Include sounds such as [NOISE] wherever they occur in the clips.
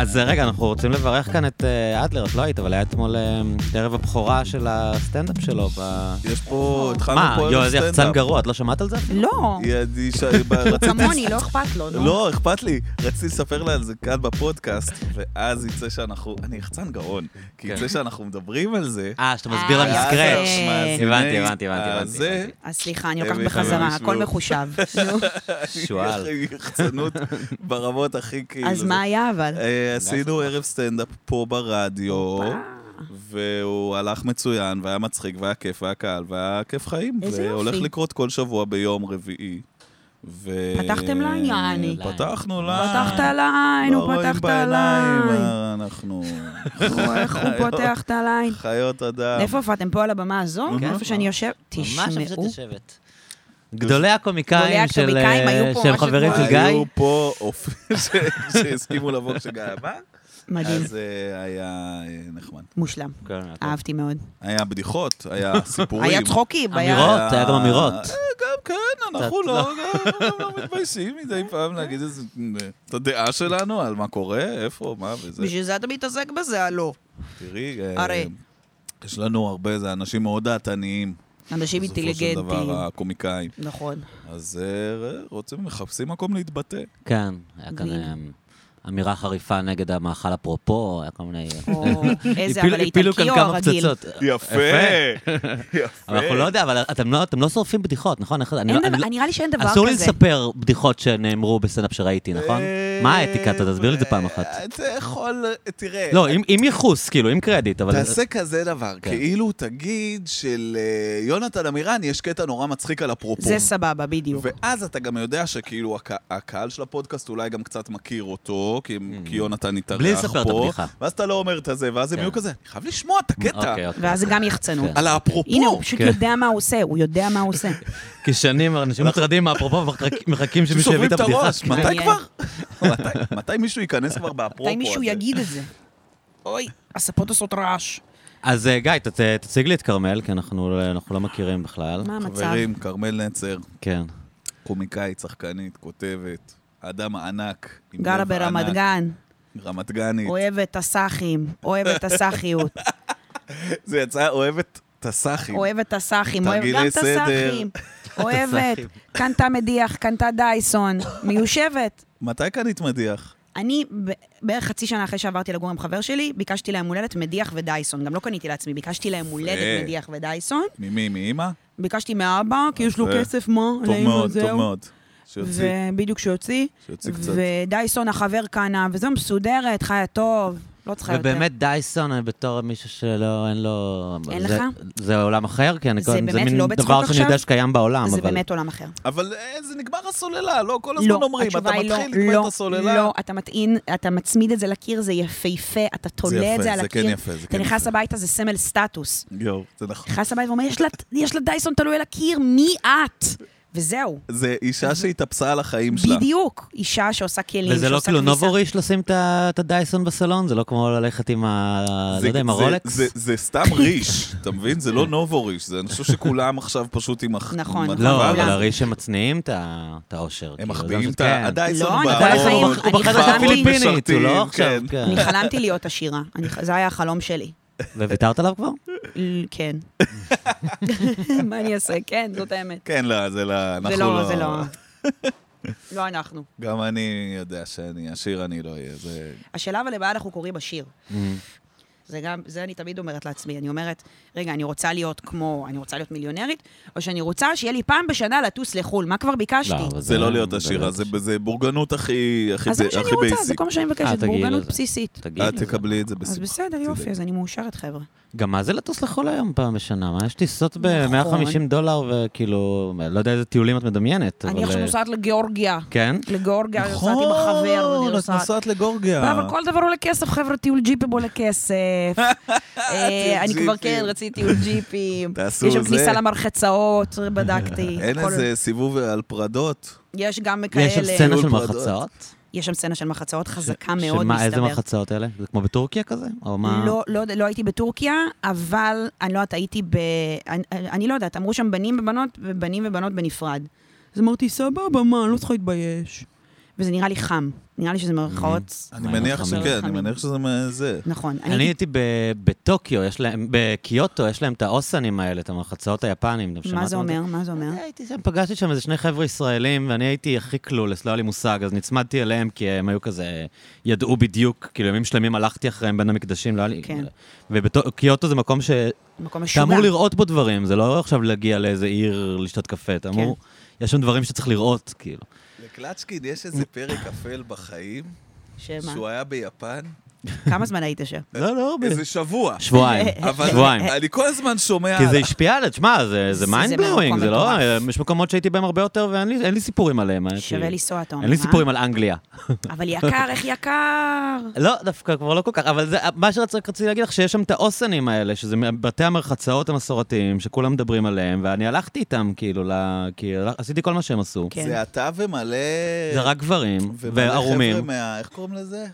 אז אה, רגע, אנחנו רוצים לברך כאן את אה, אדלר, את לא היית, אבל היה אתמול אה, ערב הבכורה של הסטנדאפ שלו. ב- יש נכון. פה, התחלנו מה, פה יואו, איזה איזה יחצן גרוע, את לא שמעת על זה? לא, היא- היא ש- [LAUGHS] רציתי- כמוני, לא אכפת לו. נו. לא, אכפת לי. רציתי לספר לה על זה כאן בפודקאסט, ואז יצא שאנחנו... אני יחצן גאון, כי כן. יצא שאנחנו מדברים על זה. אה, שאתה מסביר לה אה, מסקרץ'. [LAUGHS] מאזיני זה- הבנתי, הבנתי, אה, הבנתי, הבנתי. הזה, אז סליחה, אני לוקחת אה, בחזרה, מיכאל, הכל תשמעו. מחושב. [LAUGHS] נו. כאילו, שועל. יש יחצנות ברמות הכי כאילו. אז זה. מה היה אבל? אה, עשינו ערב סטנדאפ פה ברדיו, והוא הלך מצוין, והיה מצחיק, והיה כיף, והיה קהל, והיה כיף חיים. איזה זה יופי. הולך לקרות כל שבוע ביום רביעי. ו... פתחתם ליין, יעני. פתחנו ליין. פתחת עליי, נו, פתחת לא רואים בעיניים, עליי. אה, [LAUGHS] לא. אנחנו הוא- [LAUGHS] איך הוא פותח את הליין? חיות אדם. [LAUGHS] איפה הופעתם? פה על הבמה הזו? איפה שאני יושבת? ממש איפה שאת תשמעו. יושבת. גדולי הקומיקאים גדולי של... הקומיקאים היו פה שהם משהו חברים כמו- של גיא. היו פה אופ- [LAUGHS] ש- שהסכימו לבוא כשגיא עבר, מדהים. אז אה, היה אה, נחמד. מושלם. כן, הכל. אהבתי מאוד. היה בדיחות, [LAUGHS] היה סיפורים. היה צחוקים, היה... אמירות, היה גם אמירות. אה, גם כן, אנחנו לא לא מתביישים מדי אה, פעם להגיד איזה- את הדעה שלנו על מה קורה, איפה, מה וזה. בשביל זה אתה מתעסק בזה, הלו. תראי, אה, הרי. יש לנו הרבה, זה אנשים מאוד דעתניים. אנשים בסופו של אינטליגנטים. דבר, הקומיקאים. [LAUGHS] נכון. אז אה, רוצים, מחפשים מקום להתבטא. כן, היה כאן גרין. אמ, אמירה חריפה נגד המאכל אפרופו, היה כל מיני... או איזה, הפילו- אבל הפילו כאן איטלקי או כמה הרגיל? פצצות. יפה, [LAUGHS] יפה. אבל אנחנו לא יודע, אבל אתם לא- אתם לא שורפים בדיחות, נכון? איך- אני אין לא- דבר- אני לא- נראה לי שאין דבר אסור לי כזה. לספר בדיחות שנאמרו בסטנדאפ שראיתי, נכון? מה האתיקה? אתה תסביר לי את זה פעם אחת. אה, אתה יכול, תראה. לא, עם עם ייחוס, כאילו, עם קרדיט, אבל... תעשה כזה דבר, כן. כאילו תגיד שליונתן עמירן יש קטע נורא מצחיק על אפרופו. זה סבבה, בדיוק. ואז אתה גם יודע שכאילו הק... הקהל של הפודקאסט אולי גם קצת מכיר אותו, כי, כי יונתן התארח פה. Mm-hmm. בלי לספר את הבדיחה. ואז אתה לא אומר את הזה, ואז הם כן. יהיו כזה, אני חייב לשמוע את הקטע. אוקיי, אוקיי. ואז גם יחצנות. כן. על האפרופו. הנה, הוא פשוט כן. יודע מה הוא עושה, הוא יודע מה הוא [LAUGHS] עושה. כי שנים אנשים מוטרדים מאפרופו ומחכים- מחכים שמישהו יביא שוברים את את הבדיחה. הראש, מתי כן. כבר? [LAUGHS] מתי- מתי מישהו ייכנס כבר באפרופו מתי הזה? מישהו יגיד את [LAUGHS] זה? אוי, הספות עושות רעש. אז אה, גיא, ת- ת- תציג לי את כרמל, כי אנחנו אנחנו לא מכירים בכלל. מה המצב? חברים, כרמל נצר, כן. קומיקאית, שחקנית, כותבת, אדם ענק. עם גרה לב ברמת ענק, [LAUGHS] גן, רמת גנית. אוהבת הסאחים, אוהבת הסאחיות, [LAUGHS] זה יצא, אוהבת תסאחים. אוהבת הסאחים, אוהבת גם תרגילי את סדר. [LAUGHS] הסאחים, אוהבת, הסאחים. קנתה מדיח, קנתה דייסון, מיושבת. מתי קנית מדיח? אני, ב- בערך חצי שנה אחרי שעברתי לגור עם חבר שלי, ביקשתי להם הולדת מדיח ודייסון. גם לא קניתי לעצמי, ביקשתי להם הולדת יפה. מדיח ודייסון. ממי? מאמא? ביקשתי מאבא, כי יש לו יפה. כסף, מה? טוב לאמא, מאוד, זהו. טוב מאוד. שיוציא, ובדיוק שיוציא. שיוציא קצת. ודייסון החבר כהנא, וזהו, מסודרת, חיה טוב, לא צריכה יותר. ובאמת דייסון, אה, בתור מישהו שלא, אין לו... אין זה- לך? זה עולם אחר, כי אני- זה באמת מין לא בצחוק דבר שאני יודע עכשיו? שקיים בעולם, אבל... זה באמת עולם אחר. אבל אה, זה נגמר הסוללה, לא? כל הזמן אומרים, אתה התשובה היא מתחיל, לא, נגמר את הסוללה. לא, אתה מטעין, אתה מצמיד את זה לקיר, זה יפהפה, אתה תולה יפה, את זה על זה הקיר. כן יפה, זה כן אתה נכנס יפה. הביתה, זה סמל סטטוס. יואו, זה נכון. נכנס הביתה ואומר, "יש לה- יש לה דייסון תלוי על הקיר, מי את? וזהו, זה אישה שהתאפסה על החיים שלה. בדיוק. אישה שעושה כלים, וזה לא שעושה כאילו כביסה. נובוריש לשים את ה- את הדייסון בסלון? זה לא כמו ללכת עם ה... זה- לא יודע, עם זה- הרולקס? זה- זה סתם [LAUGHS] ריש, אתה מבין? זה לא נובוריש, זה אני חושב שכולם עכשיו פשוט עם הח... נכון, עם נכון, הדבר לא, הזה. אבל כולם. הרי שמצניעים את ה- את האושר. הם כאילו, זה מחביאים מה את ש- כן. ה... הדייסון לא, בארון. הדייסון הוא- הוא בחדר בחרתי- הפיליפינית, הוא לא משרתים, עכשיו, כן. כן. אני חלמתי להיות עשירה, אני- זה היה החלום שלי. וויתרת [LAUGHS] עליו כבר? לא, ל- כן. [LAUGHS] מה אני אעשה? כן, זאת האמת. כן, לא, זה לא, זה אנחנו לא, לא... זה לא... לא [LAUGHS] אנחנו. גם אני יודע שאני עשיר, אני לא אהיה. זה... השאלה אבל למה אנחנו קוראים השיר. זה גם, זה אני תמיד אומרת לעצמי, אני אומרת, רגע, אני רוצה להיות כמו, אני רוצה להיות מיליונרית, או שאני רוצה שיהיה לי פעם בשנה לטוס לחו"ל, מה כבר ביקשתי? לא, אבל זה לא להיות זה עשירה, לא זה, זה בורגנות הכי הכי אז זה מה הכי שאני רוצה, זה basic. כל מה שאני אה, מבקשת, תגיעי בורגנות לזה. בסיסית. תגיד. את אה, תקבלי את זה בשמחה. אז בסדר, יופי, אז אני מאושרת, חבר'ה. גם מה זה לטוס לחול היום פעם בשנה? מה, יש טיסות נכון. ב-150 דולר וכאילו, לא יודע איזה טיולים את מדמיינת, אבל... אני עכשיו אה, נוסעת לגיאורגיה. כן? לגיאורגיה, אני נוסעת עם החבר, נכון, אני את נוסעת... נוסעת לגורגיה. אבל כל דבר עולה כסף, חבר'ה, טיול ג'יפים עולה [LAUGHS] כסף. אה, אני כבר כן רציתי טיול ג'יפים. תעשו יש שם זה. כניסה למרחצאות, בדקתי. [LAUGHS] אין כל- איזה סיבוב על פרדות. יש גם כאלה... יש שם סצנה של טיול פרדות. מחצאות? יש שם סצנה של מחצאות חזקה של מאוד, מה, מסתבר. איזה מחצאות אלה? זה כמו בטורקיה כזה? או מה? לא, לא, לא הייתי בטורקיה, אבל אני לא יודעת, הייתי ב... אני, אני לא יודעת, אמרו שם בנים ובנות, ובנים ובנות בנפרד. אז אמרתי, סבבה, מה, אני לא צריכה להתבייש. וזה נראה לי חם. נראה לי שזה מרכאות... אני מניח חמים. שכן, אני מניח שזה מה- זה. נכון. אני אני הייתי- הייתי ב- בטוקיו, יש להם, בקיוטו, יש להם את האוסנים האלה, את המחצאות היפנים. אתם מה זה שמעתם על אומר? מה זה אומר? הייתי שם, פגשתי שם איזה שני חבר'ה ישראלים, ואני הייתי הכי קלולס, לא היה לי מושג, אז נצמדתי אליהם, כי הם היו כזה, ידעו בדיוק, כאילו ימים שלמים הלכתי אחריהם בין המקדשים, לא היה לי... כן. וקיוטו זה מקום שאתה מקום משוגע. אמור לראות בו דברים, זה לא עכשיו להגיע לאיזה עיר לשתות קפה, אתה כן. אמור... יש שם דברים שצריך לראות, כאילו. לקלצ'קין יש איזה פרק אפל [LAUGHS] בחיים, שמה? היה ביפן, כמה זמן היית שם? לא, לא הרבה. אה, איזה שבוע. שבועיים, אבל שבועיים. אני כל הזמן שומע... כי על- זה השפיע עליי, תשמע, זה- זה זה מיינד בלואוינג, מקום זה לא... מטורף. יש מקומות שהייתי בהם הרבה יותר, ואין לי אין לי סיפורים עליהם. אה, שווה כאילו. לנסוע, אתה אומר. אין לי אה? סיפורים על אנגליה. אבל יקר, איך יקר? לא, דווקא כבר לא כל כך, אבל זה, מה שרציתי להגיד לך, שיש שם את האוסנים האלה, שזה בתי המרחצאות המסורתיים, שכולם מדברים עליהם, ואני הלכתי איתם, כאילו, ל... כי הלכ- עשיתי כל מה שהם עשו. כן. זה אתה ומלא... זה רק גברים, ומלא חבר'ה וערומים. מה... איך קוראים לזה?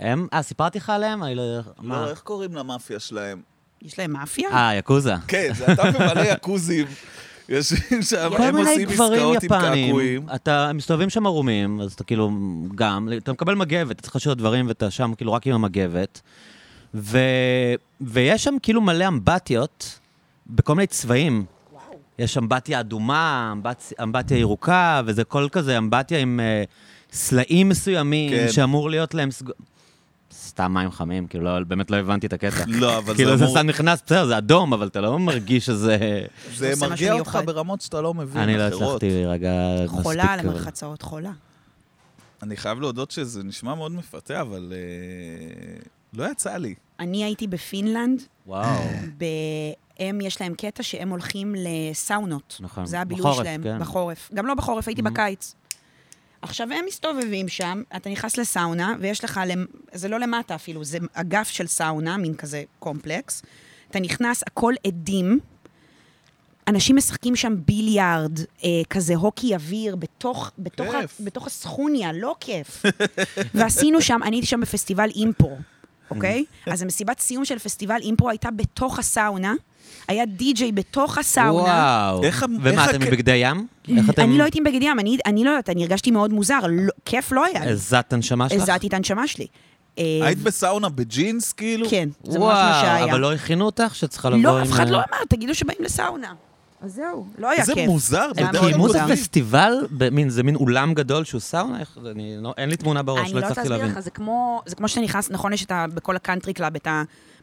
הם, אה, סיפרתי לך עליהם? אני לא יודע, מה? לא, איך קוראים למאפיה שלהם? יש להם מאפיה? אה, יקוזה. כן, זה אתה ומלא יקוזים. יושבים [LAUGHS] שם, כל הם מיני עושים גברים עסקאות עם יפנים, קעקועים. אתה, הם מסתובבים שם ערומים, אז אתה כאילו, גם, אתה מקבל מגבת, אתה צריך לשאול דברים ואתה שם כאילו רק עם המגבת. ו... ויש שם כאילו מלא אמבטיות בכל מיני צבעים. יש אמבטיה אדומה, אמבט... אמבטיה ירוקה, וזה כל כזה אמבטיה עם אה, סלעים מסוימים, כן. שאמור להיות להם סג... סתם מים חמים, כאילו, לא, באמת לא הבנתי את הקטע. לא, אבל כאילו, זה זה אמור- סתם נכנס, בסדר, זה אדום, אבל אתה לא מרגיש שזה... זה עושה מרגיע משהו אותך מיוחד. ברמות שאתה לא מבין, אני לא אחרות. הצלחתי להירגע מספיק. חולה על אבל- המרחצאות, חולה. אני חייב להודות שזה נשמע מאוד מפתה, אבל אה, לא יצא לי. אני הייתי בפינלנד, וואו. ב- הם, יש להם קטע שהם הולכים לסאונות. נכון, זה הבילוי בחורף, שלהם, כן. Mhm. בחורף. גם לא בחורף, הייתי בקיץ. עכשיו, הם מסתובבים שם, אתה נכנס לסאונה, ויש לך, למ- זה לא למטה אפילו, זה אגף של סאונה, מין כזה קומפלקס. אתה נכנס, הכל עדים. אנשים משחקים שם ביליארד, אה, כזה הוקי אוויר, בתוך, בתוך, ה, כיף. בתוך הסכוניה, לא כיף. ועשינו שם, אני הייתי שם בפסטיבל אימפרו, אוקיי? אז המסיבת סיום של פסטיבל אימפרו הייתה בתוך הסאונה, היה די-ג'יי בתוך הסאונה. וואו. איך ה- ומה, איך אתם הכ- בבגדי ים? איך אתם... אני לא הייתי עם בגד ים, אני, אני לא יודעת, אני הרגשתי מאוד מוזר, לא, כיף לא היה לי. הזעת את הנשמה שלך? הזעתי את הנשמה שלי. אה, היית בסאונה בג'ינס, כאילו? כן, זה ממש מה שהיה. וואו, אבל לא הכינו אותך שצריכה לבוא עם... אה, לא, אף אחד ה- לא אמר, תגידו שבאים לסאונה. אז זהו, לא היה זה כיף. מוזר, זה הם היה בדרך מאוד קיימו את מוזר. הפסטיבל, במין- זה מין אולם גדול שהוא סאונה? איך זה- אני לא- אין לי תמונה בראש, אני לא לא יודעת הצלחתי להסביר להבין. לך, זה כמו, זה כמו שאתה נכנס, נכון, יש את ה, בכל הקאנטרי קלאב את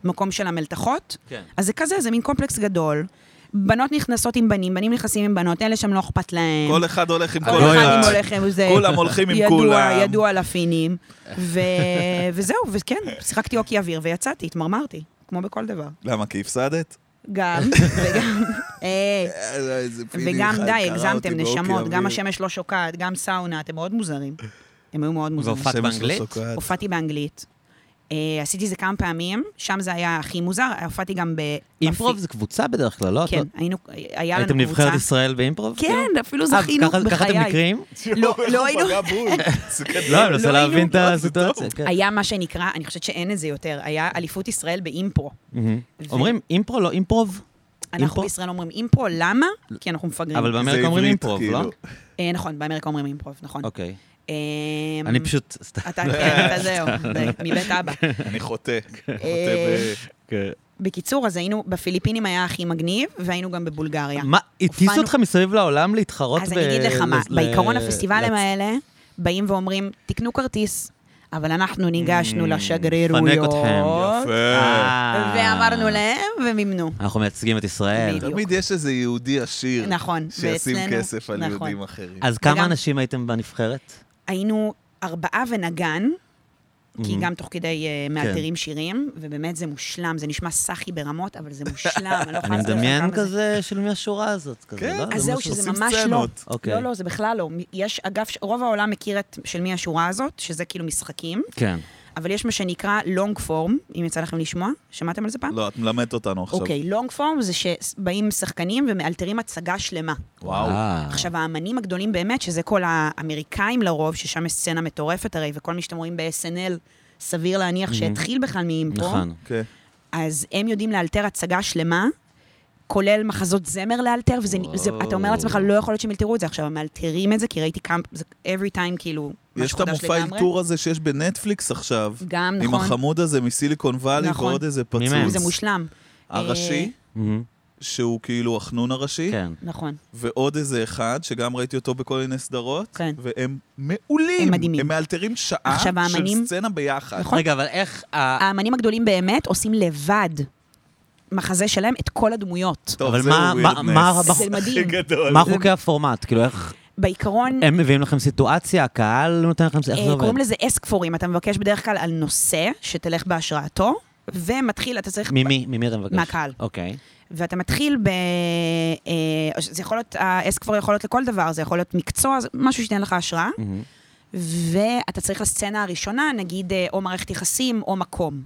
המקום של המלתחות? כן. אז זה כזה, זה מין קומפלקס גדול. בנות נכנסות עם בנים, בנים נכנסים עם בנות, אלה שם לא אכפת להם. כל אחד הולך עם כל כל אחד אחד. עם הולך עם זה. כולם הולכים עם ידוע, כולם. ידוע על הפינים. ו... [LAUGHS] וזהו, וכן, שיחקתי הוקי אוויר ויצאתי, התמרמרתי, כמו בכל דבר. למה, כי הפסדת? [LAUGHS] גם, וגם... היי, אה, לא, איזה פיני וגם אחד די, קרא אותי הגזמתם, באוקיי נשמות, גם אוויר. השמש לא שוקעת, גם סאונה, אתם מאוד מוזרים. הם היו מאוד מוזרים. והופעת השמש לא באנגלית? שוקעת. הופעתי באנגלית. אה, עשיתי זה כמה פעמים, שם זה היה הכי מוזר, הופעתי גם ב... אימפרוב בפי- זה קבוצה בדרך כלל, לא? את כן, לא- היינו, היה לנו הייתם קבוצה. נבחרת ישראל באימפרוב? כן, כאילו? אפילו אה, זכינו ככה- ככה אתם בחיי. נקראים? לא, איך לא הוא היינו... פגע בול? [LAUGHS] זה כזה- לא, אני מנסה לא להבין היינו- את הסיטואציה. כן. היה מה שנקרא, אני חושבת שאין את זה יותר, היה אליפות ישראל באימפרו. מהמם. ו- אומרים אימפרו, לא אימפרוב? אנחנו אימפרו? לא. בישראל אומרים אימפרו, למה? כי אנחנו מפגרים. אבל באמריקה זה אומרים עברית, אימפרוב, לא? כאילו. אה, נכון, באמריקה אומרים אימפרוב, נכון. אוקיי. אמ, אני פשוט... סתם. אתה, כן, אתה זהו, [LAUGHS] זה מבית אבא. אני חוטא. חוטא אה, ב- כן. בקיצור, אז היינו, בפיליפינים היה הכי מגניב, והיינו גם בבולגריה. מה, הטיסו הופענו- אותך מסביב לעולם להתחרות אז ב... אני אגיד לך מה, ל- בעיקרון ל- הפסטיבלים לצ- האלה, באים ואומרים, תקנו כרטיס, אבל אנחנו ניגשנו Mm, פנק לשגרירויות, אתכם. אוקיי. אה. ואמרנו להם, ומימנו. אנחנו מייצגים את ישראל. בדיוק. תמיד יש איזה יהודי עשיר. נכון, שישים ואצלנו- כסף על נכון. יהודים אחרים. אז כמה וגם- אנשים הייתם בנבחרת? היינו ארבעה ונגן, Mm-hmm. כי גם תוך כדי אה, כן. מאלתרים שירים, ובאמת זה מושלם, זה נשמע סאחי ברמות, אבל זה מושלם, אני לא יכולה אני להסביר לך מדמיין כמה זה- כזה של מי השורה הזאת. כזה, כן. לא? אז זה זהו, משהו- שזה שעושים ממש לא. סצנות. אוקיי. לא, לא, זה בכלל לא. יש אגף, ש- רוב העולם מכיר את של מי השורה הזאת, שזה כאילו משחקים, כן. אבל יש מה שנקרא לונג פורם, אם יצא לכם לשמוע, שמעתם על זה פעם? לא, את מלמדת אותנו עכשיו. אוקיי, לונג פורם זה שבאים שחקנים ומאלתרים הצגה שלמה. וואו. אה. עכשיו, האמנים הגדולים באמת, שזה כל האמריקאים לרוב, ששם יש סצנה מטורפת הרי, וכל מי שאתם רואים ב-SNL, סביר להניח שהתחיל בכלל מאימפרו, נכון. אוקיי. אז הם יודעים לאלתר הצגה שלמה, כולל מחזות זמר לאלתר, וזה- זה- וואו. אתה אומר לעצמך, לא יכול להיות שהם ילתרו את זה עכשיו, הם מאלתרים את זה, כי ראיתי כמה, זה every time כאילו, יש משהו את חדש המופע לגמרי. אלתור הזה שיש בנטפליקס עכשיו. גם, עם נכון. החמוד הזה מסיליקון וואלי נכון. ועוד איזה מי מהם? זה פצוץ. מושלם. הראשי, מהמם, שהוא כאילו החנון הראשי, כן. אה, נכון. ועוד איזה אחד, שגם ראיתי אותו בכל מיני סדרות, כן. והם מעולים. הם מדהימים. הם מאלתרים שעה עכשיו, האמנים- של סצנה ביחד. נכון. אה, רגע, אבל איך... ה- האמנים הגדולים באמת עושים לבד מחזה שלהם את כל הדמויות. טוב, אבל זהו מה- מה- weirdness. מה- זה הבח- הכי [LAUGHS] מדהים. גדול. מה חוקי הפורמט? כאילו, איך... בעיקרון, הם מביאים לכם סיטואציה, הקהל נותן לכם... איך זה אה, עובד? קוראים לזה אסקפורים, אתה מבקש בדרך כלל על נושא שתלך בהשראתו, ומתחיל, אתה צריך... ממי? ממי אתה מבקש? מהקהל. אוקיי. ואתה מתחיל ב... אה, זה יכול להיות, האסקפור יכול להיות לכל דבר, זה יכול להיות מקצוע, זה משהו שייתן לך השראה, מהמם. ואתה צריך לסצנה הראשונה, נגיד אה, או מערכת יחסים או מקום.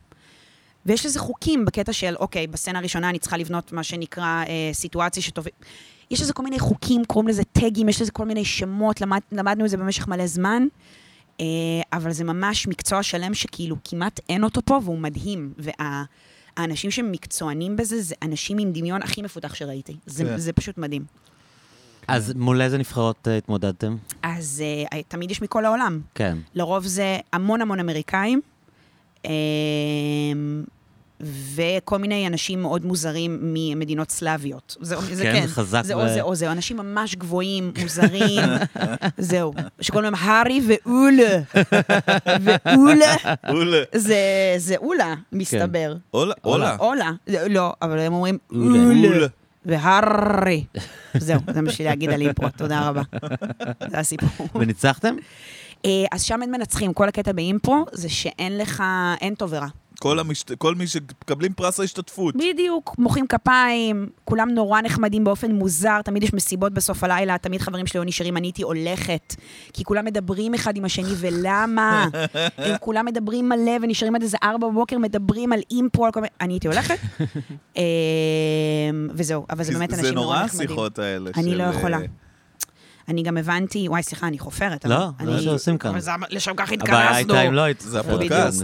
ויש לזה חוקים בקטע של, אוקיי, בסצנה הראשונה אני צריכה לבנות מה שנקרא אה, סיטואציה שטובה... יש לזה כל מיני חוקים, קוראים לזה טגים, יש לזה כל מיני שמות, למד, למדנו את זה במשך מלא זמן, אה, אבל זה ממש מקצוע שלם שכאילו כמעט אין אותו פה, והוא מדהים. והאנשים שמקצוענים בזה, זה אנשים עם דמיון הכי מפותח שראיתי. זה, כן. זה פשוט מדהים. אז מול איזה נבחרות אה, התמודדתם? אז אה, תמיד יש מכל העולם. כן. לרוב זה המון המון אמריקאים, אמ, וכל מיני אנשים מאוד מוזרים ממדינות סלאביות. זה, זה כן, כן, חזק זה ב- או זה או זה, או אנשים ממש גבוהים, [LAUGHS] מוזרים, זהו. שקוראים להם הארי ואולה. [LAUGHS] ואולה, אולה. זה, זה אולה, מסתבר. אולה. כן. אולה. אולה. זה- לא, אבל הם אומרים אולה. אולה. אולה. והארי. זהו, זה מה שיש לי להגיד על אימפרו, תודה רבה. זה הסיפור. [LAUGHS] וניצחתם? אה, אז שם אין מנצחים, כל הקטע באימפרו זה שאין לך, אין טוב ורע. כל המשת- כל מי שמקבלים פרס ההשתתפות. בדיוק, מוחאים כפיים, כולם נורא נחמדים באופן מוזר, תמיד יש מסיבות בסוף הלילה, תמיד חברים שלי היו נשארים, אני הייתי הולכת, כי כולם מדברים אחד עם השני, [LAUGHS] ולמה? הם כולם מדברים מלא ונשארים עד איזה ארבע בבוקר, מדברים על אימפרו, על כל מיני... אני [LAUGHS] הייתי הולכת, אה, וזהו, אבל זה באמת כי אנשים נורא זה נורא נחמדים. השיחות האלה. אני של, לא יכולה. אה, אני גם הבנתי, וואי, סליחה, אני חופרת. לא, אבל זה אני- מה שעושים כאן. אבל זה- לשם כך התכנסנו. הבעיה הייתה אם לא היית. זה הפודקאסט.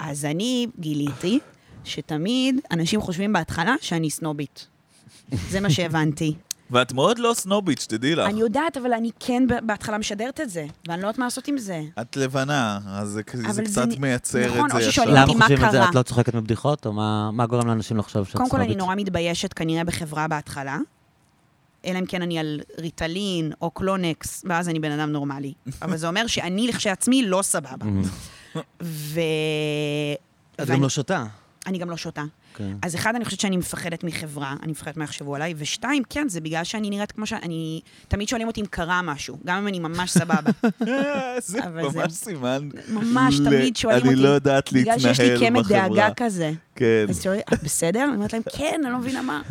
אז אני גיליתי שתמיד אנשים חושבים בהתחלה שאני סנובית. זה מה שהבנתי. ואת מאוד לא סנובית, שתדעי לך. אני יודעת, אבל אני כן ב- בהתחלה משדרת את זה, ואני לא יודעת מה לעשות עם זה. את לבנה, אז זה- אבל זה זה קצת אה, נ- מייצר את זה. נכון, או ישר. ששואלים למה אותי מה חושבים את זה? קרה. את לא צוחקת מבדיחות? או מה מה גורם לאנשים לחשוב שאת קודם כל, אני סנובית? נורא מתביישת כנראה בחברה בהתחלה, אלא אם כן אני על ריטלין או קלונקס, ואז אני בן אדם נורמלי. אבל זה אומר שאני לכשעצמי לא סבבה. ו... את ואני- גם לא שותה. אני גם לא שותה. כן. אז אחד, אני חושבת שאני מפחדת מחברה, אני מפחדת מה יחשבו עליי, ושתיים, כן, זה בגלל שאני נראית כמו שאני... תמיד שואלים אותי אם קרה משהו, גם אם אני ממש סבבה. [LAUGHS] [LAUGHS] אה, זה אבל זה- ממש סימן. ממש, ל- תמיד שואלים אותי. אני לא יודעת להתנהל בחברה. בגלל שיש לי קמת דאגה כזה. [LAUGHS] כן. אז שואלים, את בסדר? אני אומרת להם, כן, אני לא מבינה מה. [LAUGHS]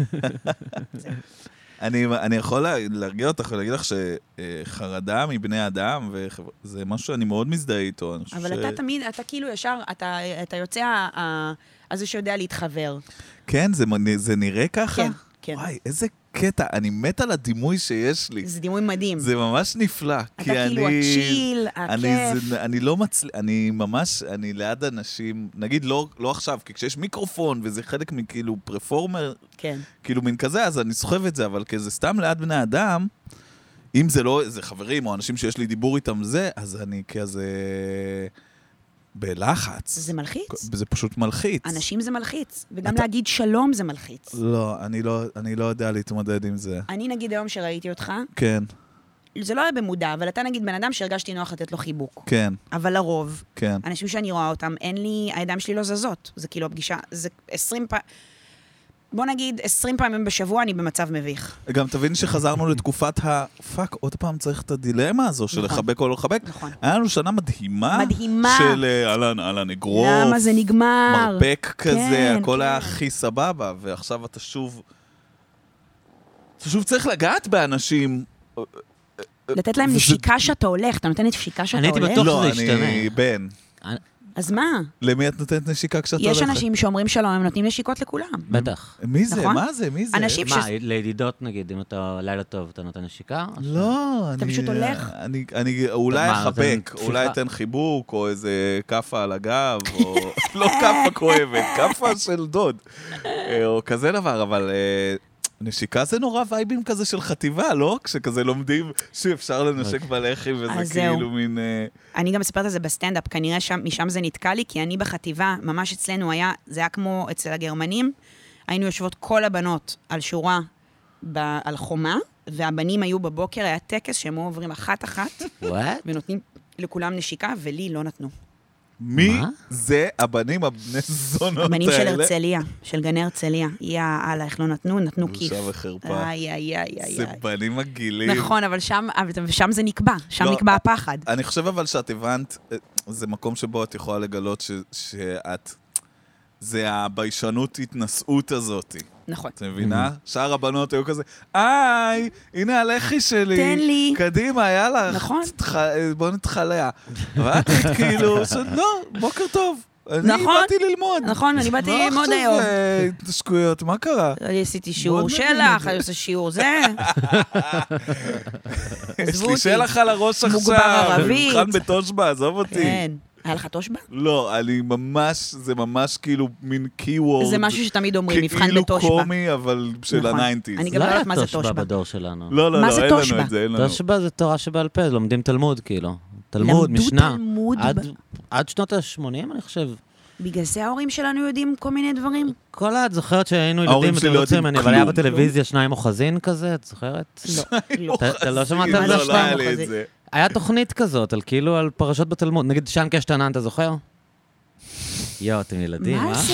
אני, אני יכול לה- להרגיע אותך ולהגיד לך שחרדה מבני אדם, וחבר... זה משהו שאני מאוד מזדהה איתו. אני חושב ש... אבל אתה תמיד, אתה כאילו ישר, אתה אתה יוצא ה- ה- הזה שיודע [LAUGHS] להתחבר. כן, זה, מ- זה נראה ככה? כן, כן. וואי, איזה קטע, אני מת על הדימוי שיש לי. זה דימוי מדהים. זה ממש נפלא, אתה כי אני... כאילו הצ'יל, אני, הכיף. זה, אני לא מצליח, אני ממש, אני ליד אנשים, נגיד לא, לא עכשיו, כי כשיש מיקרופון וזה חלק מכאילו פרפורמר, כן. כאילו מין כזה, אז אני סוחב את זה, אבל כזה סתם ליד בני אדם, אם זה לא איזה חברים או אנשים שיש לי דיבור איתם זה, אז אני כזה בלחץ. זה מלחיץ. זה פשוט מלחיץ. אנשים זה מלחיץ, וגם אתה- להגיד שלום זה מלחיץ. לא, אני לא, אני לא יודע להתמודד עם זה. אני נגיד היום שראיתי אותך, כן, זה לא היה במודע, אבל אתה נגיד בן אדם שהרגשתי נוח לתת לו חיבוק. כן, אבל לרוב, כן. אנשים שאני רואה אותם, אין לי, הידיים שלי לא זזות. זה כאילו הפגישה, זה 20 פעמים, בוא נגיד 20 פעמים בשבוע אני במצב מביך. גם תבין שחזרנו לתקופת ה... פאק, עוד פעם צריך את הדילמה הזו של נכון. לחבק או לא לחבק. נכון. היה לנו שנה מדהימה. מדהימה. של אה, אהלן, אהלן, אגרוף. למה זה נגמר? מרפק כזה, כן, הכל היה כן. הכי סבבה, ועכשיו אתה שוב... אתה שוב צריך לגעת באנשים. לתת להם וזה- נשיקה שאתה הולך, אתה נותן נשיקה שאתה אני הולך? הייתי בטוח לא, שזה ישתנה. אני בן. אז מה? למי את נותנת נשיקה כשאת הולכת? יש אנשים שאומרים שלום, הם נותנים נשיקות לכולם. בטח. מי זה? נכון? מה זה? מי זה? אנשים ש... מה, לידידות נגיד, אם אתה לילה טוב, אתה נותן נשיקה? לא, אני... אתה פשוט הולך. אני, אני אולי מה, אתה אחבק, נותן אולי דפיחה? אתן חיבוק, או איזה כאפה על הגב, [LAUGHS] או... [LAUGHS] לא כאפה כואבת, כאפה של דוד. אה, או כזה דבר, אבל... אה, נשיקה זה נורא וייבים כזה של חטיבה, לא? כשכזה לומדים שאפשר לנשק בלחי אז וזה זהו. כאילו מין... אה, אני גם מספרת על זה בסטנדאפ, כנראה שם, משם זה נתקע לי, כי אני בחטיבה, ממש אצלנו היה, זה היה כמו אצל הגרמנים, היינו יושבות כל הבנות על שורה ב, על חומה, והבנים היו בבוקר, היה טקס שהם היו עוברים אחת-אחת, [LAUGHS] וואט? ונותנים לכולם נשיקה, ולי לא [LAUGHS] נתנו. מי מה? זה הבנים הבני זונות האלה? הבנים של הרצליה, של גני הרצליה. יא אללה, איך לא נתנו? נתנו בושה כיף. וחרפה. איי, איי, איי, איי. זה איי. בנים מגעילים. נכון, אבל שם, אבל שם זה נקבע, שם לא, נקבע א- הפחד. אני חושב אבל שאת הבנת, אה, זה מקום שבו את יכולה לגלות ש- שאת... זה הביישנות התנשאות הזאתי. נכון. את מבינה? שאר הבנות היו כזה, היי, הנה הלחי שלי. תן לי." קדימה, יאללה. נכון. תתח- בוא נתחלע. ואת היית כאילו, ש- לא, בוקר טוב. אני נכון. באתי ללמוד. נכון, אני מה באתי ללמוד לא עכשיו, היום. אה, התנשקויות, מה קרה? אני עשיתי מאוד שיעור שלך, אני עושה שיעור [LAUGHS] זה. יש עזבו לי אותי. שלח על הראש עכשיו. מוגבר ערבית. מבחן בתושבע, עזוב אותי. כן. היה לך תושבע? לא, אני ממש, זה ממש כאילו מין keyword. זה משהו שתמיד אומרים, מבחן בתושבע. כאילו קומי, אבל של נכון. הניינטיז. אני גם לא לא היה יודעת מה זה תושבע תושבע. בדור שלנו. לא, לא, מה לא, זה אין לנו תושבע? את זה, אין לנו. תושבע זה תורה שבעל פה, לומדים תלמוד, כאילו. תלמוד, משנה. למדו תלמוד. עד- ב- עד שנות ה-80, אני חושב. בגלל זה ההורים שלנו יודעים כל מיני [LAUGHS] דברים? כל ה... את זוכרת שהיינו ההורים ילדים שלי אתם לא יוצאים יודעים ממני, אבל היה כלום. בטלוויזיה שניים אוחזין כזה, את זוכרת? לא, לא. אתה- אתה לא שמעת לא, על זה לא היה שאתה... לי את מחזיק. זה. היה תוכנית כזאת, על כאילו, על פרשות בתלמוד. נגיד שאנקי אשתנן, אתה זוכר? יואו, אתם ילדים, אה? מה זה?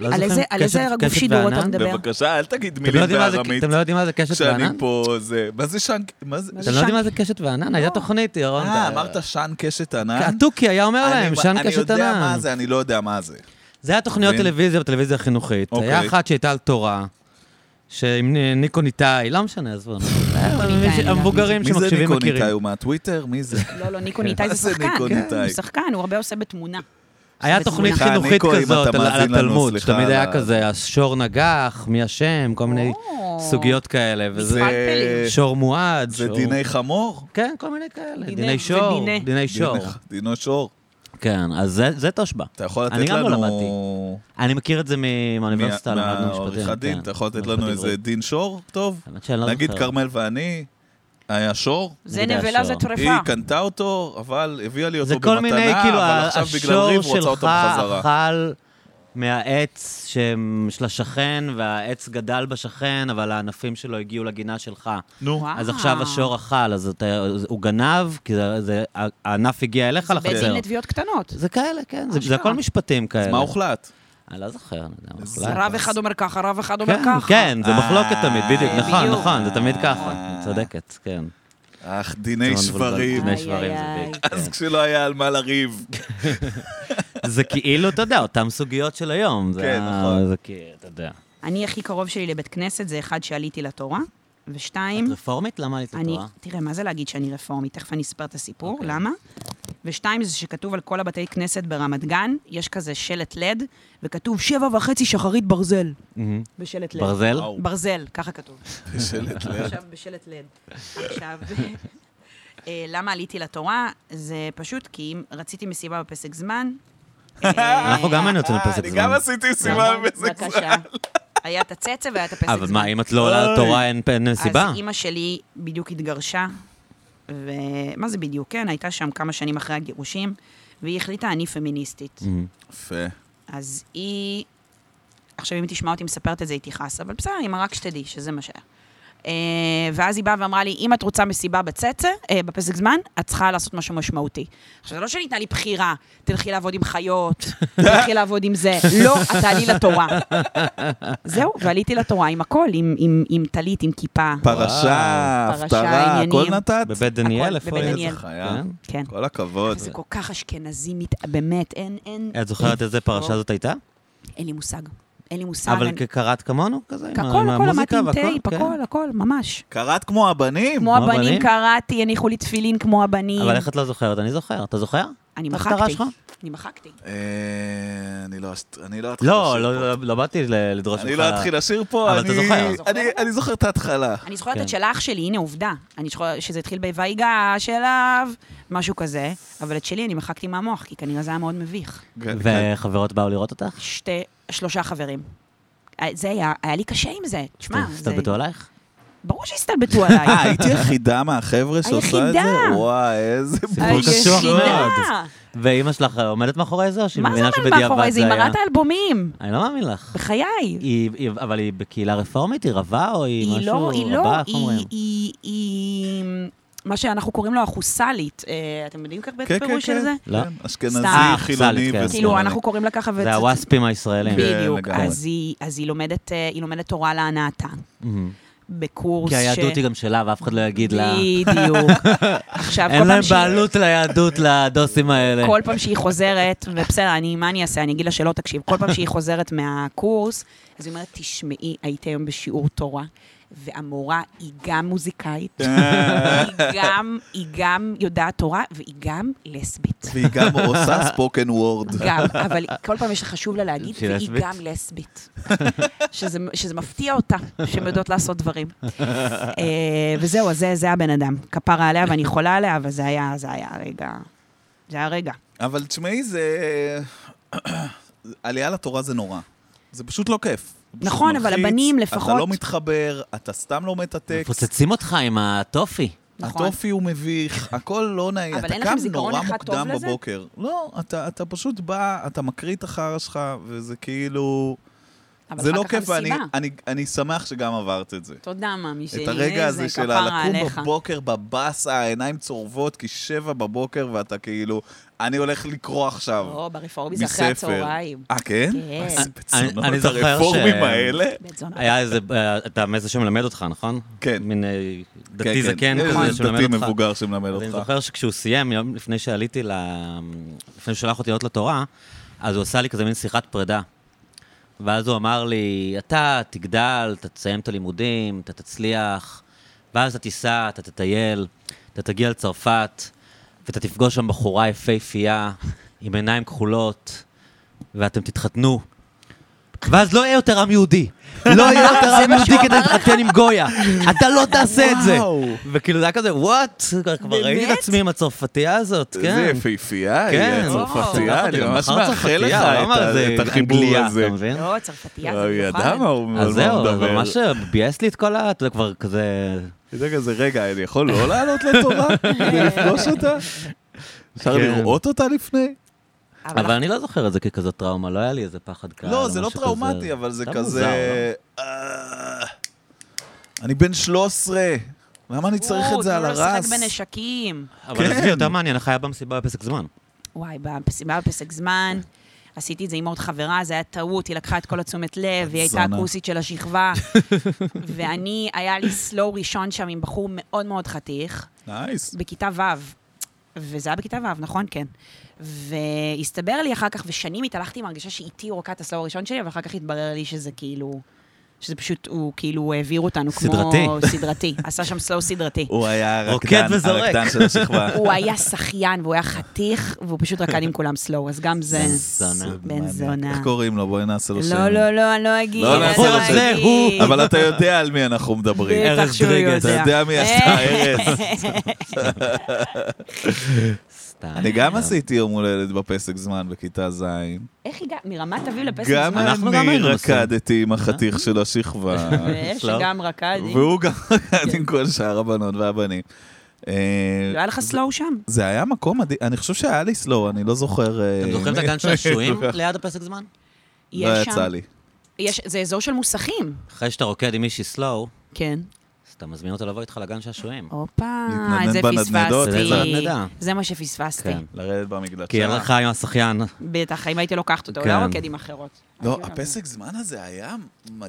לא על זוכרים? איזה- על איזה קשת- גוף קשת שידור אתה וענן? מדבר? בבקשה, אל תגיד אתם לא מילים יודעים מה זה- בארמית. אתם לא יודעים מה זה קשת כשאני וענן? פה זה... מה זה שאן... מה זה... אתם לא יודעים מה זה קשת וענן? הייתה תוכנית, ירון. אה, אתה- אמרת שאן קשת ענן? התוכי היה אומר להם, אני- שאן אני קשת יודע ענן. מה זה, אני לא יודע מה זה. זה היה תוכניות מבין? טלוויזיה בטלוויזיה החינוכית. אוקיי. היה אחת שהייתה על תורה, שעם נ- ניקו ניטאי, לא משנה, עזבו. ניתאי, אני יודעת. המבוגרים מי זה שמקשיבים ניקו מכירים. ניטאי? הוא מהטוויטר? מי זה? לא, לא, ניקו ניתאי מה [LAUGHS] זה זה שחקן. ניקו ניתאי? הוא שחקן, הוא הרבה עושה בתמונה. היה תוכנית סליחה, חינוכית ניקו, אם כזאת אתה על- על מאזין לנו, התלמוד, סליחה שתמיד על היה ה- כזה, השור נגח, מי אשם, כל מיני או. סוגיות כאלה, וזה פלפלים. שור מועד. זה שור- דיני חמור? כן, כל מיני כאלה. דיני- דיני זה שור, דיני. דיני שור. דיני ח- דינו שור. כן, אז זה- זה תושבע. אתה יכול לתת לנו... אני גם לא אני מכיר את זה מ- מהאוניברסיטה, למדנו משפטים. מהעורך כן. הדין, אתה יכול לתת לנו משפטים איזה עברית. דין שור? טוב. האמת שאני לא נגיד זוכר. כרמל ואני, היה שור. זה נבלה, זה היא קנתה אותו, אבל הביאה לי זה אותו כל במתנה, מיני, כאילו, אבל עכשיו בגלל השור ריב הוא רוצה שלך אותו בחזרה. אכל מהעץ שהם- של השכן, והעץ גדל בשכן, אבל הענפים שלו הגיעו לגינה שלך. נו, וואו. אז עכשיו השור אכל, אז אתה- אז הוא גנב, כי זה- זה- הענף הגיע אליך בית לחצר. דין לתביעות קטנות. זה כאלה, כן, זה- זה אשכרה. הכל משפטים כאלה. מה הוחלט? אני לא זוכר, אני יודע מה זה הוחלט. רב אחד אומר ככה, רב אחד אומר כן, ככה. כן, זה אה, מחלוקת תמיד, בדיוק, נכון, בדיוק. נכון, זה תמיד ככה, אה. את צודקת, כן. אך, דיני זה מבולבל, שברים. דיני איי, שברים זה איי, ביג. כן. [LAUGHS] אז כשלא היה על [LAUGHS] מה לריב. זה כאילו, אתה יודע, אותן סוגיות של היום. זה כן, ה- נכון. זה כאילו, אתה יודע. אני הכי קרוב שלי לבית כנסת, זה אחד שעליתי לתורה, ושתיים, את רפורמית? למה עלית אני, לתורה? אוקיי. תראה, מה זה להגיד שאני רפורמית? תכף אני אספר את הסיפור, למה? ושתיים, זה שכתוב על כל הבתי כנסת ברמת גן, יש כזה שלט לד, וכתוב שבע וחצי שחרית ברזל, מהמם. בשלט לד. ברזל? וואו. ברזל, ככה [LAUGHS] כתוב. בשלט לב. עכשיו בשלט לד. עכשיו, אה, למה עליתי לתורה? זה פשוט כי אם רציתי מסיבה בפסק [LAUGHS] זמן... אה, אנחנו גם היינו יוצאים אה, לפסק אני לא זמן. כן. גם עשיתי סימן בזה. בבקשה. היה את הצצה והיה את הפסק זמן. אבל מה, אם את לא עולה לתורה אין אין סיבה? אז אימא שלי בדיוק התגרשה, ומה זה בדיוק? כן, הייתה שם כמה שנים אחרי הגירושים, והיא החליטה, אני פמיניסטית. יפה. אז היא... עכשיו, אם תשמע אותי מספרת את זה, היא תכעס, אבל בסדר, אמא, רק שתדעי שזה מה שהיה. אה, ואז היא באה ואמרה לי, אם את רוצה מסיבה בצצה, אה, בפסק זמן, את צריכה לעשות משהו משמעותי. עכשיו, זה לא שניתנה לי בחירה, תלכי לעבוד עם חיות, תלכי לעבוד עם זה, [LAUGHS] לא, את תעלי לתורה. זהו, ועליתי לתורה עם הכל, עם- עם- עם טלית, עם כיפה. פרשה, פרשה, הפטרה, עניינים. הכל נתת? בבית דניאל, הכל איפה בבית היה? דניאל. איזה חיה. כן. כן. כל הכבוד. זה כל כך אשכנזי, מת- באמת, אין, אין... את זוכרת איזה פרשה זאת הייתה? אין לי מושג. אין לי מושג. אבל אני- קראת כמונו כזה? עם ה- הכל, עם הכל, המוזיקה למדתי עם והכל? טייפ, כן. הכל, הכל, ממש. קראת כמו הבנים? כמו הבנים? הבנים קראתי, הניחו לי תפילין כמו הבנים. אבל איך את לא זוכרת? אני זוכר. אתה זוכר? אני את מחקתי. ההפטרה שלך? אני מחקתי. אה, אני לא אשת- אני לא אתחיל לא, לשיר לא- פה. לא- לא באתי ל- לדרוש ממך. אני לא אתחיל לשיר פה, אבל אני- אתה זוכר. אני- אני זוכר את ההתחלה. אני זוכרת כן. את של אח שלי, הנה עובדה. אני זוכרת שזה התחיל ב"ויגש אליו", משהו כזה, אבל את שלי אני מחקתי מהמוח, כן, כי כנראה זה היה מאוד מביך. ג- ג- וחברות באו לראות אותך? שתי, שלושה חברים. אה, זה היה, היה לי קשה עם זה. תשמע, זה... הסתלבטו עלייך? ברור שהסתלבטו עליי. אה, היית יחידה מהחבר'ה שעושה את זה? היחידה. וואי, איזה סיפור קשוח מאוד. היחידה. ואימא שלך עומדת מאחורי זה, או שהיא מה זה כאילו, מבינה עומד מאחורי שבדיעבד זה? היא זה היה? מראה את האלבומים. אני לא מאמין לך. בחיי. היא, היא, אבל היא בקהילה רפורמית? היא רבה או היא, היא משהו לא, היא לא, רבה? איך אומרים? היא, היא, היא, מה שאנחנו קוראים לו החוסלית. אה, אתם יודעים כך כן, בפירוש כן, של זה? כן. לא. כן, אשכנזי, סתם. חילוני סלט, כן. כאילו, ושמאלני. אנחנו קוראים לה ככה, זה הווספים הישראלים. כן, בדיוק. לגמרי. אז היא- אז היא לומדת, אה, היא לומדת תורה להנאתה. מהמם. בקורס כי היהדות היא גם שלה, ואף אחד לא יגיד לה... בדיוק. [LAUGHS] עכשיו, כל אין פעם להם שהיא- בעלות [LAUGHS] ליהדות, לדוסים האלה. כל פעם שהיא חוזרת, ובסדר, אני, מה אני אעשה? אני אגיד לה שלא תקשיב. כל פעם שהיא חוזרת מהקורס, אז היא אומרת, תשמעי, היית היום בשיעור תורה, והמורה היא גם מוזיקאית, כן. היא, גם, היא גם יודעת תורה, והיא גם לסבית. והיא גם עושה ספוקן וורד. [LAUGHS] גם, אבל כל פעם יש חשוב לה להגיד, שהיא והיא לסבית? גם לסבית. שזה, שזה מפתיע אותה, שהן יודעות לעשות דברים. אה, וזהו, אז זה, זה הבן אדם. כפרה עליה ואני חולה עליה, אבל זה היה, זה היה רגע. זה היה רגע. אבל תשמעי, זה... עלייה לתורה זה נורא. זה פשוט לא כיף. זה פשוט נכון, אבל מלחיץ, הבנים אתה לפחות- לא מתחבר, אתה סתם לומד את הטקסט. מפוצצים אותך עם הטופי. נכון. הטופי הוא [LAUGHS] מביך, הכל לא נעים. אבל אתה אין לכם קם זיכרון נורא אחד טוב מוקדם לזה? בבוקר. לא, אתה, אתה פשוט בא, אתה מקריא את החרא שלך, וזה כאילו... אבל זה אחר לא כך כיף, ואני המסיבה. אני, אני שמח שגם עברת את זה. תודה, מאמי, שלי. את הרגע הזה איזה של כפרה לקום עליך. בבוקר בבאסה, העיניים צורבות, כי שבע בבוקר ואתה כאילו, אני הולך לקרוא עכשיו או, ברפורמי זה אחרי מספר. הצהריים. אה, כן? כן. איזה אני- בצונות, אני זוכר הרפורמים ש- האלה? בית זונה. היה איזה, אה, אתה מאיזה שמלמד אותך, נכון? כן. מין אה, כן, דתי כן. זקן איזה כזה דתי שמלמד אותך. מבוגר שמלמד אז אני אותך. זוכר שכשהוא סיים, יום לפני שעליתי ל... לפני שהוא שלח אותי להיות לתורה, אז הוא עשה לי כזה מין שיחת פרידה. ואז הוא אמר לי, אתה תגדל, אתה תסיים את הלימודים, אתה תצליח, ואז אתה תיסע, אתה תטייל, אתה תגיע לצרפת, ואתה תפגוש שם בחורה יפהפייה, עם עיניים כחולות, ואתם תתחתנו. ואז לא יהיה יותר עם יהודי. לא יהיה יותר עם יהודי כדי להתחתן עם גויה. אתה לא תעשה את זה. וואו. וכאילו זה היה כזה, וואט, כבר ראיתי את עצמי עם הצרפתייה הזאת, כן. איזה יפהפייה, היא כן. הצרפתייה, אני וואו. ממש מחר מאחל נכון, לך צרפתייה, את למה זה ה- את החיבור אנגליה, הזה. אתה מבין? לא, צרפתייה זה הוא ידע מיוחד. מה הוא על אז מה הוא זהו, זה מדבר. ממש ביאס לי את כל ה... אתה יודע, כבר כזה... זה כזה, רגע, אני יכול לא לעלות לתורה כדי לפגוש אותה? אפשר כן. לראות אותה לפני? אבל אני לא זוכר את זה ככזאת טראומה, לא היה לי איזה פחד קל. לא, זה או לא משהו טראומטי, כזה. אבל זה אתה כזה... "אה, אני בן 13, למה אני צריך את זה על הוא לא הרס? משחק בנשקים. מוזר, לא? אבל כן. זה יותר מעניין, איך היה במסיבה בפסק זמן. וואי, במסיבה בפסק זמן, עשיתי את זה עם עוד חברה, זה היה טעות, היא לקחה את כל התשומת לב, היא הייתה זונה. הכוסית של השכבה, [LAUGHS] ואני, היה לי סלואו ראשון שם עם בחור מאוד מאוד חתיך, נייס. בכיתה ו', וזה היה בכיתה ו', נכון? כן. והסתבר לי אחר כך, ושנים התהלכתי עם הרגשה שאיתי רוקה את הסלואו הראשון שלי, אבל אחר כך התברר לי שזה כאילו... שזה פשוט, הוא כאילו העביר אותנו כמו... סדרתי. [LAUGHS] סדרתי. עשה שם [LAUGHS] סלואו סדרתי. הוא היה רוקד הרקדן, וזורק. הרקדן של השכבה. הוא היה שחיין והוא היה חתיך, והוא פשוט רקד עם כולם סלואו, אז גם זה... בן זונה. בן איך זונה. קוראים לו? בואי נעשה לו שם. לא, לא, לא, אני לא אגיד. לא, אני נעשה לו שם. אגיד. הוא, אבל אתה יודע על מי אנחנו מדברים. בטח ארז שהוא דריגס, אתה יודע. יודע מי עשתה [LAUGHS] אה. ארז. סתם. אני גם עשיתי יום הולדת בפסק זמן בכיתה ז'. איך הגעת? מרמת אביב לפסק גם זמן. אנחנו גם אני היינו אה? עושים. רקדתי עם החתיך של השכבה. [LAUGHS] שגם רקדי. והוא גם רקד עם כל שאר הבנות והבנים. אה, היה לך סלואו שם? זה היה מקום מדהים, אני חושב שהיה לי סלואו, אני לא זוכר... אה, אתם זוכרים את מי- הגן [LAUGHS] שעשועים לא ליד הפסק זמן? יש שם- יצא לי. יש- זה אזור של מוסכים. אחרי שאתה רוקד עם מישהי סלואו, כן. אז אתה מזמין אותה לבוא איתך לגן שעשועים. הופה, להתנדנד זה בנדנדות, זה איזה פספסתי. נדנדה. זה מה שפספסתי. כן. לרדת במקדשה. כי אין לך עם השחיין. בטח, אם הייתי לוקחת אותו, הוא כן. לא רוקד עם אחרות. לא, הפסק זמן הזה היה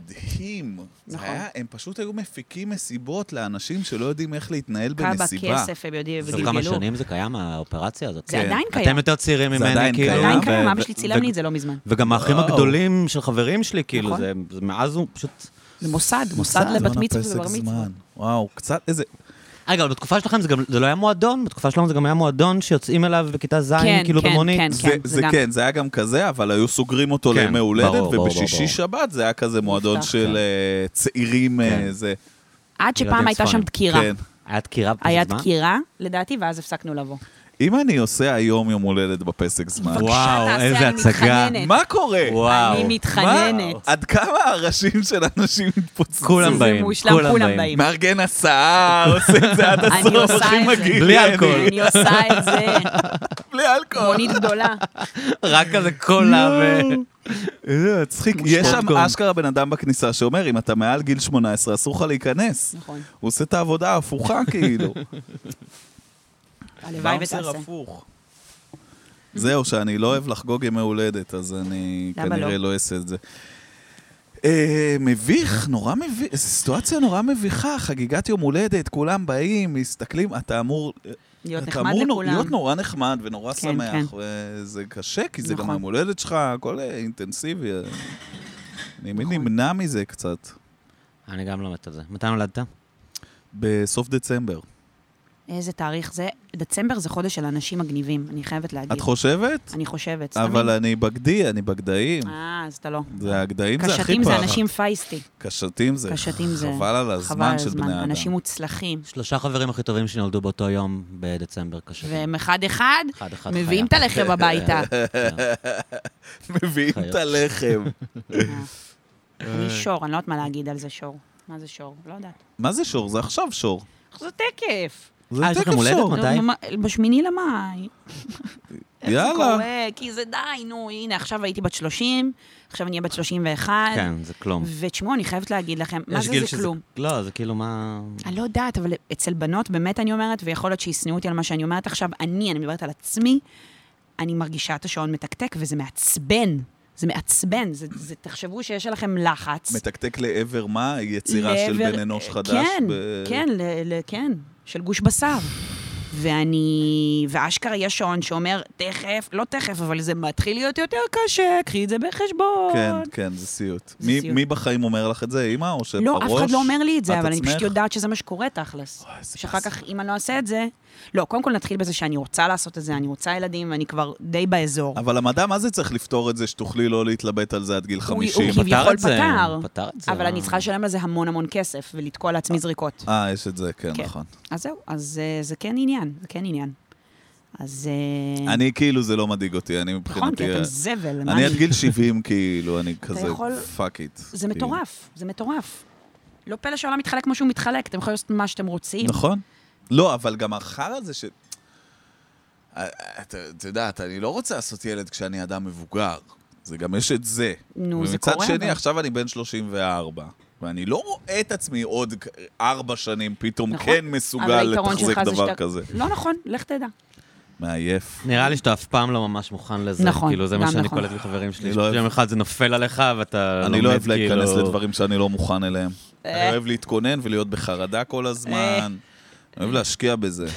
מדהים. זה נכון. היה, הם פשוט היו מפיקים מסיבות לאנשים שלא יודעים איך להתנהל כמה במסיבה. כסף הם יודעים, זה כאילו כמה וגלגלו. שנים זה קיים, האופרציה הזאת? זה כן. עדיין קיים. אתם יותר צעירים ממני, עדיין כאילו. קיים. זה עדיין ו- קיים, אבא ו- שלי צילם לי את זה לא מזמן. וגם האחים וואו. הגדולים של חברים שלי, כאילו, נכון. זה זה מאז הוא פשוט... זה מוסד, מוסד לבת זמן מצווה הפסק ובר מצווה. זמן. וואו, קצת איזה... רגע, אבל בתקופה שלכם זה גם, זה לא היה מועדון? בתקופה שלנו זה גם היה מועדון שיוצאים אליו בכיתה ז', כן, כאילו כן, במונית? כן. זה, זה, זה גם- כן, זה היה גם כזה, אבל היו סוגרים אותו כן, לימי הולדת, ברור, ברור, ברור. ובשישי שבת זה היה כזה מועדון נפתח, של כן. אה, צעירים, אה, כן. זה... עד שפעם ילדים הייתה שם צפונים. דקירה. כן. היה דקירה בפסק היה זמן? דקירה, לדעתי, ואז הפסקנו לבוא. אם אני עושה היום יום הולדת בפסק זמן, בבקשה, וואו, תעשה, איזה אני הצגה. מתחננת. מה קורה? וואו. אני מתחננת. עד כמה הראשים של אנשים מתפוצצים? כולם זה באים, מושלם, כולם כולם באים. באים. מארגן הסעה, עושה את זה עד אני הסוף, עושה הכי את זה. מגעיל. בלי אני- אלכוהול. אני עושה את זה, בלי אלכוהול. מונית גדולה. [LAUGHS] רק כזה קולה [LAUGHS] ו... אה, מצחיק, יש שם פופקורן. אשכרה בן אדם בכניסה שאומר, אם אתה מעל גיל 18, אסור לך להיכנס. נכון. הוא עושה את העבודה [LAUGHS] ההפוכה, כאילו. הלוואי באומסר ותעשה. הפוך. זהו, שאני לא אוהב לחגוג ימי הולדת, אז אני למה כנראה לא? לא אעשה את זה. אה, מביך, נורא מביך, זו סיטואציה נורא מביכה, חגיגת יום הולדת, כולם באים, מסתכלים, אתה אמור... להיות אתה נחמד אמור נו- לכולם. להיות נורא נחמד ונורא כן, שמח, כן. וזה קשה, כי זה גם נכון. יום הולדת שלך, הכל אה, אינטנסיבי. אה. אני מי נכון. נמנע מזה קצת, אני גם לא מת על זה. מתי נולדת? בסוף דצמבר. איזה תאריך זה? דצמבר זה חודש של אנשים מגניבים, אני חייבת להגיד. את חושבת? אני חושבת, סתמים. אבל אני בגדי, אני בגדאים. אה, אז אתה לא. זה הגדאים זה הכי קשתים זה פרח. אנשים פייסטי. קשתים זה קשתים זה- חבל על חבל הזמן על של הזמן. בני אדם. אנשים מוצלחים. שלושה חברים הכי טובים שנולדו באותו יום בדצמבר קשה. והם אחד-אחד, אחד, אחד מביאים את חיה. הלחם הביתה. [LAUGHS] [LAUGHS] מביאים את הלחם. אה. אני שור, אני לא יודעת מה להגיד על זה שור. מה זה שור? לא יודעת. מה זה שור? זה עכשיו שור. זה תקף. זה אה, יש תקף לכם הולדת? שור. מתי? זה ממ- בשמיני למאי. זה יאללה. קורה, כי זה די, נו, הנה, עכשיו הייתי בת 30, עכשיו אני אהיה בת 31. כן, זה כלום. ותשמעו, אני חייבת להגיד לכם, מה יש זה גיל זה שזה- כלום? לא, זה כאילו מה... אני לא יודעת, אבל אצל בנות באמת אני אומרת, ויכול להיות שישנאו אותי על מה שאני אומרת עכשיו, אני, אני מדברת על עצמי, אני מרגישה את השעון מתקתק, וזה מעצבן. זה מעצבן, זה, זה, תחשבו שיש עליכם לחץ. מתקתק לעבר מה? יצירה של לעבר- בן אנוש חדש? כן, ב- כן, ל, ל, כן, של גוש בשר. ואני, ואשכרה יש שעון שאומר, תכף, לא תכף, אבל זה מתחיל להיות יותר קשה, קחי את זה בחשבון. כן, כן, זה סיוט. זה מי- סיוט. מי בחיים אומר לך את זה? אימא או שבראש? לא, אף אחד לא אומר לי את את זה, אבל אני פשוט עצמך? יודעת שזה מה שקורה תכלס. אוי, איזה שאחר באסה. כך, אם אני לא אעשה את זה... לא, קודם כל נתחיל בזה שאני רוצה לעשות את זה, אני רוצה ילדים, ואני כבר די באזור. אבל המדע, מה זה צריך לפתור את זה שתוכלי לא להתלבט על זה עד גיל הוא 50? פתר כביכול את זה, פתר, פתר את זה. אבל אני צריכה לשלם על זה המון המון כסף, ולתקוע לעצמי זריקות. אה, יש את זה, כן, כן. נכון. אז זהו, אז אה, זה כן עניין, זה כן עניין. אז... אה, אני כאילו, זה לא מדאיג אותי, אני מבחינתי... נכון, כי אה, אתם זבל, אני מה אני... עד גיל 70, כאילו, אני כזה, כאילו. יכול- פאק איט. זה מטורף, זה מטורף. לא פלא שהעולם מתחלק כמו שהוא מתחלק, אתם יכולים לעשות מה שאתם רוצים. נכון. לא, אבל גם החרא זה ש... אה, את את יודעת, אני לא רוצה לעשות ילד כשאני אדם מבוגר. זה גם יש את זה. נו, זה קורה, ומצד שני, אבל. עכשיו אני בן 34, ואני לא רואה את עצמי עוד כ- ארבע שנים פתאום נכון. כן אבל מסוגל היתרון לתחזק שלך זה דבר שאתה- כזה. לא נכון, לך תדע. מעייף. נראה לי שאתה אף פעם לא ממש מוכן לזה. נכון, כאילו, זה מה גם שאני נכון. קולט מחברים אני שלי. לא אוהב- יום אחד זה נופל עליך ואתה אני לא אוהב לומד, להיכנס כאילו- לדברים שאני לא מוכן אליהם. אני אה. אוהב להתכונן ולהיות בחרדה כל אה. הזמן. אני אוהב להשקיע בזה.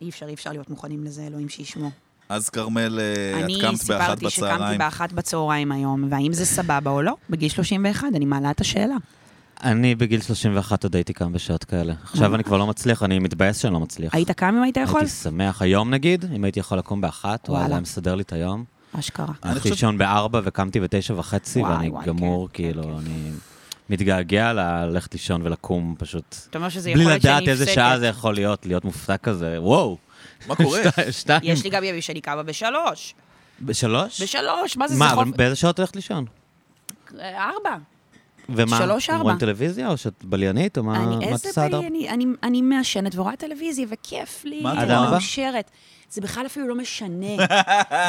אי אפשר, אי אפשר להיות מוכנים לזה, אלוהים שישמור. אז כרמל, אה, את אני קמת באחת סיפרתי שקמתי בצהריים. באחת בצהריים היום, והאם זה סבבה או לא? בגיל 31, אני מעלה את השאלה. אני בגיל 31 עוד הייתי קם בשעות כאלה. עכשיו אני כבר לא מצליח, אני מתבאס שאני לא מצליח. אה. היית קם אם היית יכול? הייתי שמח. היום נגיד, אם הייתי יכול לקום באחת, וואלה, וואלה. היה מסדר לי את היום. אשכרה. אני הלכתי חושב- לישון בארבע וקמתי בתשע וחצי, וואי, ואני וואי, גמור, כן, כן, כאילו, כן. אני מתגעגע ללכת לישון ולקום פשוט. אתה אומר שזה בלי יכול להיות שאני לדעת נפסקת. איזה שעה זה יכול להיות, להיות מופתע כזה, וואו. מה קורה? שתי- שתיים. יש לי גם ימים שאני קמה בשלוש. בשלוש? בשלוש, מה זה? זה מה, אבל חוב- באיזה שעות הולכת לישון? ארבע. ומה, שלוש, ארבע. רואים טלוויזיה, או שאת בליינים, או אה, מה אני- מה את איזה עושה עד בעיה, ארבע? אני- אני- אני מעשנת ורואה טלוויזיה, וכיף לי, מה את רואה? אני מאושרת. זה בכלל אפילו לא [LAUGHS] משנה.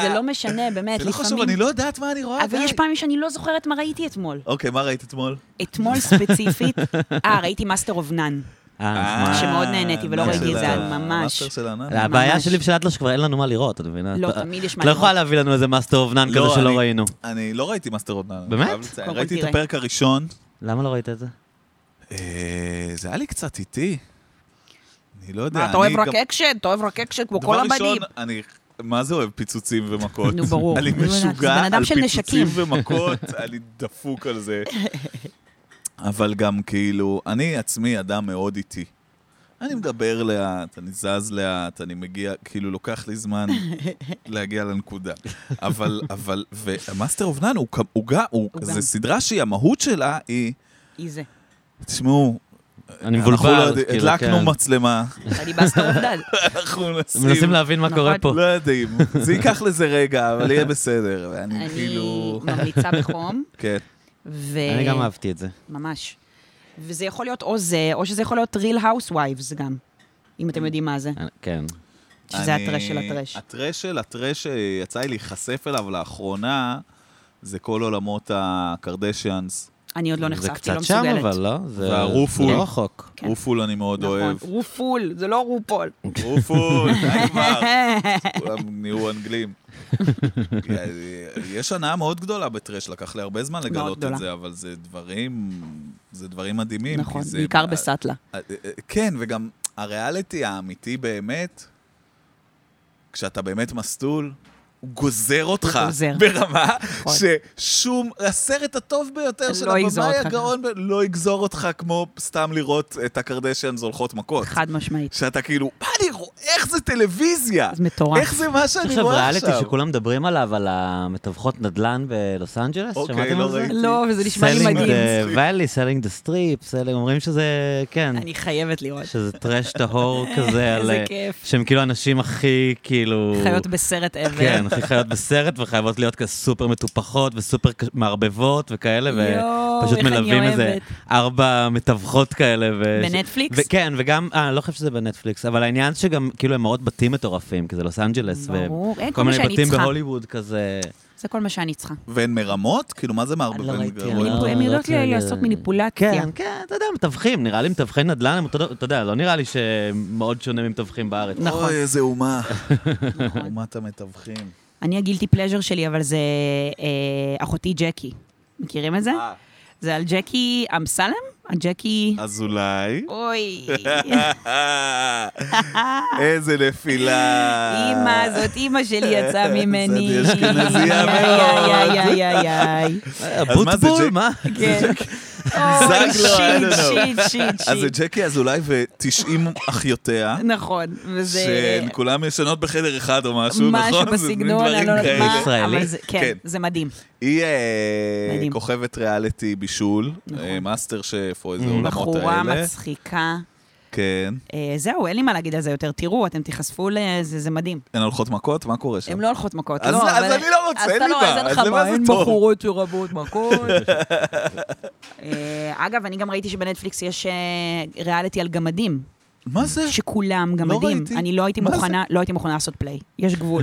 זה לא משנה, באמת, זה לא חשוב, לפעמים... אני לא יודעת מה אני רואה. אבל די. יש פעמים שאני לא זוכרת מה ראיתי אתמול. אוקיי, מה ראית אתמול? אתמול ספציפית, אה, ראיתי מאסטר אוף נאן. אה, נחמד. שמאוד נהניתי ולא המאסטר ראיתי את זה, של ממש. המאסטר של הענן. הבעיה ממש. שלי בשביל אטלס שכבר אין לנו מה לראות, את מבינה? לא, את- תמיד יש מה את לא לראות. יכולה להביא לנו איזה מאסטר אובנן לא, כזה אני- שלא ראינו. אני לא ראיתי מאסטר עוד נעליים. באמת? חייב לציין. קודם כל ראיתי את תראה. הפרק הראשון. למה לא ראית את זה? אה, זה היה לי קצת איטי. אני לא יודע. מה, אני אתה אוהב רק גם- אקשן? אתה אוהב רק אקשן כמו דבר כל ראשון, הבנים. אני... מה זה אוהב פיצוצים ומכות? נו, ברור. אני נו, זה משוגע בן אדם על של פיצוצים נשקים. [LAUGHS] ומכות, אני דפוק על זה. אבל גם כאילו, אני עצמי אדם מאוד איטי. אני מדבר לאט, אני זז לאט, אני מגיע, כאילו לוקח לי [LAUGHS] זמן להגיע לנקודה. אבל, אבל, ומאסטר אובנן הוא, כ- הוא, הוא, הוא, הוא זה גם. סדרה שהיא, המהות שלה היא, אי זה. תשמעו, אני אנחנו מבולבל. לא יודעים, כאילו, הדלקנו כן. מצלמה, אני בסת עובדה. [LAUGHS] אנחנו מנסים מנסים... להבין מה נכון. קורה פה. לא יודעים, זה ייקח לזה רגע, אבל יהיה בסדר. ואני אני כאילו... ממליצה בחום, כן. ו... אני גם אהבתי את זה. ממש. וזה יכול להיות או זה, או שזה יכול להיות real housewives גם, אם אתם יודעים מה זה. כן. שזה אני- הטרש של הטרש. הטרש של הטרש שיצא לי להיחשף אליו לאחרונה, זה כל עולמות הקרדשיאנס. אני עוד לא זה נחשפתי, לא קצת שם, מסוגלת. אבל לא? זה והרופול. זה לא רחוק. כן. רופול אני מאוד נכון, לא אוהב. רופול, זה לא רופול. [LAUGHS] רופול, די כבר. כולם נהיו אנגלים. יש הנאה מאוד גדולה בטרש, לקח לי הרבה זמן לגלות גדולה. את זה, אבל זה דברים, זה דברים מדהימים. כי נכון, זה- בעיקר בסאטלה. כן, וגם הריאליטי האמיתי באמת, כשאתה באמת מסטול, הוא גוזר אותך גוזר. ברמה נכון. ששום, הסרט הטוב ביותר לא של יגזור הבמאי אותך. הגאון, ב- לא יגזור אותך כמו סתם לראות את הקרדשיאנס הולכות מכות. חד משמעית. שאתה כאילו, מה אני רואה, איך זה טלוויזיה? זה מטורף. איך זה מה שאני עכשיו רואה ריאליטי עכשיו? שכולם מדברים עליו, על המתווכות נדל"ן בלוס אנג'לס? אוקיי, שמעתם לא על זה? ראיתי. לא, וזה נשמע לי Selling מדהים. the valley, selling the strip, selling, אומרים שזה, כן, אני חייבת לראות. שזה טרש [LAUGHS] טהור כזה, על, איזה אה, כיף. שהם כאילו האנשים הכי, כאילו... חיות בסרט כן, עבר. הכי חיות בסרט, וחייבות להיות כזה סופר מטופחות וסופר ק- מערבבות וכאלה, יואו, ופשוט איך אני מלווים איזה אוהבת. ארבע מתווכות כאלה. ו- בנטפליקס? ו- כן, וגם, אה, אני לא חושב שזה בנטפליקס, אבל העניין שגם, כאילו, הם מאוד בתים מטורפים, כי זה לוס אנג'לס, ברור, אין, וכל כל מה מיני שאני בתים צריכה. בהוליווד כזה. זה כל מה שאני צריכה. והן מרמות? כאילו, מה זה מערבב? לא ראיתי, גרמות? אני לא- הם יודעות לא יודעת לעשות ל- מניפולציה. כן, כן, אתה יודע, מתווכים, נראה לי מתווכי נדל"ן, הם אותו- אתה יודע, לא נראה לי שמאוד שונה ממתווכים בארץ. נכון. אוי, איזה אומה. אומת המתווכים. אני הגילטי פלז'ר שלי, אבל זה אה, אחותי ג'קי. מכירים את זה? אה. זה על ג'קי אמסלם? הג'קי... אז אולי... [LAUGHS] אוי, איזה נפילה. אימא, זאת אימא שלי יצאה ממני. זאת אשכנזייה מאוד. איי, איי, איי, איי. [LAUGHS] אז אה, מה זה, בוטבול, ג'ק? אה, מה? כן. זג אוי, לו, I שיט, don't know. שיט, שיט, אז זה שיט. ג'קי אזולאי ו-90 אחיותיה, נכון, וזה... שהן כולם ישנות בחדר אחד או משהו, נכון? משהו זה מין בסגנון, אני לא דברים יודעת מה, כאלה. ישראלי? אבל זה- כן, כן. זה מדהים. היא אה, מדהים. כוכבת ריאליטי בישול, נכון. אה, מאסטר שף או איזה Mm. עולמות בחורה האלה. מצחיקה. כן. אה, זהו, אין לי מה להגיד על זה יותר. תראו, אתם תיחשפו לזה, זה מדהים. הן הולכות מכות? מה קורה שם? הן לא הולכות מכות, אז- לא. אז אבל- אני לא רוצה, אז אין אתה לי לא, בעיה, אז אין אז לך למה בעיה, זה אין טוב? בחורות שרבות מכות. [LAUGHS] אה, אגב, אני גם ראיתי שבנטפליקס יש אה, ריאליטי על גמדים, מה זה? שכולם גמדים. ראיתי. אני לא הייתי מה זה? מוכנה, לא הייתי מוכנה לעשות פליי, יש [LAUGHS] גבול.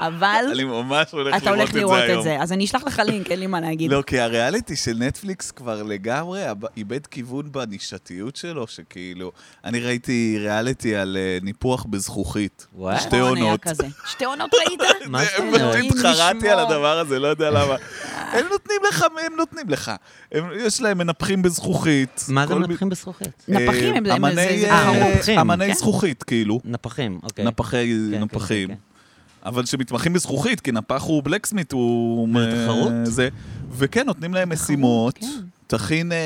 אבל אני ממש הולך אתה הולך לראות את היום. זה, אז אני אשלח לך לינק, אין לי מה להגיד. לא, כי הריאליטי של נטפליקס כבר לגמרי הב- איבד כיוון בנישתיות שלו, שכאילו... אני ראיתי ריאליטי על אה, ניפוח בזכוכית. וואו. שתי נכון, היה עונות. [LAUGHS] כזה. שתי עונות ראית? אה, מה זאת הם אומרת? אלוהים פשוט חרדתי על ישמור. הדבר הזה, לא יודע [LAUGHS] למה. הם נותנים לך, הם נותנים לך. הם- יש להם מנפחים בזכוכית. מה זה כל מי- מנפחים בזכוכית? נפחים הם- אה, הם- זה- אמני, זה אה, תחרות. אמני כן. זכוכית, כאילו. נפחים, אוקיי. נפחי, כן, נפחים. כן, כן. אבל שמתמחים בזכוכית, כי נפח הוא בלקסמית, הוא... תחרות? אה, זה. וכן, נותנים להם משימות. כן. תכין אה,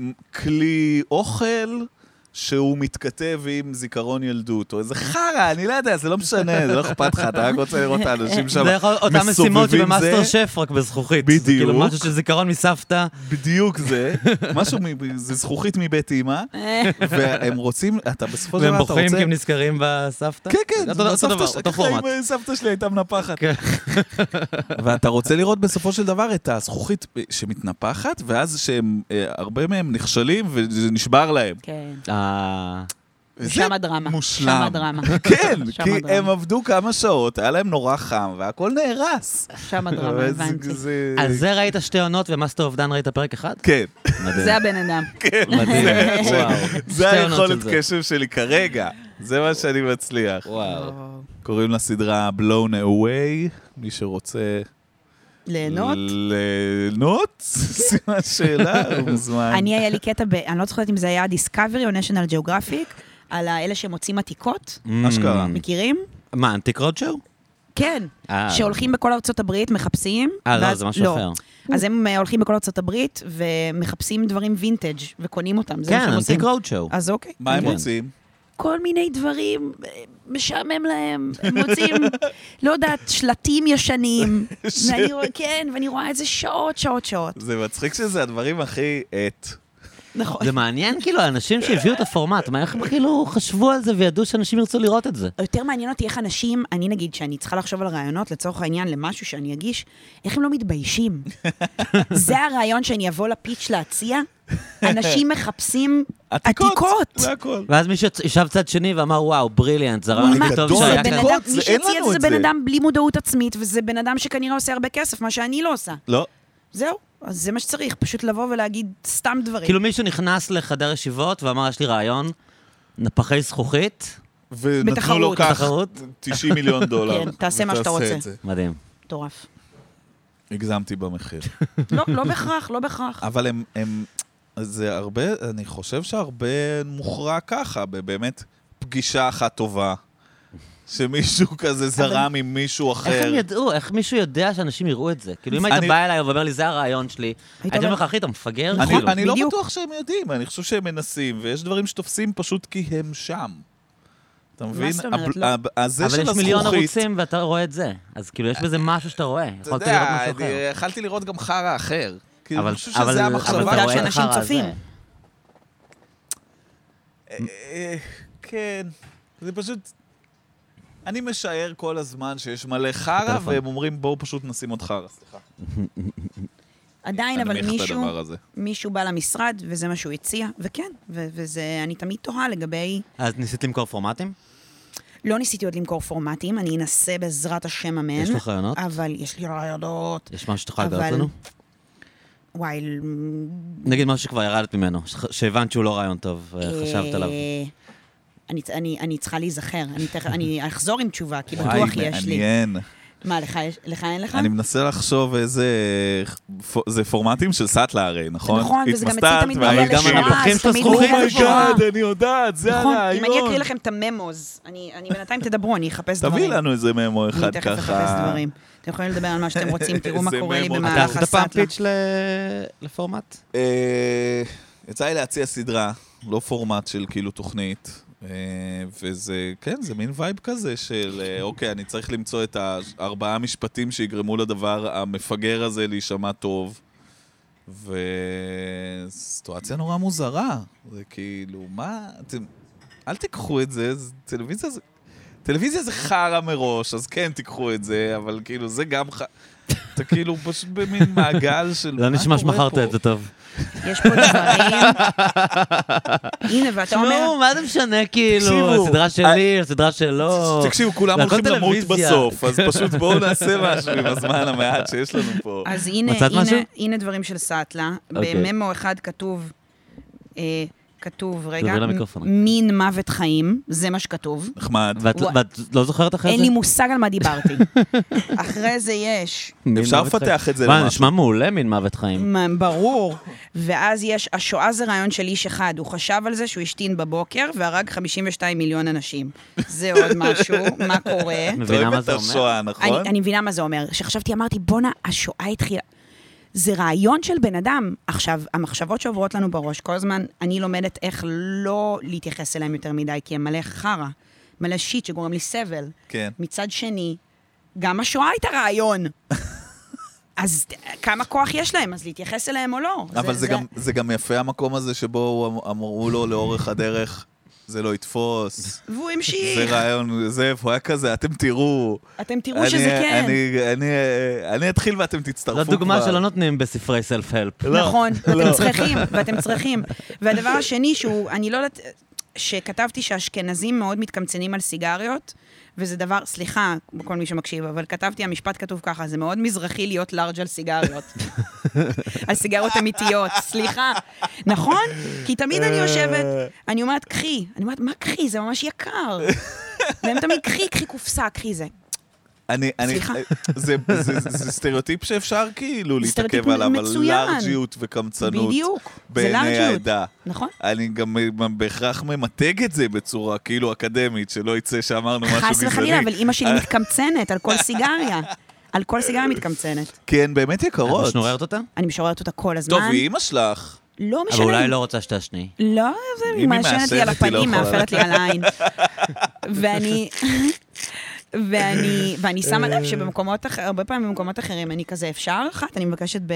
מ- כלי אוכל שהוא מתכתב עם זיכרון ילדות, או איזה חרא, אני לא יודע, זה לא משנה, זה לא אכפת לך, אתה רק רוצה לראות את האנשים שם אה, זה יכול אותן משימות מסובבים שבמאסטר זה. שף, רק בזכוכית. זה בדיוק. כאילו משהו של זיכרון מסבתא. בדיוק זה, משהו, מ- זה זכוכית מבית אימא, והם רוצים, אתה בסופו של והם דבר, אתה בוכים רוצה... כי הם נזכרים בסבתא? כן, כן, אותו- אותו סבתא דבר, ש- אותו ככה עם, פורמט. אה, סבתא שלי הייתה מנפחת. כן. ואתה רוצה לראות בסופו של דבר את הזכוכית אה, שמתנפחת, ואז שהם, אה, הרבה מהם נכשלים וזה נשבר להם. [LAUGHS] כן. אה, וזה שם הדרמה. שם מושלם. הדרמה. כן, [LAUGHS] שם כי הדרמה. הם עבדו כמה שעות, היה להם נורא חם, והכל נהרס. שם הדרמה, אבל זה- הבנתי. זה- על זה ראית שתי עונות ומאסטר אובדן ראית פרק אחד? כן, זה הבן אדם. מדהים, וואו. זה שתי עונות היכולת של זה. קשב שלי כרגע. זה מה שאני מצליח. וואו. קוראים לסדרה Blown Away, מי שרוצה... ליהנות? ליהנות? סימן שאלה, [LAUGHS] הוא מוזמן. כן. אני, היה לי קטע, ב- אני לא זוכרת אם זה היה דיסקאברי או national geographic, על האלה שמוצאים עתיקות, אה, אשכרה. Mm. מכירים? מה, אנטיק רודשואו? כן. אה. שהולכים בכל ארצות הברית, מחפשים. אה, לא, ואז- זה משהו אחר. אז הם אה, הולכים בכל ארצות הברית ומחפשים דברים וינטג' וקונים אותם, זה מה כן, שהם עושים. אנטיק רודשואו. אז אוקיי. מה הם כן. רוצים? כל מיני דברים, אה, משעמם להם, הם מוצאים, לא יודעת, שלטים [LAUGHS] ישנים. ואני רואה- כן, ואני רואה את זה שעות, שעות, שעות. אה, זה מצחיק שזה הדברים הכי את. נכון. זה מעניין, כאילו, האנשים שהביאו את הפורמט, מה, איך הם כאילו חשבו על זה וידעו שאנשים ירצו לראות את זה? יותר מעניין אותי איך אנשים, אני נגיד, שאני צריכה לחשוב על רעיונות לצורך העניין למשהו שאני אגיש, איך הם לא [LAUGHS] מתביישים. זה הרעיון שאני אבוא לפיץ' להציע? אנשים מחפשים עתיקות. זה הכל. ואז מישהו ישב צד שני ואמר, וואו, בריליאנט, זה וואי, הרעיון הכי טוב גדול, שהיה זה בן כאן. לא, עתיקות, אדם, זה- מי אין שהציע לנו את זה זה את בן זה. אדם בלי מודעות עצמית, וזה בן אדם שכנראה עושה הרבה כסף, מה שאני לא עושה. לא, זהו, אז זה מה שצריך, פשוט לבוא ולהגיד סתם דברים. כאילו מישהו נכנס לחדר ישיבות ואמר, יש לי רעיון, נפחי זכוכית, ונתנו לו בתחרות. כך בתחרות? 90 מיליון דולר. [LAUGHS] כן, תעשה מה שאתה ותעשה רוצה. את זה. מדהים. מטורף. הגזמתי במחיר. [LAUGHS] [LAUGHS] לא, לא בהכרח, לא בהכרח. אבל הם, הם, זה הרבה, אני חושב שהרבה מוכרע ככה, באמת פגישה אחת טובה, שמישהו כזה זרם עם מישהו אחר. איך הם ידעו? איך מישהו יודע שאנשים יראו את זה? כאילו, אם היית אני- בא אליי ואומר לי, זה הרעיון שלי, הייתי אומר אומר- לך, אחי, אתה מפגר? אני, כאילו. אני לא בדיוק. בטוח שהם יודעים, אני חושב שהם מנסים, ויש דברים שתופסים פשוט כי הם שם. אתה מבין? זאת אומרת? הבל- לא. הב- הזה אבל של יש מיליון הזכוכית, ערוצים ואתה רואה את זה. אז כאילו, יש בזה משהו שאתה רואה. אתה יכולת לראות יודע, משהו אחר. אני- יכלתי לראות גם חרא אחר. כאילו, אבל- אני חושב אבל- אבל אתה שזה המחשבה רואה את שאנשים החרא הזה. צופים. אה, כן, זה פשוט... אני משער כל הזמן שיש מלא חרא, הטלפון. והם אומרים, בואו פשוט נשים עוד חרא. סליחה. עדיין, אני אבל מניח את מישהו, הדבר הזה. מישהו בא למשרד, וזה מה שהוא הציע, וכן, ו- וזה, אני תמיד תוהה לגבי... אז ניסית למכור פורמטים? לא ניסיתי עוד למכור פורמטים, אני אנסה בעזרת השם אמן. יש לך רעיונות? אבל יש לי רעיונות. יש משהו שתוכל לגלות אבל- לנו? וואי, נגיד משהו שכבר ירדת ממנו, ש- שהבנת שהוא לא רעיון טוב, אה, חשבת עליו. אה, אני, אני, אני צריכה להיזכר, אני, תכף, אני אחזור עם תשובה, כי וואי, בטוח יש לי. מעניין. מה, לך, יש- לך אין לך? אני מנסה לחשוב איזה... זה פורמטים של סאטלה הרי, נכון? נכון, וזה גם אצלי התמסטלת תמיד והיית מגיע גם לשואה, שם. הנפחים אז של תמיד הזכוכית מגיע זה שואה. לשואה. אומייגאד, Oh אני יודעת, זה כן, נכון, הרעיון. אם אני אקריא לכם את הממוז, אני אני בינתיים תדברו, אני אחפש דברים. תביאי לנו איזה ממו אני אחד תכף ככה. אחפש דברים. אתם יכולים לדבר על מה שאתם [LAUGHS] רוצים, תראו מה איזה קורה לי ממו. אתה במהלך עשית פעם הסאטלה. פיץ' ל- לפורמט? אה, יצא לי להציע סדרה, לא פורמט של כאילו תוכנית. אה, וזה, כן, זה מין וייב כזה של, אה, אוקיי, אני צריך למצוא את הארבעה משפטים שיגרמו לדבר המפגר הזה להישמע טוב. וסיטואציה נורא מוזרה. זה כאילו, מה, אתם, אל תיקחו את זה, זה טלוויזיה זה... טלוויזיה זה חרא מראש, אז כן תיקחו את זה, אבל כאילו זה גם ח... אתה כאילו פשוט במין מעגל של לא מה נשמע קורה שמכרת פה? את זה טוב. יש פה [LAUGHS] דברים... הנה, ואתה אומר... נו, מה זה משנה, כאילו, תקשיבו, הסדרה שלי, הסדרה שלו. תקשיבו, כולם זה הכל הולכים למות לא. טלוויזיה. [LAUGHS] בסוף, אז פשוט בואו נעשה משהו עם הזמן המעט שיש לנו [LAUGHS] פה. אז הנה, מצאת משהו? הנה, הנה דברים של סאטלה. אוקיי. בממו אחד כתוב, אה, כתוב, רגע, דברי למיקרופון. מ- מין מוות חיים, זה מה שכתוב. נחמד. ואת וואי. ואת לא זוכרת אחרי זה? אין לי מושג על מה [LAUGHS] דיברתי. אחרי זה יש, מין אפשר מוות לפתח חיים. את זה וואי, למשהו. נשמע מעולה מין מוות חיים. מ- ברור. ואז יש, השואה זה רעיון של איש אחד, הוא חשב על זה שהוא השתין בבוקר והרג 52 מיליון אנשים. זה עוד משהו, מה קורה? מבינה מה זה את אומר? השואה, נכון? אני, אני מבינה מה זה אומר. שחשבתי, אמרתי, בואנה, השואה התחילה. זה רעיון של בן אדם. עכשיו, המחשבות שעוברות לנו בראש כל הזמן, אני לומדת איך לא להתייחס אליהם יותר מדי, כי הם מלא חרא, מלא שיט שגורם לי סבל. כן. מצד שני, גם השואה הייתה [LAUGHS] רעיון. אז כמה כוח יש להם, אז להתייחס אליהם או לא. אבל זה גם- זה גם יפה המקום הזה שבו הוא אמ- אמרו לו לאורך הדרך, זה לא יתפוס. והוא [LAUGHS] זה המשיך. רעיון, זה, הוא היה כזה, אתם תראו. אתם תראו אני- שזה כן. אני- אני- אני אתחיל ואתם תצטרפו זו כבר. לא לא דוגמה שלא נותנים בספרי סלף-הלפ. לא, נכון, ואתם לא. צריכים, ואתם צריכים. והדבר השני שהוא, אני לא יודעת, שכתבתי שהאשכנזים מאוד מתקמצנים על סיגריות, וזה דבר, סליחה, כל מי שמקשיב, אבל כתבתי, המשפט כתוב ככה, זה מאוד מזרחי להיות לארג' על סיגריות. על סיגריות אמיתיות, סליחה. נכון? כי תמיד אני יושבת, אני אומרת, קחי. אני אומרת, מה קחי? זה ממש יקר. והם תמיד, קחי, קחי קופסה, קחי זה. אני, אני, סליחה. [LAUGHS] זה, זה, זה, זה סטריאוטיפ שאפשר כאילו סטריאוטיפ להתעכב עליו, על מצוין. לארג'יות וקמצנות. בדיוק, זה בעיני לארג'יות. העדה. נכון? אני גם מ- בהכרח ממתג את זה בצורה כאילו אקדמית, שלא יצא שאמרנו משהו חס גזעני. וחלילה, אבל אימא אה. שלי מתקמצנת על כל סיגריה. על כל סיגריה מתקמצנת. כי הן כן, באמת את יקרות. משנוררת אה, אותה? אני משוררת אותה כל הזמן. טוב, היא אימא שלך. לא משנה. אבל אולי לא רוצה שתשני. לא, זה אם היא היא מעשנת לי על מעשנת, היא לא הפנים, יכולה. מאפרת לי על העין. [LAUGHS] ואני... ואני, ואני שמה לב שבמקומות אחרים, הרבה פעמים במקומות אחרים, אני כזה, אפשר אחת? אני מבקשת ב...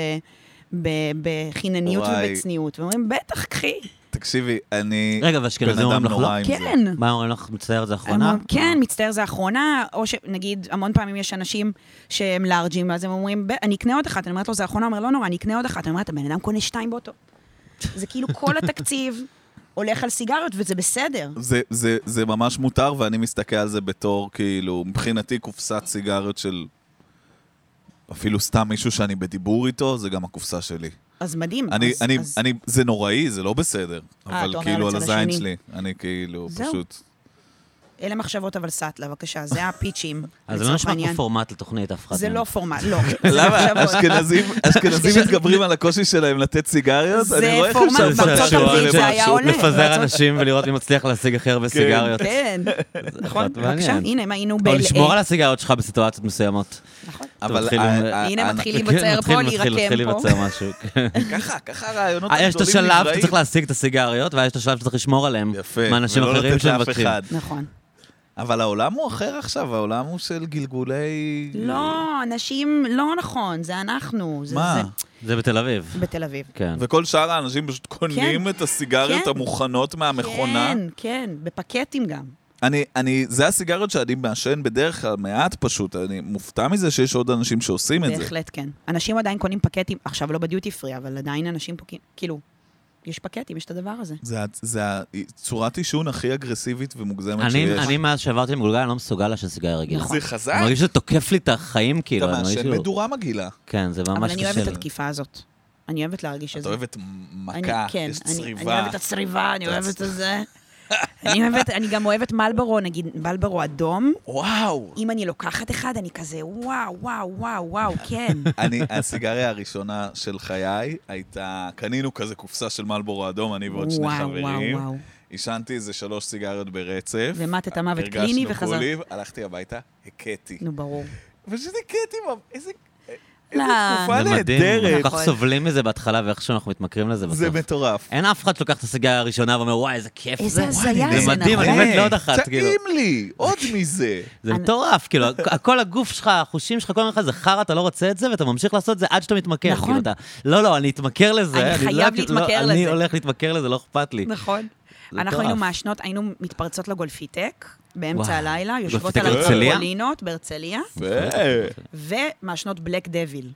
ב- בחינניות וואי. ובצניעות, ואומרים, בטח, קחי. תקשיבי, אני רגע, ואשכנזים בן אדם אומרים לך לא? נורא עם זה. כן. מה אומרים לך, מצטער, זה הם אחרונה? אומרים, כן, מצטער, זה האחרונה, או שנגיד, המון פעמים יש אנשים שהם לארג'ים, ואז הם אומרים, "ב- אני אקנה עוד אחת, אני אומרת לו, זה האחרונה, הוא אומר, לא נורא, אני אקנה עוד אחת, אני אומרת, הבן אדם קונה שתיים באותו. זה כאילו כל התקציב [LAUGHS] הולך על סיגריות, וזה בסדר. זה, זה, זה ממש מותר, ואני מסתכל על זה בתור, כאילו, מבחינתי קופסת סיגריות של אפילו סתם מישהו שאני בדיבור איתו, זה גם הקופסה שלי. אז מדהים. אני, אז- אני, אז- אני, זה נוראי, זה לא בסדר. אה, אבל אתה אומר כאילו, את על זה הזין לשני. שלי. אני כאילו, זהו. פשוט... אלה מחשבות אבל סאטלה, בבקשה, זה הפיצ'ים. אז זה לא לצורך נשמע כמו העניין. פורמט לתוכנית, אף אחד. זה מהם. לא פורמט, [LAUGHS] לא. זה [LAUGHS] למה? מחשבות. אשכנזים אשכנזים מתגברים על הקושי שלהם לתת סיגריות? זה אני רואה איך פורמט אפשר בארצות לשנות הברית, למשהו. זה היה עולה. לפזר בארצות- אנשים ולראות מי מצליח להשיג הכי הרבה סיגריות. [LAUGHS] כן, נכון, מעניין. בבקשה, הנה, מה היינו ב... אה, או לשמור על הסיגריות שלך בסיטואציות מסוימות. נכון. אבל מתחיל עם- כן, ה- ה- הנה ה- מתחיל להיווצר מתחיל- פה, מתחיל- מתחיל להירקם פה. להיווצר [LAUGHS] משהו. כן. ככה, ככה הרעיונות אה, הגדולים יש את השלב שאתה נבראים. צריך להשיג את הסיגריות, ואז יש את השלב שאתה צריך לשמור עליהם. יפה, מאנשים ולא אחרים לתת לאף שמבקשים. אחד. נכון. אבל העולם הוא אחר עכשיו, העולם הוא של גלגולי... לא, אנשים, לא נכון, זה אנחנו. זה- מה? זה בתל אביב. זה- בתל אביב. כן. וכל שאר האנשים פשוט קונים את הסיגריות כן. המוכנות מהמכונה. כן, כן, בפקטים גם. אני, אני, זה הסיגריות שאני מעשן בדרך כלל, מעט פשוט. אני מופתע מזה שיש עוד אנשים שעושים את זה. בהחלט כן. אנשים עדיין קונים פקטים, עכשיו לא בדיוטי פרי, אבל עדיין אנשים פה, כאילו, יש פקטים, יש את הדבר הזה. זה, ה- זה הצורת עישון הכי אגרסיבית ומוגזמת אני, שיש. אני מאז שעברתי למגולגל, אני לא מסוגל לעשן סיגריה רגילה. נכון. זה אני חזק, מרגיש שזה תוקף לי את החיים, כאילו. אתה אני מרגיש מעשן כאילו- מדורה מגעילה. כן, זה ממש אבל אני קשה אוהבת לי. את התקיפה הזאת. אני אוהבת להרגיש את אתה זה. אוהב את אני- מכה, כן, יש אני- צריבה. אני אוהבת את הצריבה, אני אוהבת [LAUGHS] את זה. אני אוהבת, אני גם אוהבת מלברו, נגיד מלברו אדום. וואו! אם אני לוקחת אחד, אני כזה, וואו, וואו, וואו, וואו, כן. אני, הסיגריה הראשונה של חיי הייתה, קנינו כזה קופסה של מלבורו אדום, אני ועוד שני וואו, חברים. וואו, וואו. עישנתי איזה שלוש סיגריות ברצף. ומתת מוות קליני וחזר- הרגשנו קולים, הלכתי הביתה, הכיתי. נו, ברור. פשוט הכיתי, מה- איזה... איזה לא. תקופה זה מדהים, נהדרת. אנחנו כל כך סובלים מזה בהתחלה, ואיך שאנחנו מתמכרים לזה זה בסוף. מטורף. אין אף אחד שלוקח את הסיגריה הראשונה ואומר, וואי, איזה כיף איזה זה. הזיה זה זה מדהים, אני נכון. מת לעוד אחת, כאילו. טעים לי, עוד מזה. זה אני- מטורף, כאילו, הכ- כל הגוף שלך, החושים שלך, כל הזמן זה חרא, אתה לא רוצה את זה, ואתה ממשיך לעשות את זה עד שאתה מתמכר. נכון. כאילו, אתה, לא, לא, אני אתמכר לזה. אני לא- חייב כאילו, להתמכר לא, אני לזה." הולך להתמכר לזה, לא אכפת לי. נכון. זה אנחנו מטורף. היינו מעשנות, היינו מתפרצות לגולפיטק באמצע וואו. הלילה, יושבות גולפיטק על בהרצליה? הרצפולינות בהרצליה, ו- ומעשנות בלק דביל.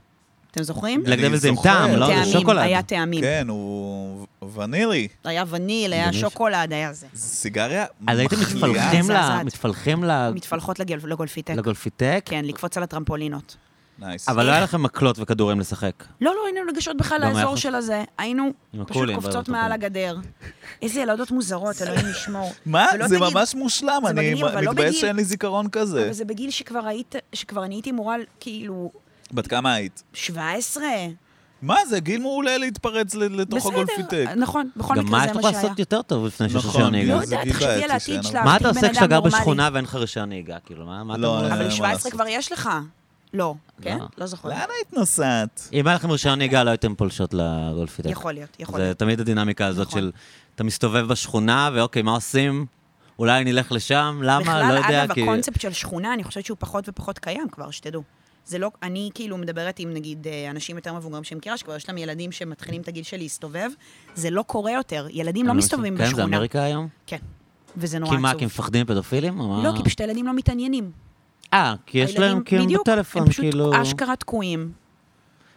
אתם זוכרים? כן. בלק דבל זה עם זוכר. טעם, לא? זה טעמים, שוקולד. היה טעמים. כן, הוא ונילי. היה וניל, היה וניל. שוקולד, היה זה. זה סיגריה אז הייתם מחליאה. מתפלחים ל- מזעזעת. מתפלחים ל- מתפלחות לגל- לגולפיטק. לגולפיטק, כן, לקפוץ על הטרמפולינות. נייס. אבל לא היה לכם מקלות וכדורים לשחק. לא, לא, היינו ניגשות בכלל גם היה לאזור חוש- של הזה. היינו עם פשוט הקולים, קופצות והטרמפולינות. מעל הגדר. איזה ילדות מוזרות, אלוהים [LAUGHS] ישמור. מה? ולא זה לא תגיד- ממש מושלם, זה אני מגניב, אבל לא מתבאס בגיל. שאין לי זיכרון כזה. אבל זה בגיל שכבר היית, שכבר אני הייתי מורה, כאילו, בת כמה היית? 17. מה, זה גיל מעולה להתפרץ ל- לתוך בסדר, הגולפיטק. נכון, בכל גם מה מקרה יש זה לך מה שהיה. לעשות יותר טוב לפני שיש נכון, רישיון נהיגה? לא זה יודעת, גיל תחשבי בעייתי על העתיד שאין שלך. מה להחזיק אתה בן עושה אדם כשאתה גר נורמלי. בשכונה ואין לך רישיון נהיגה? כאילו, מה מה אתה לא, אומר? אני- אין אבל מה 17 לעשות. כבר יש לך. לא, כן? לא זוכרת. לאן היית נוסעת? אם היה לכם רישיון נהיגה, לא הייתם פולשות לגולפיטק. יכול להיות, יכול זה להיות. תמיד הדינמיקה הזאת נכון. של, אתה מסתובב בשכונה, ואוקיי, מה עושים? אולי נלך לשם? למה? לא בכלל, יודע, אגב, כי... הקונספט של שכונה, אני חושבת שהוא פחות ופחות קיים כבר, שתדעו. זה לא, אני כאילו מדברת עם נגיד אה, אנשים יותר מבוגרים שאני מכירה, שכבר יש להם ילדים שמתחילים את הגיל של להסתובב, זה לא קורה יותר. ילדים לא אני מסתובבים כן, זה בשכונה. אמריקה היום? כן, וזה נורא כי עצוב. מה, כי מפחדים מפדופילים? או מה? לא, כי פשוט הילדים לא מתעניינים. אה, כי יש הילדים- להם, כי הם בטלפון, כאילו... בדיוק, הם פשוט אשכרה תקועים.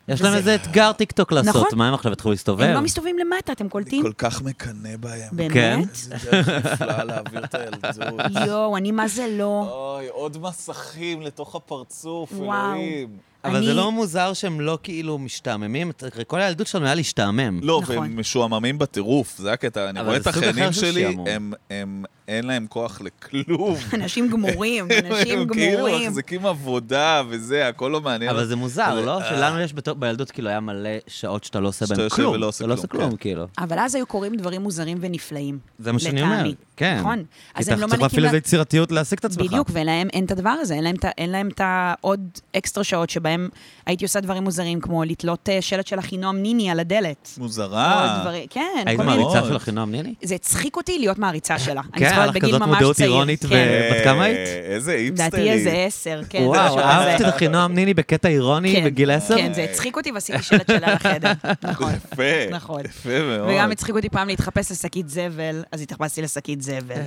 יש להם וזה- איזה אתגר טיקטוק לעשות. נכון. מה הם עכשיו יתחילו להסתובב? הם לא מסתובבים למטה, אתם אני קולטים? כל כך מקנא בהם. כן. באמת? איזה דרך נפלאה להעביר את הילדות. [LAUGHS] יואו, אני מה זה לא. אוי, עוד מסכים לתוך הפרצוף, וואו. אלוהים. [LAUGHS] אבל אני- זה לא מוזר שהם לא כאילו משתעממים? הרי כל הילדות שלנו היה להשתעמם. לא, נכון. והם משועממים בטירוף, זה הקטע. אני אבל רואה זה את סוג אחר החיילים של שלי, שעמום. הם- הם, אין להם כוח [LAUGHS] לכלום. [LAUGHS] אנשים גמורים, [LAUGHS] הם אנשים כאילו גמורים. מחזיקים עבודה וזה, הכל לא מעניין. אבל זה מוזר, אבל- לא? אה. שלנו יש בתור- בילדות כאילו היה מלא שעות שאתה לא עושה שאתה בהן יושב כלום. ולא עושה אתה לא עושה כלום, כלום, כאילו. אבל אז היו קוראים דברים מוזרים ונפלאים. זה מה שאני אומר. לטעמי. כן. נכון. כי אז אתה הם לא צריך מעניקים... להפעיל לה- איזה יצירתיות להשיג את עצמך. בדיוק, ולהם אין את הדבר הזה, אין להם את ה- אין להם את העוד אקסטרה שעות שבהם שבהם הייתי עושה דברים מוזרים, כמו לתלות אה, שלט של אחינועם ניני על הדלת. מוזרה. או דברים, כן, אה, היית כל מיני. מעריצה מאוד. של אחינועם ניני? זה הצחיק אותי להיות מעריצה שלה. אני כן, היה זוכרת לך בגיל כזאת ממש מודעות צעיר. אירונית כן. ו- בת כמה היית? אה, איזה לדעתי איזה היפסטרית. עשר, כן. זה וואו, משהו כזה. אהבת את אחינועם ניני בקטע אירוני כן, בגיל 10? כן, זה הצחיק אותי ועשיתי שלט שלה [LAUGHS] לחדר. נכון. יפה, נכון. יפה מאוד. וגם הצחיק אותי פעם להתחפש לשקית זבל, אז התחפשתי לשקית [LAUGHS] זבל.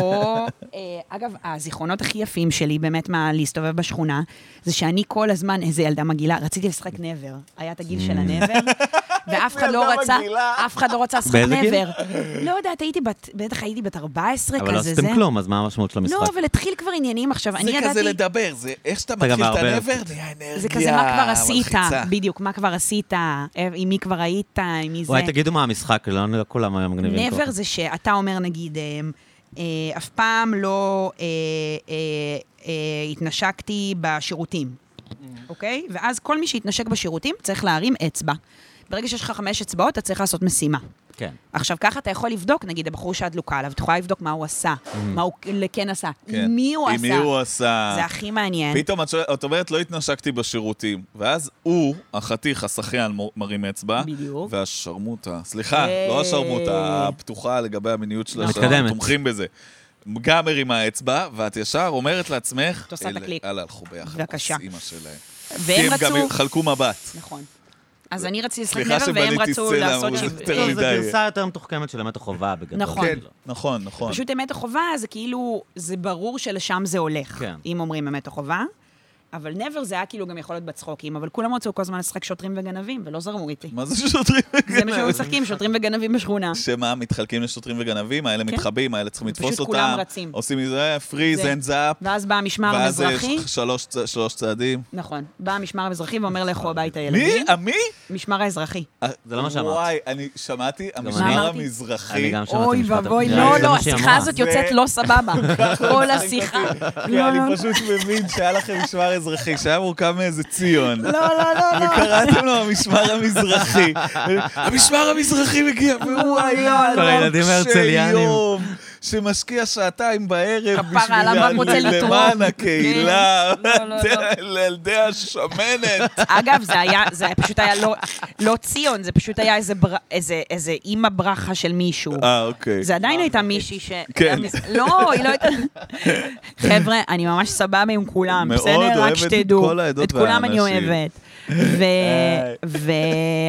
או, אה, אגב, הזיכרונות הכי יפים שלי באמת מהלהסתובב בשכונה, זה שאני כל הזמן, איזה ילדה מגעילה, רציתי לשחק נבר. היה את הגיל Mm. של הנבר, [LAUGHS] ואף אחד לא ילדה רצה, מגעילה. אף אחד לא רצה לשחק באיזה גיל? נבר. לא יודעת, הייתי בת, בטח הייתי בת 14 כזה, אבל לא זה. עשיתם כלום, אז מה המשמעות של לא, המשחק? אבל התחיל כבר עניינים עכשיו. אני זה ידעתי... כזה לדבר, זה איך שאתה אתה גם מתחיל את מערבב. הנבר, נהיה אנרגיה זה כזה, מה כבר עשית? מלחיצה. בדיוק, מה כבר עשית? אה, עם מי כבר היית? עם מי זה? וואי, תגידו מה המשחק, לא לא כולם היום מגניבים. כל נבר זה שאתה אומר, נגיד, אה, אה, אף פעם לא אה, אה, אה, התנשקתי בשירותים, אוקיי? ואז כל מי שהתנשק בשירותים צריך להרים אצבע. ברגע שיש לך חמש אצבעות, אתה צריך לעשות משימה. כך. כן. עכשיו, ככה אתה יכול לבדוק, נגיד, הבחור שאת דלוקה עליו, את יכולה לבדוק מה הוא עשה, מה הוא כן עשה, Mm. כן. עם מי הוא עם מי עשה. הוא עשה? זה הכי מעניין. פתאום את שואלת- את אומרת, לא התנשקתי בשירותים, ואז הוא, החתיך, השחיין, מ- מרים אצבע, בדיוק. והשרמוטה, סליחה, אה. לא השרמוטה, הפתוחה לגבי המיניות שלה, מתקדמת. שאנחנו תומכים בזה. גם מרימה אצבע, ואת ישר אומרת לעצמך, את עושה את "אלה- הקליק." אלה הלכו ביחד, בבקשה. כוס אימא שלהם. כי והם הם גם רצו... חלקו מבט. נכון. אז אני רציתי לשחק סליחה נבר, והם שבניתי רצו סלע, לעשות... אבל זה שב- יותר טוב, זו מדי. גרסה יותר מתוחכמת של אמת החובה, בגדול. נכון. כן, נכון, נכון. פשוט אמת החובה זה כאילו, זה ברור שלשם זה הולך, כן. אם אומרים אמת החובה. אבל נבר זה היה כאילו גם יכול להיות בצחוקים, אבל כולם רצו כל הזמן לשחק שוטרים וגנבים, ולא זרמו איתי. מה זה שוטרים זה מה שהיו וגנבים? משחקים, שוטרים וגנבים בשכונה. שמה, מתחלקים לשוטרים וגנבים, האלה מתחבאים, האלה צריכים כן. ופשוט לתפוס אותם. כולם רצים. עושים מזה "אה, פריז, זה. אנד זאפ, ואז בא המשמר ואז יש המזרחי, שלוש צ- שלוש צעדים. נכון, בא המשמר המזרחי ואומר לכו הביתה מי? ילדים. המי? משמר האזרחי. זה לא מה שאמרת. וואי, אני שמעתי, אני. המשמר אמרתי. אני המזרחי. גם שמעתי אוי משפט ואבוי, הפתיחה, לא, זה לא, מה שהיא השיחה אמרה. הזאת יוצאת לא סבבה. כל השיחה. כי לא, אני לא, פשוט מבין שהיה לכם משמר אזרחי, שהיה מורכב מאיזה ציון. לא, לא, לא, לא. וקראתם לו המשמר המזרחי. המשמר המזרחי מגיע, והוא היה לא, כל הילדים של ההרצליאנים. יום, שמשקיע שעתיים בערב כפרה עליו, רק רוצה בשביל לתרום. למען הקהילה, כן. לא, לא, לא. לילדי השמנת. אגב, זה היה, זה היה- פשוט היה לא, לא ציון, זה פשוט היה איזה, בר, איזה, איזה אימא ברכה של מישהו. אה, אוקיי. זה עדיין לא הייתה מישהי ש... כן. לא, היא לא הייתה... חבר'ה, אני ממש סבבה עם כולם, מאוד בסדר? רק אוהבת את שתדעו. כל העדות את כולם אני והאנשים. אוהבת. ו-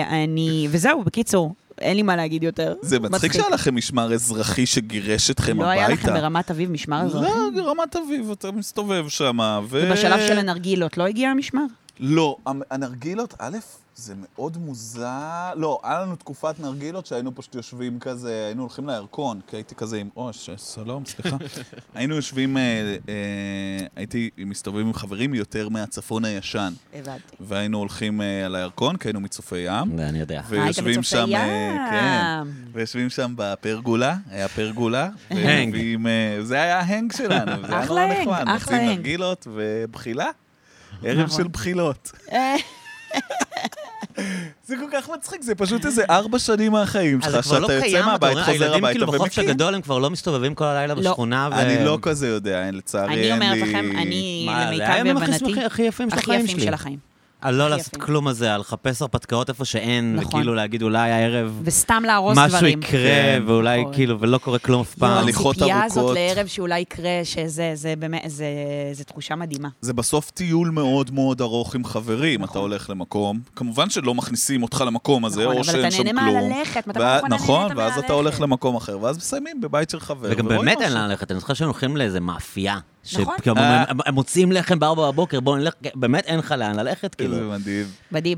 ואני... וזהו, בקיצור, אין לי מה להגיד יותר. זה מצחיק שהיה לכם משמר אזרחי שגירש אתכם לא הביתה. היה לכם ברמת אביב משמר אזרחי? לא, רמת אביב, אתה מסתובב שם, ו... ובשלב של הנרגילות לא הגיע המשמר? לא, המ- הנרגילות, א', זה מאוד מוזר. לא, היה לנו תקופת נרגילות שהיינו פשוט יושבים כזה, היינו הולכים לירקון, כי הייתי כזה עם... אוי, ש- שלום, [LAUGHS] סליחה. היינו יושבים, אה, אה, הייתי מסתובבים עם חברים יותר מהצפון הישן, הבנתי. והיינו הולכים אה, על הירקון, כי היינו מצופי ים. אני יודע. ויושבים בצופי שם, אה, ים. כן, ויושבים שם בפרגולה, היה פרגולה, [LAUGHS] הנג. ומביאים, אה, זה היה ההנג שלנו, זה היה אחלה נורא הנג, נחמד, אחלה מוצאים הנג. נרגילות ובחילה, ערב נכון. של [LAUGHS] בחילות. אה, זה כל כך מצחיק, זה פשוט איזה ארבע שנים מהחיים אז זה שלך, כבר לא שאתה יוצא קיים, אתה מהבית, אומר, חוזר הילדים הביתה כאילו בחופש ומקים. הגדול אה, הם כבר לא מסתובבים כל הלילה בשכונה. ו- אני לא כזה יודע, אין- לצערי אני אין לי... אומרת לכם, אני מה, זה היה למיטב הימים הכי הבנתי, שמחים- הכי יפים של הכי החיים יפים שלי. של החיים. על לא הכי לעשות יפים. כלום הזה, על לחפש הרפתקאות איפה שאין, נכון. וכאילו להגיד אולי הערב וסתם להרוס משהו דברים. יקרה, כן, ואולי נכון. כאילו, ולא קורה כלום אף פעם. הליכות הציפייה ארוכות. הזאת לערב שאולי יקרה, שזה זה באמת, זה, זה תחושה מדהימה. זה בסוף טיול מאוד מאוד ארוך עם חברים, אתה הולך למקום, כמובן שלא מכניסים אותך למקום הזה, נכון, או אבל שאין אתה שם נהנה כלום. מהללכת, מתי ואז- פעם אחרונה נכון, נהנית ואז אתה מהללכת? הולך למקום אחר, ואז מסיימים בבית של חבר. וגם ורואים באמת אין משהו. לאן ללכת, אני זוכר שהיינו הולכים לאיזה מאפייה. לא נכון. שכאילו, אה. הם- הם- הם מוצאים לחם בארבע בבוקר, בואו נלך, כן, באמת אין לך לאן ללכת, כאילו. זה מדהים. מדהים.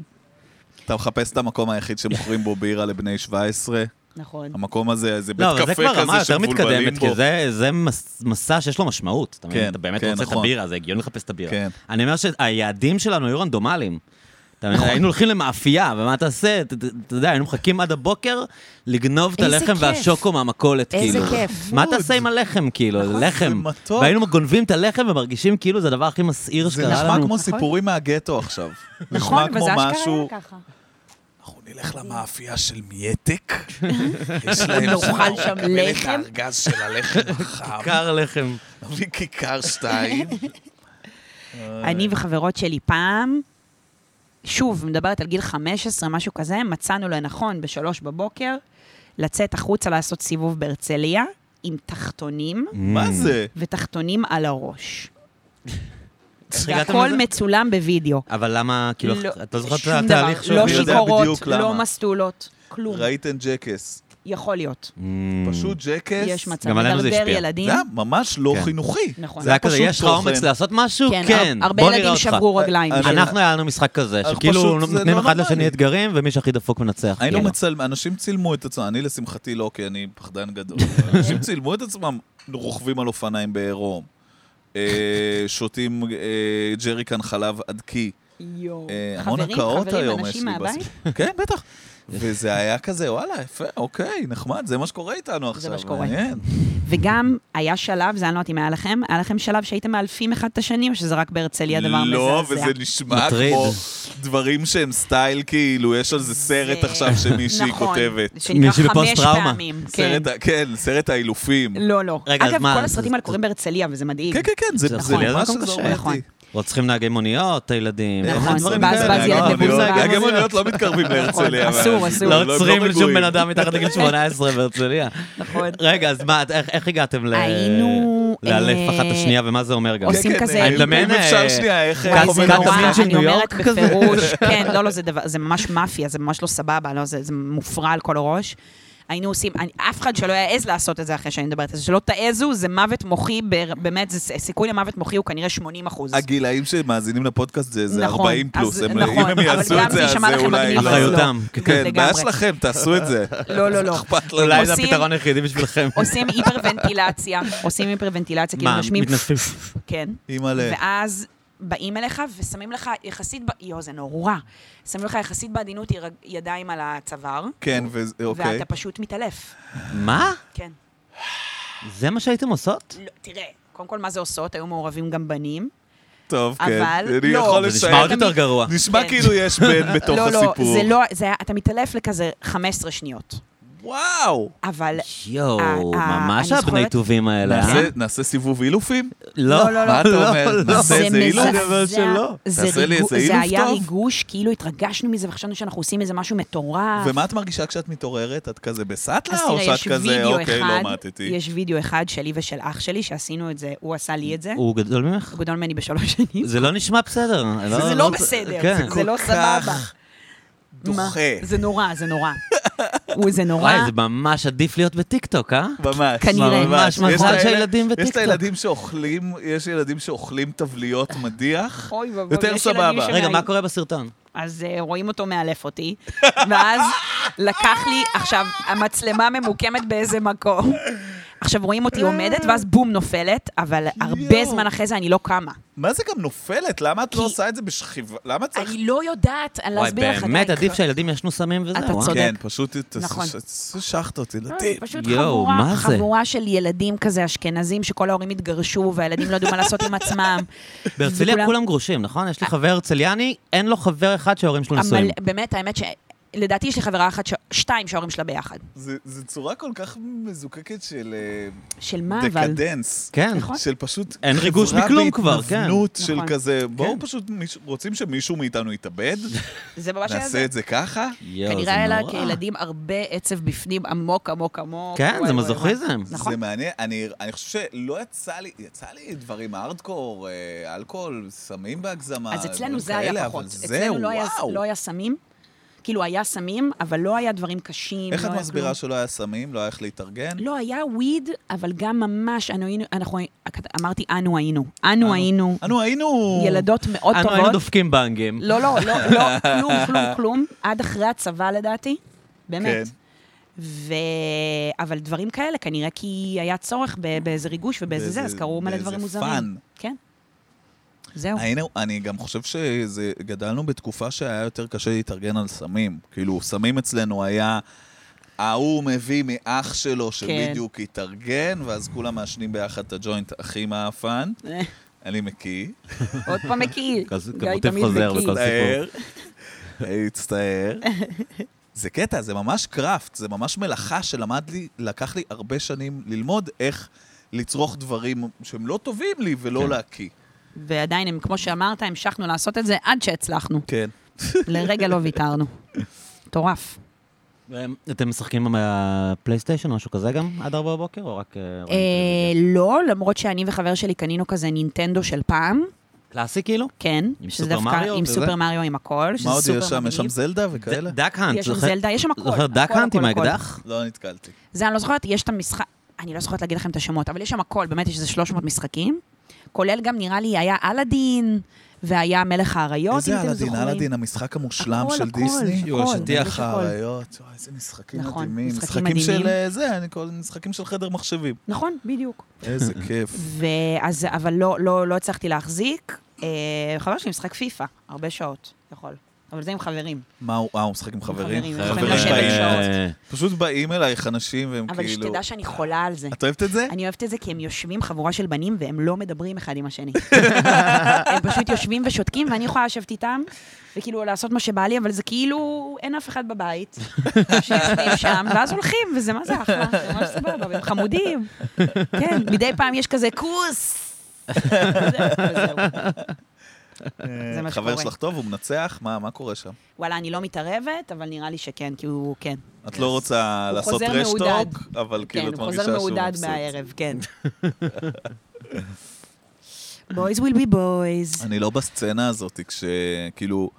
אתה מחפש את המקום היחיד שמוכרים בו בירה לבני 17. נכון. המקום הזה, זה בית לא, אבל קפה זה כבר רמה כזה יותר שמבולבלים מתקדמת, בו. כי זה- זה מס- מסע שיש לו משמעות. אתה מבין? כן, אתה באמת כן, רוצה את נכון. הבירה, זה הגיוני לחפש את הבירה. כן. אני אומר שהיעדים שלנו היו רנדומליים. אתה נכון. מבין? היינו הולכים למאפייה, ומה תעשה? ת- ת- אתה יודע, היינו מחכים עד הבוקר לגנוב את איזה הלחם כיף. והשוקו מהמכולת, איזה כאילו. כיף. מה תעשה עם הלחם, נכון, כאילו? לחם. ומתוק. והיינו גונבים את הלחם ומרגישים כאילו זה הדבר הכי מסעיר זה שקרה נשמע לנו. כמו סיפורים מהגטו עכשיו. זה נכון, נשמע כמו וזה אשכרה משהו... היה ככה. אנחנו נלך למאפייה של מייטק, יש להם נאכל הוא שם מקבל את לחם? הארגז של הלחם [LAUGHS] החם, [LAUGHS] קר לחם. מכיכר שתיים. אה. אני וחברות שלי פעם, שוב, מדברת על גיל 15, משהו כזה, מצאנו לנכון בשלוש בבוקר לצאת החוצה לעשות סיבוב בהרצליה עם תחתונים, [LAUGHS] מה זה? ותחתונים על הראש. הגעתם והכל לזה? מצולם בווידאו. אבל למה, כאילו, לא, את לא זוכרת את שום התהליך דבר, לא אני יודע שיכורות, בדיוק למה. לא מסטולות, כלום. ראיתם ג'קס. יכול להיות. Mm. פשוט ג'קס. יש מצב. גם עלינו זה לדרדר השפיע. זה ילדים. היה ממש לא כן. חינוכי. נכון. זה היה כזה, פשוט יש לך תוכן. אומץ לעשות משהו? כן, אה, הרבה בוא נראה ילדים אותך. שברו רגליים. אה, שם. אנחנו, היה לנו משחק כזה, אז שכאילו פשוט זה נותנים לא אחד נורמלי. לשני אתגרים, ומי שהכי דפוק מנצח. היינו כן. כאילו. מצלמים, אנשים צילמו את עצמם, אני לשמחתי לא, כי אני פחדן [LAUGHS] גדול. אבל אנשים צילמו את עצמם רוכבים על אופניים בעירום. אה, שותים אה, ג'ריקן חלב עד קי. יואו. אה, המון חברים, הקאות היום חברים, יש אנשים לי. מהבית? בס- כן, בטח. וזה היה כזה, וואלה, יפה, אוקיי, נחמד, זה מה שקורה איתנו עכשיו. מה שקורה. מעניין. וגם היה שלב, זה אני לא יודעת אם היה לכם, היה לכם שלב שהייתם מאלפים אחד את השני, או שזה רק בהרצליה דבר מזעזע? לא, וזה נשמע מטריד. כמו דברים שהם סטייל, כאילו, יש על זה סרט זה- עכשיו שמישהי נכון, כותבת. שנקרא מישהי חמש בפוסט-טראומה. פעמים, כן. סרט ה- כן, סרט האילופים. לא, לא. רגע, אז אגב, מה, כל זה- הסרטים האלה קורים בהרצליה, וזה מדאיג. כן, כן, כן, זה זה זה נכון, ממש זה אזור קשה. בעייתי. נכון. רוצחים נהגי מוניות, את הילדים. כל נכון, מיני דברים באז- כאלה. באז ילד לא, מבוזר. לא, נהגי נכון. מוניות לא מתקרבים להרצליה. אבל- אסור, אסור. לא הם עוצרים לשום רגועים. בן אדם מתחת לגיל 18 בהרצליה. כן. נכון. רגע, אז מה, את- איך- איך הגעתם ל... היינו, לאלף אה, אחת את השנייה, ומה זה אומר גם? כן, עושים כן, כזה- אה, אני מדמיין, אם אפשר אה, שנייה, איך... וואי, איך זה עובד נורא. המוח? של אני ניו אומרת יורק כזה. בפירוש, כן, לא, לא, זה דבר- זה ממש מאפיה, זה ממש לא סבבה, לא, זה זה מופרע על כל הראש. היינו עושים, אני- אף אחד שלא יעז לעשות את זה אחרי שאני מדברת על זה, שלא תעזו, זה מוות מוחי, בר- באמת, זה- הסיכוי למוות מוחי הוא כנראה 80 אחוז. הגילאים שמאזינים לפודקאסט זה זה נכון, 40 אז- פלוס. הם- נכון, אם הם אבל יעשו גם את זה זה, אז יישמע זה לכם אולי מגניב, לא... אבל זה לא. אחריותם. כן, בעיה לגמרי. שלכם, תעשו את זה. לא, לא, לא. אכפת לנו. אולי זה עושים- הפתרון היחידי בשבילכם. עושים היפרוונטילציה, עושים היפרוונטילציה, מה, כאילו אה, [LAUGHS] נושמים, מתנשפים? כן. אימא'לה. ואז באים אליך ושמים לך יחסית, ב- יואו, זה נורא. שמים לך יחסית בעדינות ירג- ידיים על הצוואר, כן, וזה- אוקיי. ואתה פשוט מתעלף. מה? כן. זה מה שהייתם עושות? לא, תראה, קודם כל, מה זה עושות? היו מעורבים גם בנים. טוב, כן. אבל אני לא. יכול זה לשער. נשמע עוד יותר גרוע. נשמע כן. כאילו יש בן בתוך לא, לא, הסיפור. זה לא, זה היה, אתה מתעלף לכזה 15 שניות. וואו! אבל... יואו, אה, אה, ממש אני זוכרת- הבני טובים האלה, אה? נעשה- נעשה סיבוב אילופים? לא, לא, מה אתה אומר? נעשה איזה אילוף? מזעזע. אבל שלא. זה תעשה לי ריגו- איזה זה אילוף היה טוב. ריגוש, כאילו התרגשנו מזה וחשבנו שאנחנו עושים איזה משהו מטורף. ומה את מרגישה כשאת מתעוררת? את כזה אה. אז בסאטלה, או תראה, שאת יש כזה, וידאו אוקיי, אחד, לא מעטתי? יש וידאו אחד שלי ושל אח שלי שעשינו את זה, הוא עשה לי את זה, הוא גדול ממך? הוא גדול ממני בשלוש [LAUGHS] שנים. זה לא נשמע בסדר. זה לא בסדר, כן. זה לא כל סבבה. כך מה? דוחה. זה נורא, זה נורא. הוא- זה נורא. וואי, זה ממש עדיף להיות בטיקטוק, אה? ממש. כנראה. ממש יש מזל את האלה- שהילדים יש את בטיקטוק. הילדים שאוכלים, יש ילדים שאוכלים תבליות מדיח. אה. אוי ואבוי, יותר יש ילדים סבבה. ש- רגע, שמעי- מה קורה בסרטון? אז אה, רואים אותו מאלף אותי, ואז לקח לי, עכשיו, המצלמה ממוקמת באיזה מקום. עכשיו רואים אותי עומדת, ואז בום נופלת, אבל הרבה יואו. זמן אחרי זה אני לא קמה. מה זה גם נופלת? למה את כי- לא עושה את זה בשכיבה? למה צריך... אני לא יודעת, אני וואי, להסביר לך. באמת די. עדיף שהילדים ישנו סמים וזהו. אתה אה? צודק. כן, פשוט ת- נכון. ש- שחת אותי, לא, זה לדעתי. פשוט יואו, חבורה, מה זה? חבורה של ילדים כזה אשכנזים, שכל ההורים התגרשו, והילדים לא ידעו מה לעשות עם [LAUGHS] עצמם. בהרצליה וכולם- כולם גרושים, נכון? יש לי חבר הרצליאני, אין לו חבר אחד שההורים שלו נשואים. אבל באמת, האמת ש... לדעתי יש לי חברה אחת, ש... שתיים שההורים שלה ביחד. זה זה צורה כל כך מזוקקת של אה, של מה אבל? דקדנס. כן. נכון. של פשוט אין ריגוש מכלום כבר, כן. חברה בהתנוונות של נכון. כזה, בואו פשוט, מישהו- רוצים שמישהו מאיתנו יתאבד? [LAUGHS] זה ממש היה זה. נעשה את זה ככה? יואו, זה כנראה היה לה נורא. כילדים הרבה עצב בפנים עמוק עמוק עמוק. כן, וואי, זה וואי, מזוכיזם. וואי. זה נכון. מעניין, אני, אני חושב שלא יצא לי, יצא לי דברים הארדקור, אה, אלכוהול, סמים בהגזמה. אז אצלנו דברים זה היה כאלה, פחות. אבל זה, אצלנו לא היה- וואו. לא היה סמים. כאילו, היה סמים, אבל לא היה דברים קשים. איך לא את היה כלום. מסבירה שלא היה סמים? לא היה איך להתארגן? לא, היה וויד, אבל גם ממש, אנו היינו, אנחנו, אמרתי, אנו היינו. אנו היינו אנו היינו... ילדות מאוד אנו היינו טובות. דופקים בנגים. לא, לא, לא, לא, כלום, כלום, כלום, עד אחרי הצבא לדעתי, כן. באמת. ו... אבל דברים כאלה, כנראה כי היה צורך ב- באיזה ריגוש ובאיזה זה, באיזה- אז קרו מלא באיזה דברים מוזרים. פאן. כן. זהו. היינו, אני גם חושב שגדלנו בתקופה שהיה יותר קשה להתארגן על סמים. כאילו, סמים אצלנו היה... ההוא מביא מאח כן. שלו שבדיוק התארגן, ואז כולם מעשנים ביחד את הג'וינט הכי מאפן. אה, אני מקיא. עוד פעם [LAUGHS] מקיא. כזה- גיא כמוטיב תמיד חוזר מקיא. בכל- מצטער. הצטער. זה קטע, זה ממש קראפט, זה ממש מלאכה שלמד לי, לקח לי הרבה שנים ללמוד איך לצרוך דברים שהם לא טובים לי ולא כן. להקיא. [LAUGHS] ועדיין, הם, כמו שאמרת, המשכנו לעשות את זה עד שהצלחנו. כן. לרגע לא ויתרנו. מטורף. אה, אתם משחקים בפלייסטיישן או משהו כזה גם עד ארבע בבוקר, או רק... אה, רואים אה, טלוויזיה? לא, למרות שאני וחבר שלי קנינו כזה נינטנדו של פעם, קלאסי כאילו? כן. עם שזה סופר דווקא- מריו עם וזה? סופר מריו, עם הכל, שזה מה עוד סופר יש שם? יש שם מגניב. זלדה וכאלה? דק האנט, יש שם זוכר- זלדה, יש שם הכל. זוכר דק הכל, האנט עם הכל, הכל. האקדח? לא נתקלתי. זה אני לא זוכרת, יש את המשחק, אני לא זוכרת להגיד לכם את השמות, אבל יש שם הכל, באמת יש איזה 300 משחקים, כולל גם נראה לי היה אלאדין, והיה מלך האריות, איזה לא אם אתם אלאדין, זוכרים. אלאדין, המשחק המושלם הכל, של הכל, דיסני. הכל, יו, השטיח הכל. האריות, יואו, איזה משחקים נכון, מדהימים. משחקים משחקים של מדהימים. אה, זה, אני קורא לזה משחקים של חדר מחשבים. נכון, בדיוק. [LAUGHS] איזה כיף. ואז, אבל לא, לא, לא הצלחתי להחזיק. אה, חבר שלי משחק פיפא, הרבה שעות, יכול. אבל זה עם חברים. מה, הוא אה, הוא משחק עם חברים? חברים, הם יכולים חברים לשבת באים. שעות. אה, פשוט באים אלייך אנשים והם אבל כאילו... שתדע שאני חולה על זה. את אוהבת את זה? אני אוהבת את זה כי הם יושבים חבורה של בנים והם לא מדברים אחד עם השני. הם פשוט יושבים ושותקים ואני יכולה לשבת איתם, וכאילו לעשות מה שבא לי, אבל זה כאילו אין אף אחד בבית. שיושבים שם, ואז הולכים, וזה מה זה אחלה, זה ממש סבבה, והם חמודים. כן, מדי פעם יש כזה כוס. וזהו. זה מה אה, חבר שקורה. שלך טוב, הוא מנצח? מה, מה קורה שם? וואלה, אני לא מתערבת, אבל נראה לי שכן, כי הוא, כן. את לא רוצה הוא לעשות חוזר רשטוק, מעודד. אבל כן, כאילו את הוא מרגישה חוזר שהוא מעודד מבסוט. מהערב, כן. [LAUGHS] boys will be boys. אני לא בסצנה הזאת, כשכאילו,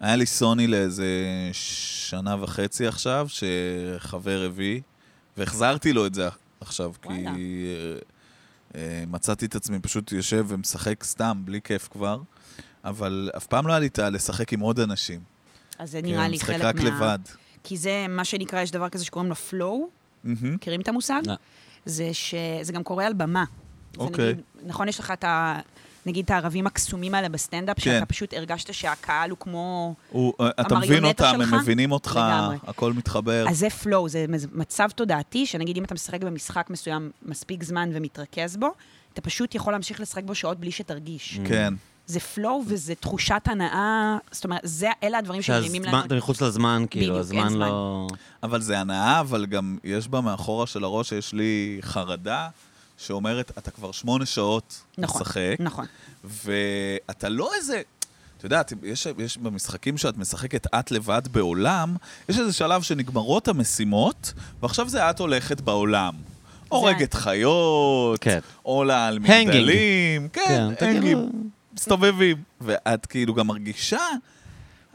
היה לי סוני לאיזה שנה וחצי עכשיו, שחבר הביא, והחזרתי לו את זה עכשיו, כי וואלה. אה, אה, מצאתי את עצמי פשוט יושב ומשחק סתם, בלי כיף כבר, אבל אף פעם לא היה לי את ה... לשחק עם עוד אנשים. אז זה כי נראה אני לי כן, משחק חלק רק מה... לבד. כי זה מה שנקרא, יש דבר כזה שקוראים לו flow, מהמם. מכירים את המושג? לא. זה שזה גם קורה על במה. זה אוקיי. נגיד- נכון, יש לך את ה... נגיד את הערבים הקסומים האלה בסטנדאפ, כן. שאתה פשוט הרגשת שהקהל הוא כמו... הוא- אה, אתה מבין המריונטה אותם, הם שלך? מבינים אותך, לגמרי. הכל מתחבר. אז זה flow, זה מז- מצב תודעתי, שנגיד אם אתה משחק במשחק מסוים מספיק זמן ומתרכז בו, אתה פשוט יכול להמשיך לשחק בו שעות בלי שתרגיש. כן. זה flow וזה תחושת הנאה, זאת אומרת, זה, אלה הדברים שהזמן- שמרימים לנו. אתה אה, מחוץ לזמן, כאילו, בדיוק, אין הזמן זמן. לא... אבל זה הנאה, אבל גם יש בה מאחורה של הראש, יש לי חרדה שאומרת, אתה כבר שמונה שעות נכון, משחק, נכון. ואתה לא איזה... את יודעת, יש, יש במשחקים שאת משחקת את לבד בעולם, יש איזה שלב שנגמרות המשימות, ועכשיו זה את הולכת בעולם. הורגת חיות, כן. עולה על Hanging. מגדלים, כן, כן, אתה hanging, כאילו- מסתובבים. ואת כאילו גם מרגישה,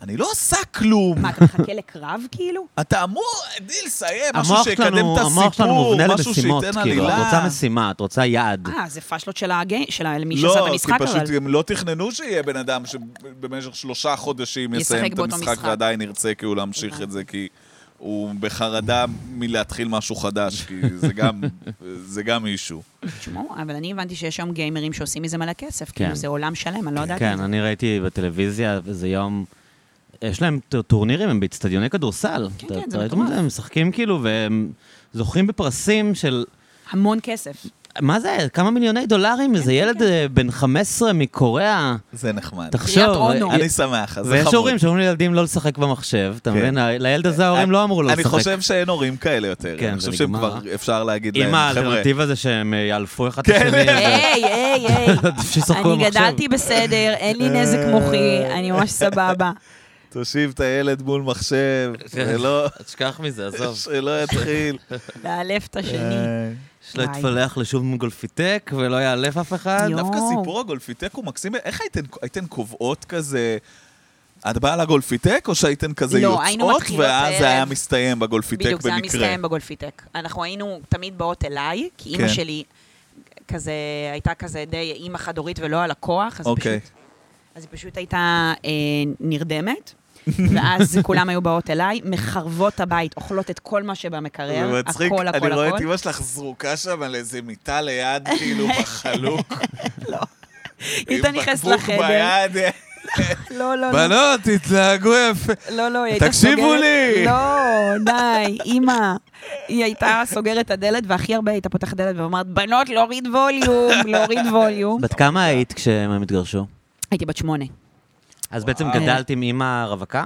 אני לא עושה כלום. מה, אתה מחכה לקרב כאילו? אתה אמור עדי, לסיים, משהו המוח שיקדם שלנו, את המוח שלנו הסיפור, מובנה משהו למשימות, שייתן כאילו, את עלילה. רוצה משימה, את רוצה יעד. אה, זה פאשלות של הגי... של ה- מי שעשה את לא, כי המשחק, אבל... פשוט הם לא תכננו שיהיה בן אדם שבמשך שלושה חודשים ישחק יסיים את באותו המשחק משחק. ועדיין ירצה כאילו להמשיך את זה, כי הוא בחרדה מלהתחיל משהו חדש, כי זה [LAUGHS] גם- זה גם אישו. תשמעו, אבל אני הבנתי שיש היום גיימרים שעושים מזה מלא כסף, כן. כאילו זה עולם שלם, אני לא יודעת. כן, אני ראיתי בטלוויזיה איזה יום, יש להם ט- טורנירים, הם באצטדיוני כדורסל. כן, אתה- כן, אתה זה ראית מטורף. את הם משחקים כאילו, והם זוכים בפרסים של... המון כסף. מה זה, כמה מיליוני כן, דולרים? איזה ילד אה, בן 15 מקוריאה, זה נחמד. תחשוב. אונו. אה, אני שמח, אז זה ויש חמוד. הורים שאומרים לילדים לא לשחק במחשב, אתה כן. מבין? ה- לילד הזה ההורים לא אמרו לו אני לשחק. חושב שאין הורים כאלה יותר. כן, אני זה חושב שהם נגמר. כבר אפשר להגיד להם, עם אה, חבר'ה, האלטרנטיבה הזה שהם אה, יעלפו אחד את כן. [LAUGHS] השני. אה, היי, היי, [LAUGHS] היי. שישחקו אני במחשב. גדלתי בסדר, אין לי נזק מוחי, [LAUGHS] אני ממש סבבה. תושיב את הילד מול [LAUGHS] מחשב, ולא... תשכח מזה, עזוב. שלא יתחיל. לאלף את השני. אה, שלא וואי. יתפלח לשום גולפיטק ולא יאלף אף אחד. יואו. דווקא סיפור הגולפיטק הוא מקסים. איך הייתן- הייתן קובעות כזה... את באה לגולפיטק, או שהייתן כזה לא, היינו יוצאות, מתחילות ואז זה הערב. היה מסתיים בגולפיטק בדיוק, זה היה במקרה? מסתיים בגולפיטק. אנחנו היינו תמיד באות אליי, כי כן. אימא שלי כזה, הייתה כזה די אימא חד-הורית ולא הלקוח, אז אוקיי. פשוט אז היא פשוט הייתה אה, נרדמת, [LAUGHS] ואז כולם היו באות אליי, מחרבות הבית, אוכלות את כל מה שבמקרר, זה הכל, מצחיק, הכל, הכל. אני רואה את אמא שלך זרוקה שם על איזה מיטה ליד, [LAUGHS] כאילו, בחלוק. היא הייתה נכנסת עם בקבוק לחדר. ביד. לא, לא, לא. בנות, תתנהגו יפה. לא, לא, היא הייתה תקשיבו סוגרת... לי! לא, די, אימא. היא הייתה סוגרת את הדלת, והכי הרבה הייתה פותחת דלת ואומרת, בנות, להוריד ווליום, להוריד ווליום. בת כמה היית כשהם התגרשו? הייתי בת שמונה. אז בעצם וואו. גדלת עם אימא רווקה?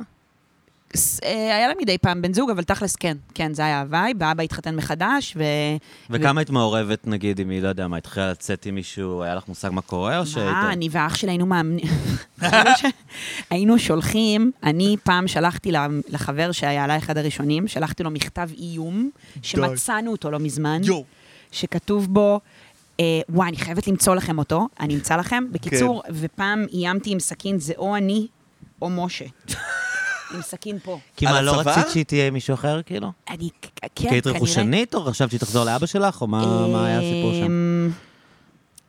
ס- אה, היה לה מדי פעם בן זוג, אבל תכלס כן. כן, זה היה הוואי, ואבא התחתן מחדש, ו... וכמה היית מעורבת, נגיד, אם היא, לא יודע מה, התחילה לצאת עם מישהו, היה לך מושג מה קורה, או שהיית... מה, אני ואח שלי היינו מאמנים. היינו שולחים, אני פעם שלחתי ל- לחבר שהיה עליי אחד הראשונים, שלחתי לו מכתב איום, שמצאנו אותו לא מזמן, יואו. שכתוב בו, אה, וואי, אני חייבת למצוא לכם אותו, אני אמצא לכם. בקיצור, כן. ופעם איימתי עם סכין, זה או אני או משה. עם סכין פה. כי על מה, לא הצוואר? רצית שהיא תהיה עם מישהו אחר, כאילו? אני, כ- כן, כי כנראה. אה, היית רכושנית, או חשבת שהיא תחזור לאבא שלך, או אה, מה מה היה הסיפור שם? אמ,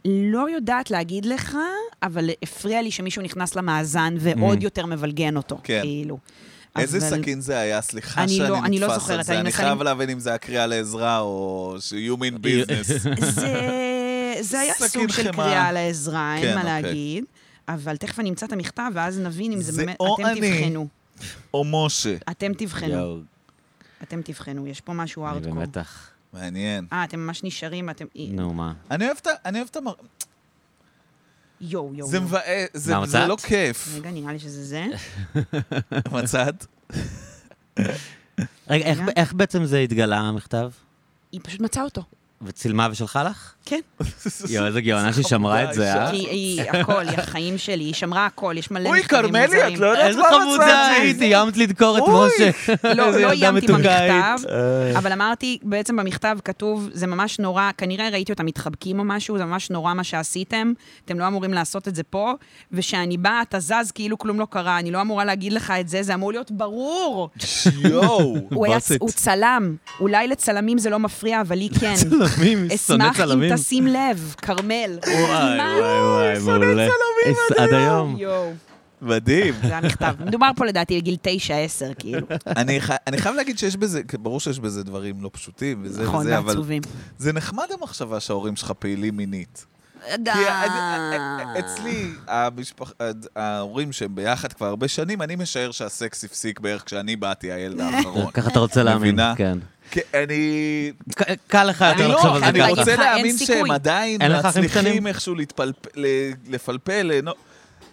לא יודעת להגיד לך, אבל הפריע לי שמישהו נכנס למאזן ועוד יותר מבלגן אותו, Mm. כן. כאילו. איזה אבל- סכין זה היה? סליחה אני שאני לא- אני לא נתפס על זוכרת, זה. אני אני מנסה חייב למ- להבין אם זה הקריאה לעזרה או ש- [LAUGHS] human business. זה- [LAUGHS] זה היה סכין סוג של חמאה. קריאה לעזרה, אין כן, מה אוקיי. להגיד. אבל תכף אני אמצא את המכתב, ואז נבין אם זה זה באמת... או אתם אני. תבחנו. או משה. אתם תבחנו. יואו, אתם תבחנו, יש פה משהו אני ארדקור. במתח. מעניין. אה, אתם ממש נשארים, ואתם... נו, מה? אה. אני אוהב את ה- אני אוהב את המראה. יואו, יואו. זה יואו. מבאס, זה מה, זה מצאת? לא כיף. רגע, נראה לי שזה זה. [LAUGHS] [LAUGHS] מצאת? רגע, איך- רגע. איך בעצם זה התגלה, המכתב? היא פשוט מצאה [LAUGHS] אותו. וצילמה ושלחה [LAUGHS] לך? כן. יואו, איזה גאונה ששמרה את זה, אה? כי היא, הכל, היא החיים שלי, היא שמרה הכל, יש מלא אוי, מכתבים כרמלי, מוזרים. את לא יודעת איזה מה חמודה מצאתי. היית, איימת לדקור את אוי. משה. לא, [LAUGHS] איזה לא ילדה איימתי [LAUGHS] מתוקה במכתב, היית. אה. אבל אמרתי, בעצם במכתב כתוב, זה ממש נורא, כנראה ראיתי אותם מתחבקים או משהו, זה ממש נורא מה שעשיתם, אתם לא אמורים לעשות את זה פה, ושאני באה, אתה זז כאילו כלום לא קרה, אני לא אמורה להגיד לך את זה, זה אמור להיות ברור. [LAUGHS] יואו. הוא היה, בוסית. הוא צלם, אולי לצלמים זה לא מפריע, אבל לי כן. צלמים, [LAUGHS] שונא אשמח צלמים. אם תשים לב, כרמל. [LAUGHS] וואי, מה? וואי, וואי, מעולה. איס- עד היום. יואו. [LAUGHS] מדהים. זה המכתב. מדובר פה לדעתי בגיל 9-10, כאילו. אני חי- אני חייב להגיד שיש בזה, ברור שיש בזה דברים לא פשוטים וזה נכון, וזה, אבל ועצובים. זה נחמד המחשבה שההורים שלך פעילים מינית. די. כי א- א- אה, אצלי, המשפח- הד- ההורים שהם ביחד כבר הרבה שנים, אני משער שהסקס הפסיק בערך כשאני באתי, [LAUGHS] הילד האחרון. ככה אתה רוצה להאמין, מבינה? כן. כי אני... ק- קל לך אני יותר אני לא, לחשוב על לא, זה אני חייבת להגיד ככה. רוצה לך, אין להאמין סיכוי. שהם עדיין אין לך אחים מצליחים קטנים? איכשהו להתפלפ- ל- לפלפל, ליהנות.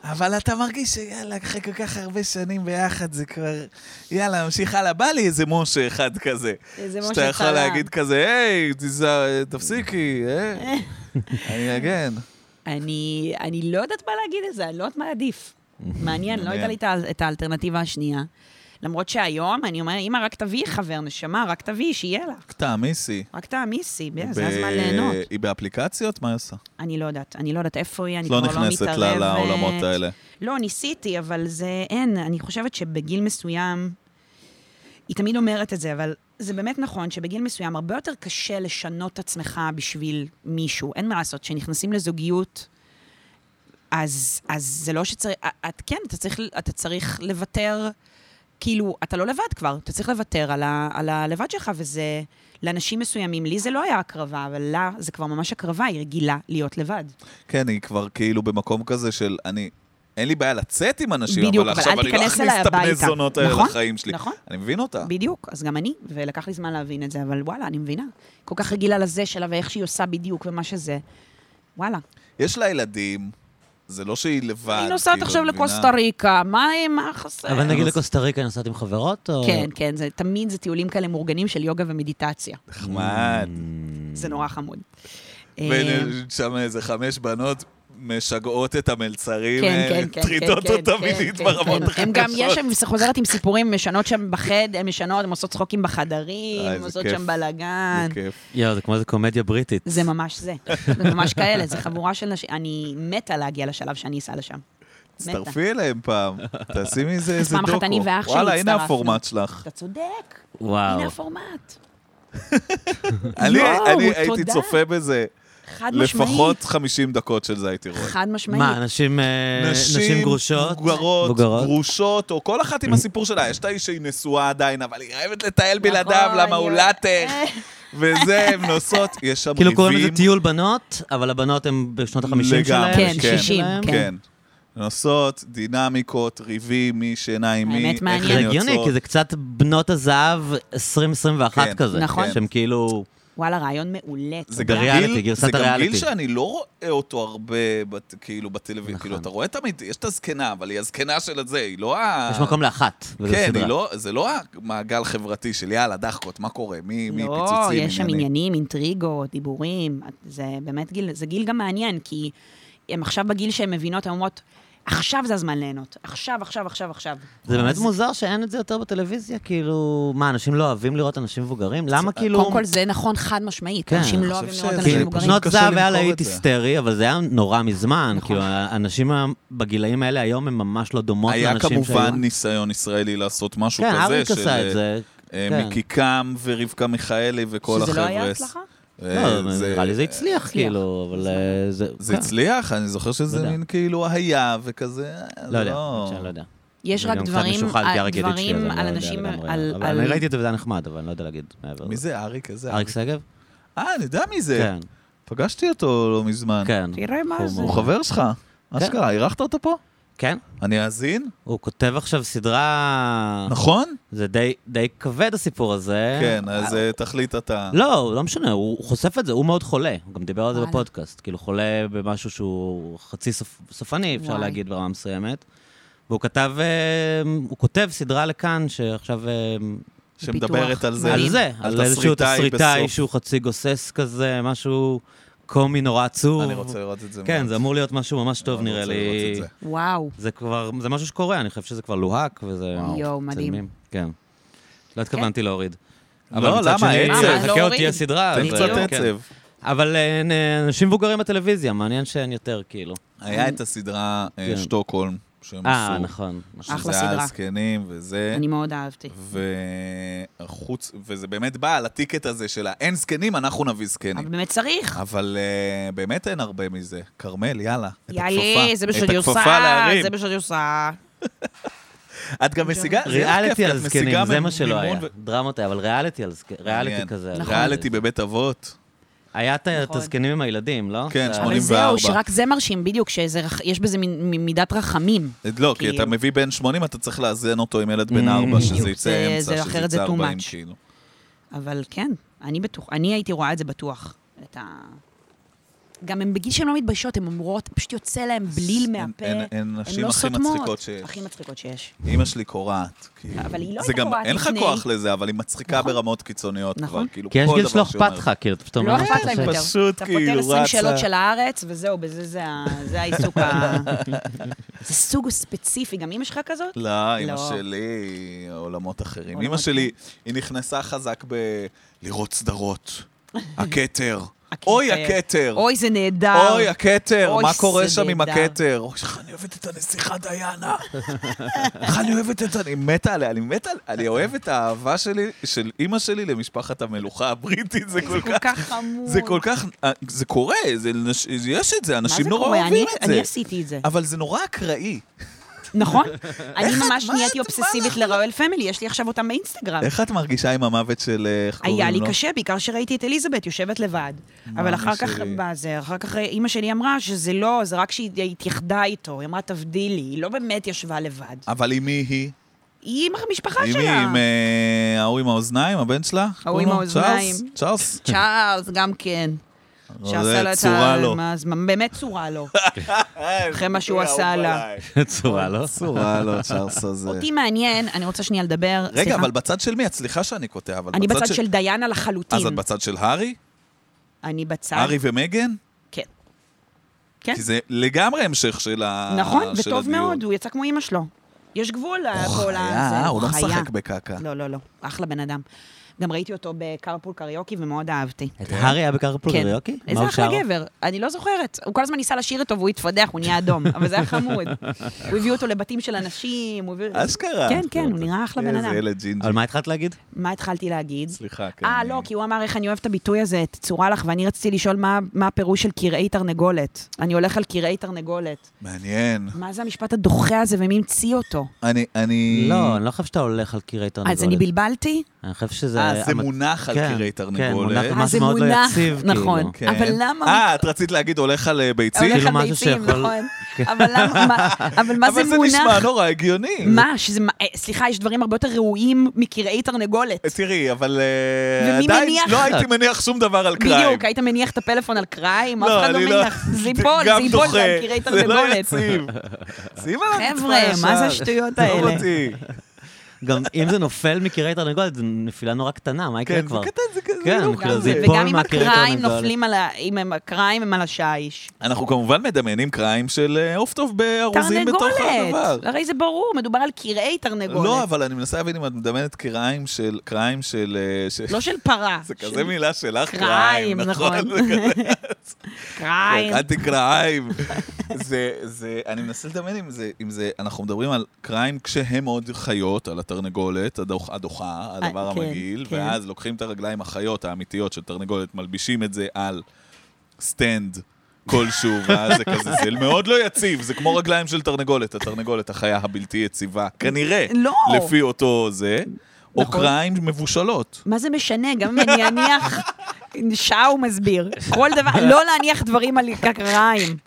אבל אתה מרגיש שיאללה, אחרי כל כך הרבה שנים ביחד, זה כבר... יאללה, נמשיך הלאה. בא לי איזה משה אחד כזה. איזה משה שאתה יכול צלם. להגיד כזה, היי, תיזהר, תפסיקי, אה? [LAUGHS] אני אגן. אני, אני לא יודעת מה להגיד לזה, אני לא יודעת מה [LAUGHS] עדיף. מעניין, לא הייתה לי את ה- את האלטרנטיבה השנייה. למרות שהיום, אני אומרת, אמא, רק תביאי חבר, נשמה, רק תביאי, שיהיה לך. רק תעמיסי. רק תעמיסי, ב- ב- זה הזמן ליהנות. היא באפליקציות? מה היא עושה? אני לא יודעת, אני לא יודעת איפה היא, אני את כבר לא לא מתערבת. נכנסת ל- לעולמות האלה. לא, ניסיתי, אבל זה אין. אני חושבת שבגיל מסוים, היא תמיד אומרת את זה, אבל זה באמת נכון שבגיל מסוים הרבה יותר קשה לשנות את עצמך בשביל מישהו. אין מה לעשות, כשנכנסים לזוגיות, אז, אז זה לא שצריך... את כן, אתה צריך, אתה צריך לוותר, כאילו, אתה לא לבד כבר, אתה צריך לוותר על, ה, על הלבד שלך, וזה... לאנשים מסוימים, לי זה לא היה הקרבה, אבל לה זה כבר ממש הקרבה, היא רגילה להיות לבד. כן, היא כבר כאילו במקום כזה של אני... אין לי בעיה לצאת עם אנשים, בדיוק, אבל אבל עכשיו אל אני לא תיכנס אכניס אליי את הבני הביתה. זונות האלה נכון, לחיים שלי. נכון. אני מבין אותה. בדיוק, אז גם אני, ולקח לי זמן להבין את זה, אבל וואלה, אני מבינה. כל כך רגילה לזה שלה ואיך שהיא עושה בדיוק ומה שזה. וואלה. יש לה ילדים, זה לא שהיא לבד. אני נוסעת כאילו, עכשיו את מבינה? לקוסטה ריקה, מה היא- מה חסר? אבל נגיד אז- לקוסטה ריקה נסעת עם חברות, או... כן, כן, זה תמיד זה טיולים כאלה מאורגנים של יוגה ומדיטציה. נחמד. זה נורא חמוד. אה, ושם איזה חמש בנות משגעות את המלצרים, כן, אה, כן, כן. מטרידות כן, אותם כן, מינית כן, ברמות כן. הכי הם גם, יש קשות. שם, חוזרת עם סיפורים, משנות שם בחדר, הן משנות, הן עושות צחוקים בחדרים, אה, הן איזה עושות כיף. שם בלאגן. זה כיף. יואו, זה כמו איזה קומדיה בריטית. זה ממש זה. זה ממש כאלה, זה חבורה של נשים. אני מתה להגיע לשלב שאני אסע לשם. מתה. תצטרפי אליהם [LAUGHS] פעם, תעשי מזה איזה פעם דוקו. אחת אני ואח שלי וואלה, הנה הצטרפנו. הפורמט שלך. אתה צודק. וואו. הנה הפורמט. אני יואו, אני הייתי תודה. צופה בזה, חד משמעית. לפחות 50 דקות של זה הייתי רואה. חד משמעית. מה, נשים אה, נשים גרושות? מבוגרות, מבוגרות? Mm-hmm. גרושות, או כל אחת עם הסיפור שלה. יש את האיש שהיא נשואה עדיין, אבל היא חייבת לטייל נכון, בלעדיו, למה הוא יואו. [LAUGHS] אה. לטח, וזה, הן נוסעות, יש שם ריבים. כאילו קוראים לזה טיול בנות, אבל הבנות הן בשנות החמישים לגמרי, שלהם, כן, השישים שישים, שלהם. כן. כן. נוסעות, דינמיקות, ריבים, מי שינה עם מי, האמת, איך זה הן מעניין. הגיוני, יוצאות. כי זה קצת בנות הזהב 2021 כן, כזה. נכון. שהם כאילו וואלה, רעיון מעולה. זה תודה. גם בריאליטי, כאילו, גיל, גרסת זה גם גיל הריאליטי. שאני לא רואה אותו הרבה, בת, כאילו, בטלוויזיה. נכון. כאילו, אתה רואה תמיד, יש את הזקנה, אבל היא הזקנה של הזה, היא לא ה... יש מקום לאחת. וזה כן, סדרה. היא לא, זה לא המעגל חברתי של יאללה, דחקות, מה קורה? מי, מי לא, פיצוצים? יש שם עניינים?" עניינים, אינטריגות, דיבורים. זה באמת גיל, זה גיל גם מעניין, כי הן עכשיו בגיל שהן מבינות, הן אומרות, עכשיו זה הזמן ליהנות. עכשיו, עכשיו, עכשיו, עכשיו. זה באמת אז מוזר שאין את זה יותר בטלוויזיה, כאילו, מה, אנשים לא אוהבים לראות אנשים מבוגרים? למה כאילו... קודם כל, זה נכון חד משמעית. כן, אנשים אני לא חושב אוהבים שזה- לראות אנשים אה, זה כאילו, פשוט מבוגרים. שנות קשה זהב למכור היה להיט את זה. היסטרי, אבל זה היה נורא מזמן. נכון. כאילו, האנשים ה- בגילאים האלה היום הם ממש לא דומות היה לאנשים כמובן ניסיון ישראלי לעשות משהו כן, כזה, אריק של עשה את זה. אה, כן. מיקי קם ורבקה מיכאלי וכל שזה החבר'ה. לא היה הצלחה? אה, לא, נראה לי זה הצליח, כאילו, אבל אה, זה... זה כן. הצליח, אני זוכר לא שזה יודע. מין כאילו היה וכזה, אה, לא יודע, לא. אני לא יודע. יש אני רק גם קצת דברים, משוחד, כי אריק ידיד שלי, אז דברים אני לא על יודע אנשים, לגמרי. על... אבל על- אני ראיתי את זה וזה היה נחמד, אבל אני לא יודע להגיד מעבר. מי לזה. זה אריק? איזה אריק אריק? שגב? אה, אני יודע מי זה. כן, פגשתי אותו לא מזמן. כן. תראה מה זה. הוא חבר שלך. אשכרה, אירחת אותו פה? כן? אני אאזין? הוא כותב עכשיו סדרה... נכון? זה די, די כבד הסיפור הזה. כן, אז אה, תחליט אתה. לא, לא משנה, הוא הוא חושף את זה, הוא מאוד חולה. הוא גם דיבר על זה וואלה. בפודקאסט. כאילו, חולה במשהו שהוא חצי סופ- סופני, אפשר וואי. להגיד ברמה מסוימת. והוא כתב, אה, הוא כותב סדרה לכאן, שעכשיו... אה, שמדברת על זה. על זה, על איזשהו תסריטאי בסוף. שהוא חצי גוסס כזה, משהו קומי נורא עצוב. אני רוצה לראות את זה. כן, מאוד. זה אמור להיות משהו ממש טוב, אני נראה רוצה לי. לראות את וואו. זה כבר, זה משהו שקורה, אני חושב שזה כבר לוהק, וזה... וואו. יואו, מדהים. כן. מצלמים, כן. לא התכוונתי להוריד. לא, למה? עצב. למה? חכה לא עוד הוריד. תהיה סדרה. זה. תן אז, קצת אה, כן. עצב. אבל אה, נ- אנשים מבוגרים בטלוויזיה, מעניין שאין יותר, כאילו. היה את הסדרה אה, כן. שטוקהולם, שהם אה, עשו. נכון. נכון. אחלה שזה היה סדרה. זקנים וזה. אה? אני מאוד אהבתי. כן. וחוץ, וזה באמת בא על הטיקט הזה של האין זקנים, אנחנו נביא אבל זקנים. באמת צריך. אבל אה, באמת אין הרבה מזה. כרמל, יאללה, את הכפפה. יאללה, זה בשביל את גרסה, הכפפה להרים. זה בשביל גרסה. את גם משיגה, זה לא ריאליטי כיף, על את משיגה זקנים, זה מה שלא היה. מימון ו- דרמות היה, אבל ריאליטי על זקנים, ריאליטי מעניין. כזה. לא נכון. ריאליטי בבית אבות. היה את ה- את נכון. הזקנים עם הילדים, לא? כן, זה- שמונים. אבל 84. זהו, שרק זה מרשים, בדיוק, שיש בזה מין- מין מידת רחמים. לא, כי אתה כאילו. מביא בן 80, אתה צריך לאזן אותו עם ילד בן Mm. 4, שזה בדיוק, יצא זה- אמצע, זה- שזה אחרת זה יצא too 40, much. כאילו. אבל כן, אני בטוח, אני הייתי רואה את זה בטוח. את ה... גם הן בגיל שהן לא מתביישות, הן אומרות, פשוט יוצא להן בליל מהפה. הן- הן הן- הן נשים לא הכי סותמות. מצחיקות שיש. הכי מצחיקות שיש. אימא שלי קורעת. כאילו. אבל היא לא זה הייתה גם, קורעת אין לך לפני. כוח לזה, אבל היא מצחיקה נכון. ברמות קיצוניות. כבר, נכון. כאילו, כי יש כל גיל דבר שלא שהיא אומרת. אכפת לך, כאילו, אתה פשוט אומר... לא "אה, אכפת להם זה יותר. פשוט אתה כאילו פותר 20 רצה. שאלות של הארץ, וזהו, בזה זה ה- זה העיסוק ה... זה סוג ספציפי, גם אמא שלך כזאת? לא, אימא לא. שלי, עולמות אחרים. עולמות אימא שלי, היא נכנסה חזק ב... לראות [LAUGHS] סדרות. הכתר. אוי, הכתר. אוי, זה נהדר. אוי, הכתר, אוי, מה קורה זה שם עם נהדר. הכתר? אוי, איך אני אוהבת את הנסיכה דיאנה. איך אני אוהבת את... אני מתה עליה, אני מתה עליה. אני אוהב את האהבה שלי, של אימא שלי למשפחת המלוכה הבריטית. זה כל כל כך... כך חמור. זה כל כך... אה, זה קורה, זה נש- יש את זה, מה אנשים זה נורא קורה? אוהבים אני- את אני זה. עשיתי את זה. אבל זה נורא אקראי. [LAUGHS] נכון? אני ממש מה את- נהייתי מה אובססיבית לרואל פמילי, יש לי עכשיו אותם באינסטגרם. איך את מרגישה עם המוות של... אה, איך היה קוראים לי לו? קשה, בעיקר שראיתי את אליזבת יושבת לבד. אבל אחר כך, שלי? בזה, אחר כך אימא שלי אמרה שזה לא, זה רק שהיא התייחדה איתו, היא אמרה תבדילי, היא לא באמת ישבה לבד. אבל עם מי היא? היא עם המשפחה עם מי? שלה. עם אה, ההוא עם האוזניים, הבן שלה? איך ההוא קוראים עם לו? האוזניים. צ'ארלס? צ'ארלס? צ'ארלס גם כן. שעשה לה את אה, צורה לו. מה- אז באמת [LAUGHS] צורה לו. אחרי מה שהוא עשה לה. צורה, לא? צורה לו, צ'ארלס הזה. אותי מעניין, אני רוצה שנייה לדבר. רגע, סליחה. אבל בצד של מי? את סליחה שאני קוטע, אבל אני בצד של דיאנה לחלוטין. אז את בצד של הארי? אני בצד. הארי ומגן? כן. כן. כי זה לגמרי המשך של ה... נכון, אה, של וטוב הדיון. מאוד, הוא יצא כמו אימא שלו. יש גבול הוא לכל הזה. חיה, הוא לא משחק בקקה. לא, לא, לא. אחלה בן אדם. גם ראיתי אותו בקרפול קריוקי ומאוד אהבתי. את הארי היה בקרפול כן. קריוקי? אוקיי. מה איזה הוא אחלה שר? גבר, אני לא זוכרת. הוא כל הזמן ניסה לשיר אותו והוא התפדח, הוא נהיה אדום, אבל זה היה [LAUGHS] חמוד. הוא הביא אותו לבתים של אנשים, הוא הביא... אשכרה. כן, כן, הוא נראה אחלה בן איזה אדם. ילד ג'ינג'י. אבל מה התחלת להגיד? מה התחלתי להגיד? סליחה, כן. אה, לא, כי הוא אמר איך אני אוהב את הביטוי הזה, תצורה לך, ואני רציתי לשאול מה- מה הפירוש של קרעי תרנגולת. אני הולך על קרעי תרנגולת. מעניין. מה זה המשפט הדוחה הזה ומי המציא אותו? אני, אני... אה, לא, אני לא חושב שאתה הולך על קירי תרנגולת. אז אני בלבלתי? אני חושב שזה... אה, זה המת- מונח על כן, קירי כן, תרנגולת. מונח אה, ממש זה מאוד לא מונח, יציב, כאילו. נכון. כן. אבל למה- אה, את רצית להגיד הולך על אה, ביצים? כאילו הולך על משהו ביצים, שיכול- כן. נכון. אבל למה- מה- אבל מה זה אבל זה נשמע מונח? לא- נורא הגיוני. מה, שזה... מה- אה, סליחה, יש דברים הרבה יותר ראויים מקרעי תרנגולת. תראי, אבל אה, ומי עדיין מניח? לא הייתי מניח שום דבר על קריים. בדיוק, היית מניח את הפלאפון על קריים, אף לא, אחד לא אני לא- מניח. זה ייפול, זה גם ייפול דוחה. על קרעי זה לא תרנגולת. יציב. שים על הרצפה חבר'ה, מה זה ישר. השטויות לא האלה? אותי. גם אם זה נופל מקירי תרנגולת, זו נפילה נורא קטנה, מה יקרה כן, זה כבר? קטן, זה כזה. כן, לא כאילו, כזה. זה ייפול וגם אם מהקרעי הקריים תרנגולת. נופלים על ה... אם הם- הקריים הם על השיש. אנחנו כמובן מדמיינים קריים של אה, עוף טוב בארוזים בתוך הדבר. תרנגולת! הרי זה ברור, מדובר על קרעי תרנגולת. לא, אבל אני מנסה להבין אם את מדמיינת קריים של... קריים של... אה, ש- לא של פרה. זה של כזה מילה שלך, קריים, קריים, נכון. נכון? זה כזה- קריים. אל תקרעיים. זה, זה, אני מנסה לדמיין אם זה, אם זה, אנחנו מדברים על קריים כשהם עוד חיות, על התרנגולת, הדוח, הדוחה, הדבר אה, כן, המגעיל, כן. ואז לוקחים את הרגליים החיות האמיתיות של תרנגולת, מלבישים את זה על סטנד כלשהו, [LAUGHS] ואז זה כזה, זה מאוד לא יציב, זה כמו רגליים של תרנגולת, התרנגולת החיה הבלתי יציבה, כנראה, לא. לפי אותו זה, או נכון. קריים מבושלות. מה זה משנה? גם אם אני אניח... שעה הוא מסביר. כל דבר, לא להניח דברים על הקריים.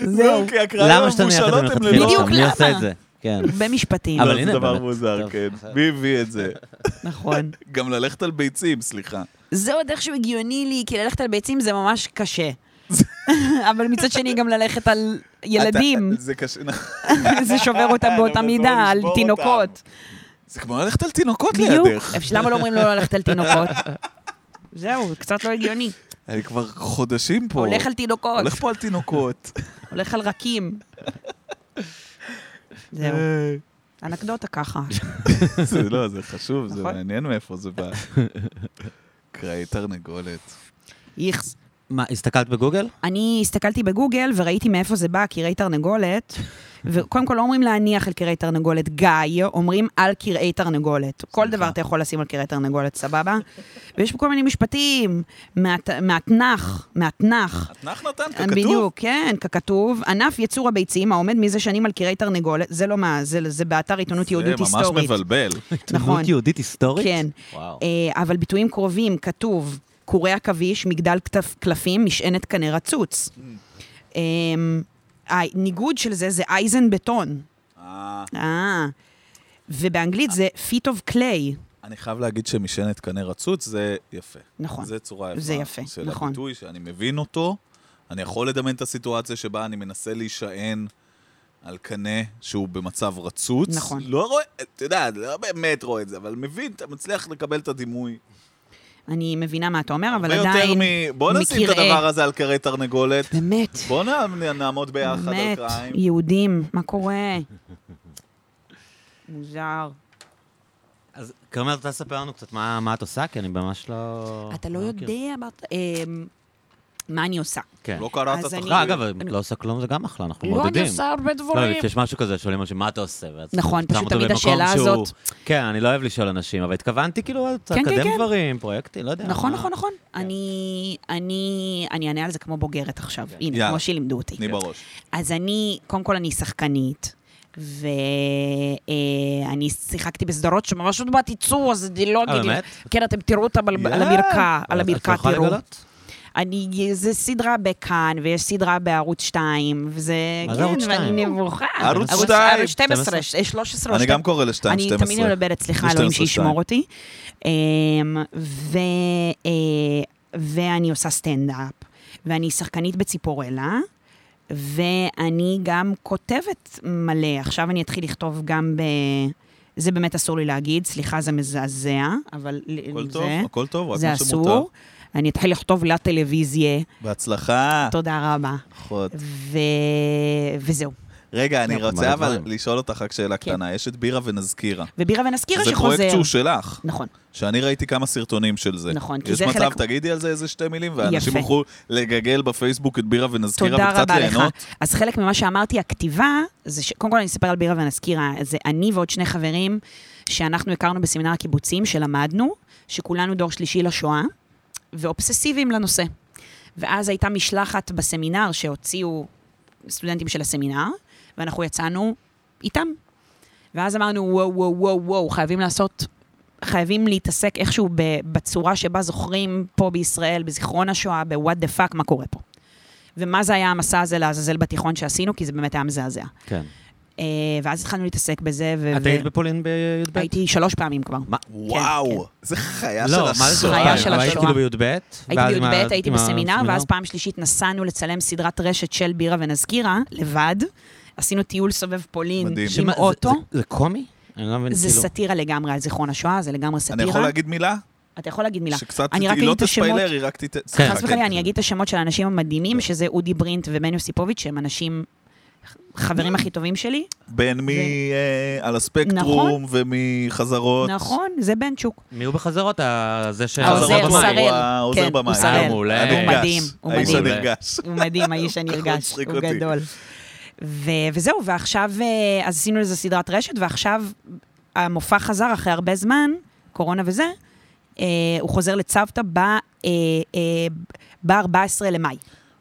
זהו. לא, כי הקריים למה שתניח את זה המבושלות הם מלכתחילה? ללא... בדיוק, מי עושה למה? את זה? כן. הרבה משפטים. אבל לא, הנה, זה דבר באמת. מוזר, טוב, כן. בסדר. מי הביא את זה? נכון. [LAUGHS] גם ללכת על ביצים, סליחה. זה עוד איכשהו הגיוני לי, כי ללכת על ביצים זה ממש קשה. [LAUGHS] אבל מצד שני גם ללכת על ילדים, אתה- זה קשה, נכון. [LAUGHS] זה שובר [LAUGHS] אותם אני באותה מנסה מידה, על לשבור תינוקות. זה כמו ללכת על תינוקות בדיוק. לידך. אפשר- למה לא אומרים לא ללכת על תינוקות? [LAUGHS] זהו, זה קצת לא הגיוני. אני כבר חודשים פה. הולך על תינוקות, הולך פה על תינוקות. הולך על [LAUGHS] רכים. [LAUGHS] זהו, אה, אנקדוטה [LAUGHS] ככה. [LAUGHS] זה לא, זה חשוב, זה נכון. מעניין מאיפה זה [LAUGHS] בא. קראי תרנגולת. איכס. מה, הסתכלת בגוגל? אני הסתכלתי בגוגל וראיתי מאיפה זה בא, קרעי תרנגולת. וקודם כל לא אומרים להניח על קרעי תרנגולת גיא, אומרים על קרעי תרנגולת. כל דבר אתה יכול לשים על קרעי תרנגולת, סבבה? ויש פה כל מיני משפטים מהת- מהתנ"ך, מהתנ"ך. אתנח נתן, ככתוב. בדיוק, כן, ככתוב. ענף יצור הביצים העומד מזה שנים על קרעי תרנגולת, זה לא מה, זה, זה באתר עיתונות יהודית היסטורית. זה ממש מבלבל. נכון. דמות יהודית היסטורית? כן. וואו. אה, אבל ביטויים קרובים, כתוב, קורי עכביש, מגדל כתף, קלפים, משענת קנה רצוץ. Mm. אה, הניגוד של זה זה אייזן בטון. אה, אה. ובאנגלית זה feet of clay. אני חייב להגיד שמשענת קנה רצוץ זה יפה. נכון. זה צורה יפה. זה יפה, של נכון. הביטוי שאני מבין אותו, אני יכול לדמיין את הסיטואציה שבה אני מנסה להישען על קנה שהוא במצב רצוץ. נכון. לא רואה, אתה יודע, לא באמת רואה את זה, אבל מבין, אתה מצליח לקבל את הדימוי. אני מבינה מה אתה אומר, אבל הרבה יותר עדיין... מ... בוא נשים את מקרעי. הדבר הזה על קרי תרנגולת. באמת, בוא נע- נעמוד ביחד על באמת, קריים. יהודים, מה קורה? מוזר. אז כרמל, את רוצה לספר לנו קצת מה מה את עושה? כי אני ממש לא... אתה אה, לא מכיר. אוקיי. יודע מה אתה- אמ, מה אני עושה. כן. לא קראת את אז אני- לא, התחקיר. אגב, אם לא עושה כלום זה גם אחלה, אנחנו לא, אני מעודדים. עושה הרבה לא, דברים. יש משהו כזה, שואלים אנשים, מה אתה עושה? ואז נכון, שם פשוט אותו תמיד במקום השאלה שהוא- הזאת. כן, אני לא אוהב לשאול אנשים, אבל התכוונתי כאילו, אתה כן, כן, מקדם כן. דברים, פרויקטים, לא יודע. נכון, מה. נכון, נכון. כן. אני, אני, אני אענה על זה כמו בוגרת עכשיו. כן. הנה, יאללה. כמו שלימדו אותי. תני בראש. אז אני, קודם כל אני שחקנית. ואני שיחקתי בסדרות שממש עוד בעתיצור, אז אני לא אה, אגיד... באמת? כן, אתם תראו אותה על על יאללה. המרקע, על אז המרקע את לא יכולה תראו. לגלות? אני, זה סדרה בכאן, ויש סדרה בערוץ 2, וזה, מה זה כן, ערוץ ואני שתיים? מבוכה. ערוץ שתיים. ערוץ 12, 12. 13, אני גם קורא לשתיים, לא אני 12. תמיד מדברת, סליחה, ל- אלוהים 12, שישמור אותי. אמ, ו- אה, ואני עושה סטנדאפ, ואני שחקנית בציפורלה, ואני גם כותבת מלא. עכשיו אני אתחיל לכתוב גם ב... זה באמת אסור לי להגיד, סליחה, זה מזעזע, אבל ל- הכל זה, טוב, הכל טוב, רק זה מה שמותר. אסור. אני אתחיל לכתוב לטלוויזיה, [LAUGHS] בהצלחה. תודה רבה. אחות. ו... וזהו. רגע, אני כן, רוצה מלא אבל דברים. לשאול אותך רק שאלה כן. קטנה. יש את בירה ונזכירה. ובירה ונזכירה זה שחוזר. פרויקט שהוא שלך, נכון. שאני ראיתי כמה סרטונים של זה. נכון, כי יש זה מצב, חלק- תגידי על זה איזה שתי מילים, ואנשים יפה. יוכלו לגגל בפייסבוק את בירה ונזכירה תודה וקצת רבה לך. ליהנות. אז חלק ממה שאמרתי, הכתיבה, זה ש... קודם כל אני אספר על בירה ונזכירה, זה אני ועוד שני חברים שאנחנו הכרנו בסמינר הקיבוצים, שלמדנו, שכולנו דור שלישי לשואה, ואובססיביים לנושא. ואז הייתה משלחת בסמינר שהוציאו סטודנטים של הסמינר, ואנחנו יצאנו איתם. ואז אמרנו, וואו, וואו, וואו, וואו, חייבים לעשות חייבים להתעסק איכשהו ב- בצורה שבה זוכרים פה בישראל, בזיכרון השואה, ב-what the fuck, מה קורה פה. ומה זה היה המסע הזה לעזאזל בתיכון שעשינו, כי זה באמת היה מזעזע. כן. אה, ואז התחלנו להתעסק בזה, ו... את היית בפולין בי"ב? אה, הייתי שלוש פעמים כבר. מה? וואו, זה חיה של לא, מה זה השואה. כן, חיה של אבל היית השואה. כאילו בי"ב? הייתי ואז עם ה- בי"ב, הייתי עם בסמינר, הסמינר? ואז פעם שלישית נסענו לצלם סדרת רשת של בירה ונזכירה, לבד. עשינו טיול סובב פולין מדהים. עם שמה, זה- אוטו. זה- זה קומי? אני לא מבין, זה כאילו... סאטירה לגמרי על זיכרון השואה, זה לגמרי אני סאטירה. יכול להגיד מילה? אתה יכול להגיד מילה. שקצת, אני רק היא לא אגיד את השמות. תספיילר, היא רק תיתן... כן. חס וחלילה, אני אגיד את השמות של האנשים המדהימים, שזה אודי ברינט ומניו סיפוביץ', שהם אנשים, חברים הכי טובים שלי. בין מי אה, על הספקטרום ומחזרות. נכון, זה בנצ'וק. מי הוא בחזרות? ה- זה ש... העוזר, חזרות במים. במים. שראל. הוא העוזר כן, הוא במים. שראל. אה, מעולה. הנרגש. הוא מדהים, הוא האיש מדהים. הנרגש. הוא מדהים, האיש ככה הוא הנרגש, מצחיק הוא אותי. גדול. ו- וזהו, ועכשיו, אה, אז עשינו לזה סדרת רשת, ועכשיו המופע חזר אחרי הרבה זמן, קורונה וזה, אה, הוא חוזר לצוותא ב- אה, אה, ב-14 למאי.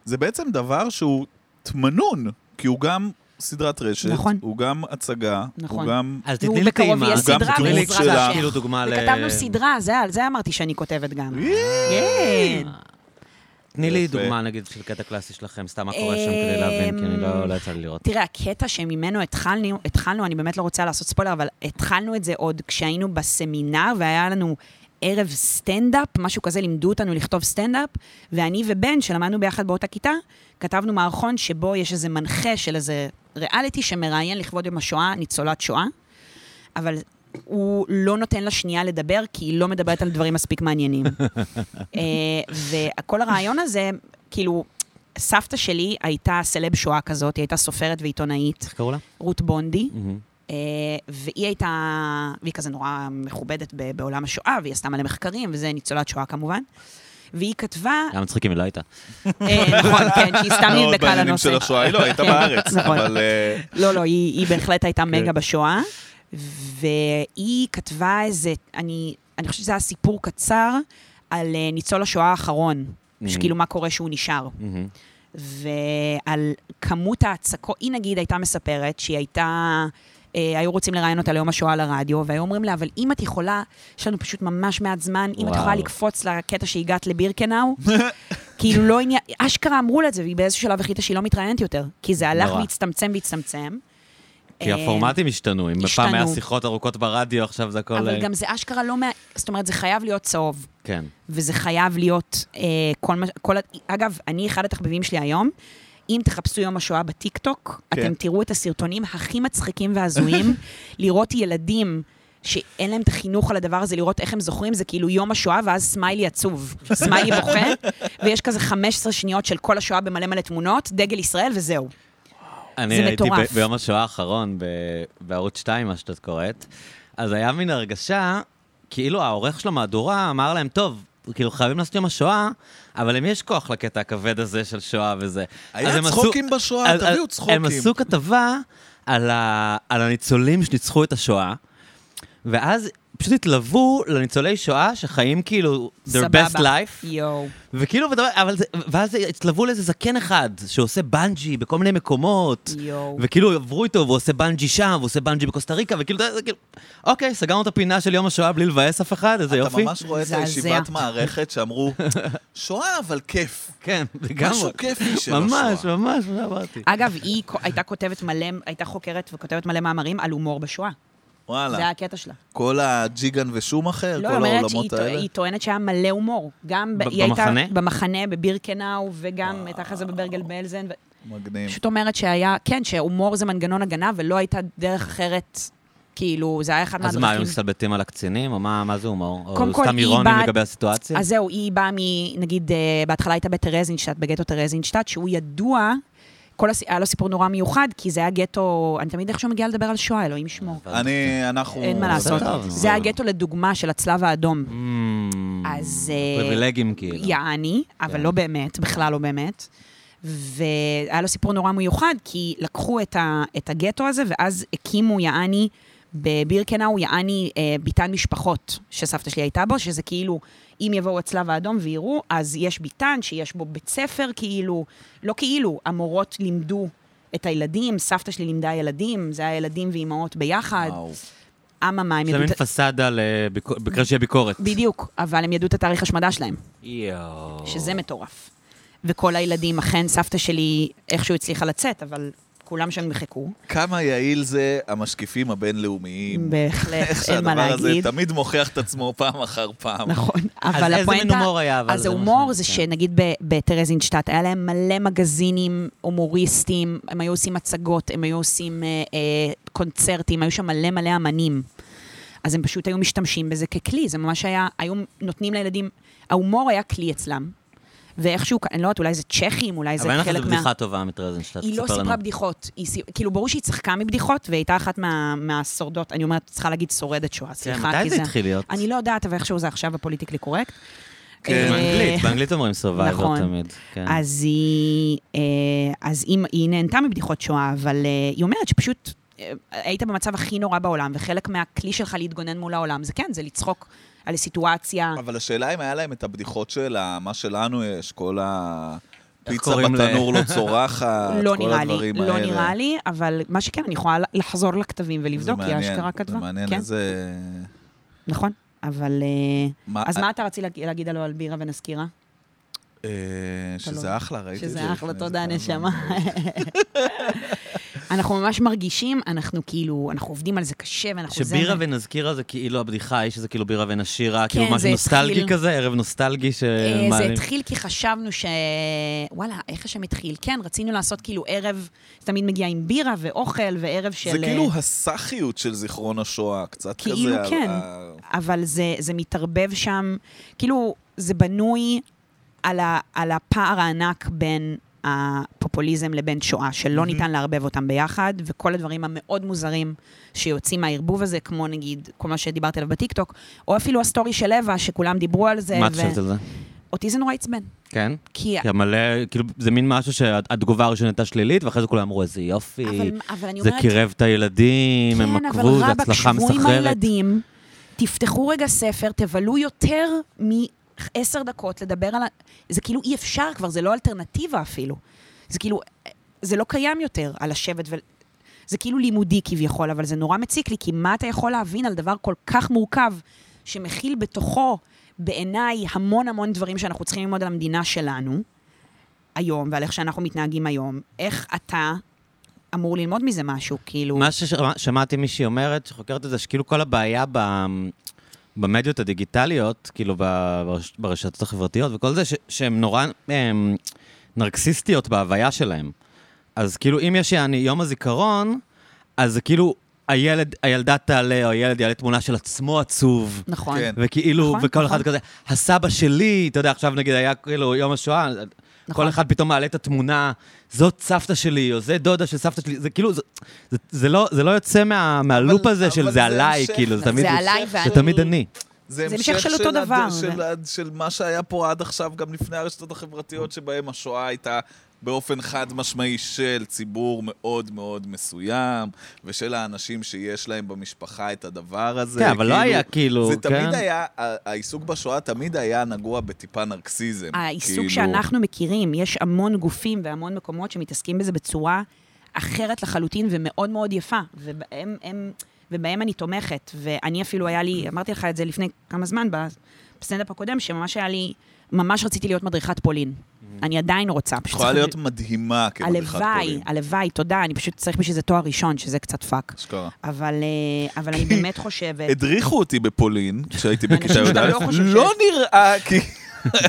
זה בעצם דבר שהוא תמנון, כי הוא גם סדרת רשת, נכון. הוא גם הצגה, הוא נכון. גם... אז והוא תתני לי בקרוב טעימה. יהיה הוא גם סדרה, תתני לי בעזרת השם. כאילו דוגמה ל... וכתבנו סדרה, זה על זה אמרתי שאני כותבת גם. כן. תני לי יפה. דוגמה, נגיד, של קטע קלאסי שלכם, סתם מה קורה שם כדי אה, להבין, כי אני אמ, לא לא יצא לי לראות. תראה, הקטע שממנו התחלנו, התחלנו, אני באמת לא רוצה לעשות ספוילר, אבל התחלנו את זה עוד כשהיינו בסמינר, והיה לנו ערב סטנדאפ, משהו כזה, לימדו אותנו לכתוב סטנדאפ, ואני ובן, שלמדנו ביחד באותה כיתה, כתבנו מערכון שבו יש איזה מנחה של איזה ריאליטי שמראיין לכבוד יום השואה, ניצולת שואה, אבל... הוא לא נותן לה שנייה לדבר, כי היא לא מדברת על דברים מספיק מעניינים. אה, וכל הרעיון הזה, כאילו, סבתא שלי הייתה סלב שואה כזאת, היא הייתה סופרת ועיתונאית, איך קראו לה? רות בונדי, מהמם. אה, והיא הייתה, והיא כזה נורא מכובדת ב- בעולם השואה, והיא עשתה מלא מחקרים, וזה ניצולת שואה כמובן. והיא כתבה, היה מצחיק אם היא לא הייתה. אה, נכון, כן, שהיא סתם מאוד נדבקה בעניינים לנושא. של השואה, היא לא, [LAUGHS] הייתה בארץ, נכון. אבל... אה, לא, לא, היא, היא בהחלט הייתה מגה בשואה, והיא כתבה איזה, אני, אני חושבת שזה היה סיפור קצר על אה, ניצול השואה האחרון, שכאילו מה קורה שהוא נשאר. מהמם. ועל כמות ההצקות, היא נגיד הייתה מספרת שהיא הייתה, אה, היו רוצים לראיין אותה ליום השואה לרדיו, והיו אומרים לה, אבל אם את יכולה, יש לנו פשוט ממש מעט זמן, אם את וואו. יכולה לקפוץ לקטע שהגעת לבירקנאו, [LAUGHS] כאילו לא עניין, אשכרה אמרו לה את זה, והיא באיזשהו שלב החליטה שהיא לא מתראיינת יותר, כי זה הלך נורא. והצטמצם והצטמצם. כי אה, הפורמטים השתנו, אם פעם השתנו. היה שיחות ארוכות ברדיו, עכשיו זה הכל... אה, אבל גם זה אשכרה לא מה... זאת אומרת, זה חייב להיות צהוב. כן. וזה חייב להיות אה, כל מה... כל, ה- אגב, אני, אחד התחביבים שלי היום, אם תחפשו יום השואה בטיקטוק, כן. כן. אתם תראו את הסרטונים הכי מצחיקים [LAUGHS] והזויים, לראות ילדים... שאין להם את החינוך על הדבר הזה, לראות איך הם זוכרים, זה כאילו יום השואה, ואז סמיילי [LAUGHS] עצוב. סמיילי בוכה, ויש כזה 15 שניות של כל השואה במלא מלא תמונות, דגל ישראל וזהו. אני זה ראיתי מטורף. ב- ביום השואה האחרון, ב- בערוץ 2, מה שאת קוראת, אז היה מין הרגשה, כאילו העורך של המהדורה אמר להם, טוב, כאילו חייבים לעשות יום השואה, אבל למי יש כוח לקטע הכבד הזה של שואה וזה? היה אז הם עשו- צחוקים בשואה, אז- אז- תביאו צחוקים. הם עשו כתבה על, ה, על הניצולים שניצחו את השואה, ואז פשוט התלוו לניצולי שואה שחיים כאילו, their סבבה. best life. יואו. וכאילו, ואתה אומר, אבל זה, ואז התלוו לאיזה זקן אחד שעושה בנג'י בכל מיני מקומות. יואו. וכאילו עברו איתו, והוא עושה בנג'י שם, והוא עושה בנג'י בקוסטה ריקה, וכאילו, אתה יודע, זה כאילו, אוקיי, סגרנו את הפינה של יום השואה בלי לבאס אף אחד, איזה אתה יופי. ממש רואה את מזעזע. הישיבת מערכת שאמרו, שואה אבל כיף. כן, לגמרי. משהו כיפי של השואה. ממש, ממש, מה אמרתי. אגב, היא כ- הייתה כותבת מלא, הייתה חוקרת וכותבת מלא מאמרים על הומור בשואה. זה היה וואלה. הקטע שלה. כל הג'יגן ושום אחר, לא, כל היא אומרת העולמות שהיא האלה. היא טוענת שהיה מלא הומור. גם, ב- ב- היא הייתה במחנה? במחנה, בבירקנאו, וגם הייתה אחרי זה בברגל בלזן. ו- מגניב. פשוט אומרת שהיה, כן, שהומור זה מנגנון הגנה, ולא הייתה דרך אחרת, כאילו, זה היה אחד אז מה, מהדרכים. היו מסתלבטים על הקצינים, או מה מה זה הומור? או קודם כל, סתם היא אירונים באה- לגבי הסיטואציה? אז זהו, היא באה מ... נגיד, אה, בהתחלה הייתה בטרזינשטט, בגטו טרזינשטט, שהוא ידוע, כל הס... היה לו סיפור נורא מיוחד, כי זה היה גטו, אני תמיד איכשהו מגיעה לדבר על שואה, אלוהים ישמור. אני, אנחנו... אין מה לעשות. טוב, זה אבל- היה גטו לדוגמה של הצלב האדום. Mm, אז, אה, פריבילגים כאילו. יעני, אבל לא באמת, בכלל לא באמת. והיה לו סיפור נורא מיוחד, כי לקחו את, ה, את הגטו הזה, ואז הקימו יעני, בבירקנאו יעני אה, ביתן משפחות, שסבתא שלי הייתה בו, שזה כאילו, אם יבואו הצלב האדום ויראו, אז יש ביתן שיש בו בית ספר, כאילו, לא כאילו, המורות לימדו את הילדים, סבתא שלי לימדה ילדים, זה היה ילדים ואימהות ביחד. וואו. אממה, הם זה ידעו... מין את- פסאדה לביקור- במקרה שיהיה ביקורת. בדיוק, אבל הם ידעו את התאריך השמדה שלהם. יואו. שזה מטורף. וכל הילדים, אכן, סבתא שלי איכשהו הצליחה לצאת, אבל כולם שם מחכו. כמה יעיל זה המשקיפים הבינלאומיים. בהחלט, איך אין מה שהדבר הזה להגיד. תמיד מוכיח את עצמו פעם אחר פעם. נכון, אבל איזה הפואנטה... מין הומור היה, אבל אז זה מה ההומור שאני- זה כן. שנגיד ב- בטרזינשטט, היה להם מלא מגזינים הומוריסטים, הם היו עושים הצגות, הם היו עושים אה, אה, קונצרטים, היו שם מלא מלא אמנים. אז הם פשוט היו משתמשים בזה ככלי, זה ממש היה, היו נותנים לילדים, ההומור היה כלי אצלם. ואיכשהו, אני לא יודעת, אולי זה צ'כים, אולי זה אבל אין לך חלק מה... איזו בדיחה טובה מטרזינשטט, היא לא תספר לנו. סיפרה בדיחות. היא סי- כאילו, ברור שהיא צחקה מבדיחות, והיא הייתה אחת מה- מהשורדות, אני אומרת, צריכה להגיד שורדת כן, שואה, סליחה, כן, מתי כי זה התחיל להיות? אני לא יודעת, אבל איכשהו זה עכשיו הפוליטיקלי קורקט. כן, אה, באנגלית, באנגלית אומרים סורווייבר נכון. תמיד. כן. אז היא, אה, אז היא, היא נהנתה מבדיחות שואה, אבל אה, היא אומרת שפשוט אה, היית במצב הכי נורא בעולם, וחלק מהכלי שלך להתגונן מול העולם זה כן, זה לצחוק על סיטואציה. אבל השאלה אם היה להם את הבדיחות של ה- מה שלנו יש, כל איך הפיצה קוראים ל- בתנור לא צורחת, [LAUGHS] לא כל נראה לי, הדברים האלה. לא נראה לי, אבל מה שכן, אני יכולה לחזור לכתבים זה ולבדוק, כי מעניין, אשכרה כתבה. זה מעניין כן, איזה... נכון, אבל... אה, מה- אז מה אתה רצית להגיד- להגיד עליו על בירה ונזכירה? אה, לא- שזה אחלה, ראיתי את זה. שזה אחלה, לפני תודה, איזה כמה נשמה. [LAUGHS] זמן. אנחנו ממש מרגישים, אנחנו כאילו, אנחנו עובדים על זה קשה, ואנחנו... זה- שבירה ונזכירה זה כאילו הבדיחה, האיש שזה כאילו בירה ונשירה, כאילו כן, זה משהו נוסטלגי התחיל- כזה, ערב נוסטלגי אה, זה שמעלים. התחיל כי חשבנו ש... וואלה, איך השם התחיל? כן, רצינו לעשות כאילו ערב, זה תמיד מגיע עם בירה ואוכל, וערב של... אה, זה כאילו הסאחיות של זיכרון השואה, קצת כזה. כאילו ה- כן. ה- אבל זה, זה מתערבב שם, כאילו, זה בנוי על, ה, על הפער הענק בין הפופוליזם לבין שואה, שלא mm-hmm. ניתן לערבב אותם ביחד, וכל הדברים המאוד מוזרים שיוצאים מהערבוב הזה, כמו נגיד, כל מה שדיברת עליו בטיקטוק, או אפילו הסטורי של אווה, שכולם דיברו על זה, מה את חושבת על זה? אותי זה נורא עצבן. כן? כי... כי המלא, כאילו, זה מין משהו שהתגובה הראשונה הייתה שלילית, ואחרי זה כולם אמרו, איזה יופי, אבל, אבל אני זה אומרת... קירב את הילדים, הם כן, אבל עקבו, זו רבאק, הצלחה שבו עם מסחררת. הילדים, תפתחו רגע ספר, תבלו יותר מעשר דקות לדבר על ה... זה כאילו אי אפשר כבר, זה לא אלטרנטיבה אפילו. זה כאילו, זה לא קיים יותר על לשבת ו... זה כאילו לימודי כביכול, אבל זה נורא מציק לי, כי מה אתה יכול להבין על דבר כל כך מורכב, שמכיל בתוכו, בעיניי, המון המון דברים שאנחנו צריכים ללמוד על המדינה שלנו, היום, ועל איך שאנחנו מתנהגים היום, איך אתה אמור ללמוד מזה משהו, כאילו... מה ששמעתי מישהי אומרת, שחוקרת את זה, שכאילו כל הבעיה ב... במדיות הדיגיטליות, כאילו ב- ברש... ברשתות החברתיות וכל זה, ש... שהן נורא הם... נרקסיסטיות בהוויה שלהן. אז כאילו, אם יש יעני יום הזיכרון, אז זה כאילו, הילד, הילדה תעלה, או הילד יעלה תמונה של עצמו עצוב. נכון. כן. וכאילו, נכון, נכון, וכל נכון. נכון. אחד כזה, הסבא שלי, אתה יודע, עכשיו נגיד היה כאילו יום השואה, נכון. נכון. כל אחד פתאום מעלה את התמונה, זאת סבתא שלי, או זה דודה של סבתא שלי, זה כאילו, זה, זה, זה, לא, זה לא יוצא מה, מהלופ אבל- הזה של אבל זה זה עליי, המשך. כאילו, זה תמיד, זה זה, עליי זה ואני. תמיד אני. זה המשך של אותו הד- דבר. של, ה- של מה שהיה פה עד עכשיו, גם לפני הרשתות החברתיות, שבהם השואה הייתה באופן חד משמעי של ציבור מאוד מאוד מסוים, ושל האנשים שיש להם במשפחה את הדבר הזה. כן, אבל לא היה כאילו, זה תמיד כן. היה, ה- העיסוק בשואה תמיד היה נגוע בטיפה נרקסיזם. העיסוק כאילו, שאנחנו מכירים, יש המון גופים והמון מקומות שמתעסקים בזה בצורה אחרת לחלוטין ומאוד מאוד יפה, ובהם, הם, ובהם אני תומכת. ואני אפילו היה לי, אמרתי לך את זה לפני כמה זמן בסטנדאפ הקודם, שממש היה לי, ממש רציתי להיות מדריכת פולין. אני עדיין רוצה. את פשוט Mm-hmm. יכולה צריך- להיות מדהימה כמדריכת הלוואי, פולין. הלוואי, תודה, אני פשוט צריך בשביל זה תואר ראשון, שזה קצת פאק. אשכרה. אבל, אה, אבל כן. אני באמת חושבת... הדריכו אותי בפולין, כשהייתי בכיתה [LAUGHS] אנשים שאתה י"א, לא חושב שיש- לא נראה [LAUGHS] כי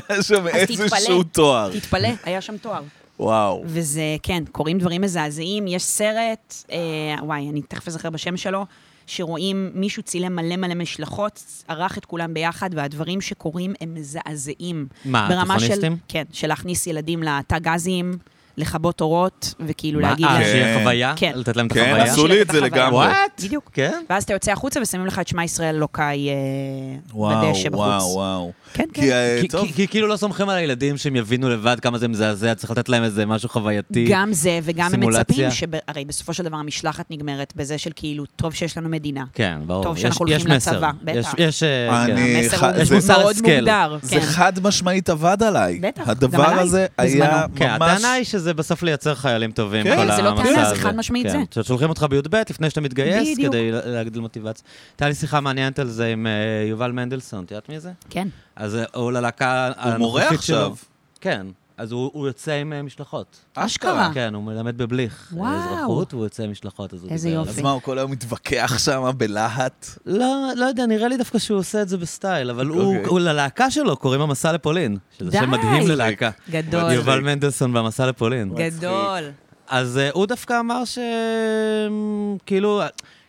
היה שם איזשהו תואר. תתפלא, היה שם תואר. וואו. וזה, כן, קורים דברים מזעזעים. יש סרט, אה, וואי, אני תכף אזכר בשם שלו, שרואים מישהו צילם מלא מלא משלחות, ערך את כולם ביחד, והדברים שקורים הם מזעזעים. מה, ברמה של- תיכוניסטים? כן, של להכניס ילדים לתא גזים, לכבות אורות, וכאילו מה, להגיד אה, להם... שיהיה כן. חוויה? כן. לתת להם את כן, החוויה? עשו לי את זה החוויה. לגמרי. וואט? בדיוק. כן? ואז אתה יוצא החוצה ושמים לך את שמע ישראל לוקאי אה, וואו, בדשא בחוץ. וואו, וואו. כן, כן. כי, אה, כי- טוב, כי- כי כאילו לא סומכים על הילדים שהם יבינו לבד כמה זה מזעזע, צריך לתת להם איזה משהו חווייתי. גם זה, וגם הם מצפים, סימולציה. שב- הרי בסופו של דבר המשלחת נגמרת בזה של כאילו, טוב שיש לנו מדינה. כן, ברור. טוב יש- שאנחנו יש הולכים מסר. לצבא, בטח. יש- יש... אה, אני- כן. ח- המסר הוא זה- מוסר מאוד השכל. מוגדר. זה כן. חד משמעית עבד עליי. בטח, גם הדבר עליי, הזה היה בזמנו. כן, ממש... הטענה היא שזה בסוף לייצר חיילים טובים, כן. כל כן, זה המסע לא הזה. טענה, זה חד משמעית זה. כן, שולחים אותך בי"ב לפני שאתה מתגייס, בדיוק. כדי לה- להגדיל מוטיבציה. הייתה לי שיחה מעניינת על זה עם אה, יובל מנדלסון, את יודעת מי זה? כן. אז אה, הוא ללהקה הוא מורה הנוכחית שלו. עכשיו. כן, אז הוא הוא יוצא עם אה, משלחות. אשכרה. כן, הוא מלמד בבליך וואו. אזרחות, והוא יוצא עם משלחות, אז הוא איזה דיבר יופי. עליו. אז מה, הוא כל היום מתווכח שם בלהט? לא, לא יודע, נראה לי דווקא שהוא עושה את זה בסטייל, אבל הוא, אוקיי. הוא ללהקה שלו קוראים המסע לפולין, שזה די. שם מדהים ללהקה. גדול. יובל מנדלסון והמסע לפולין. אוקיי. גדול. אז uh, הוא דווקא אמר ש... כאילו...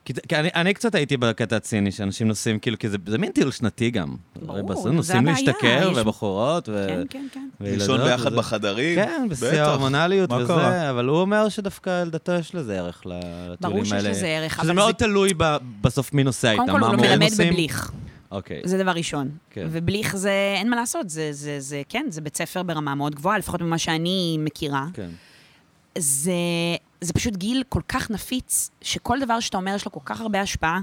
כי, כי אני, אני קצת הייתי בקטע הציני, שאנשים נוסעים, כאילו, כי זה, זה מין טיול שנתי גם. ברור, הרי בסוף זה נוסעים הבעיה, להשתכר, יש- ובחורות, ו... כן, כן, כן. וילדות. לישון ביחד וזה. בחדרים? כן, בשיא בטח. ההורמונליות מה וזה, קרה? אבל הוא אומר שדווקא לדתו יש לזה ערך ל- לטיולים שיש האלה. לזה ערך, אבל שזה זה- מאוד תלוי ב- בסוף מי נוסע איתם, קודם מה כל הוא לא המורה מלמד נוסעים. בבליך, אוקיי. זה דבר ראשון. כן. ובליך זה, אין מה לעשות, זה, זה, זה, כן, זה בית ספר ברמה מאוד גבוהה, לפחות ממה שאני מכירה. כן. זה, זה פשוט גיל כל כך נפיץ, שכל דבר שאתה אומר יש לו כל כך הרבה השפעה.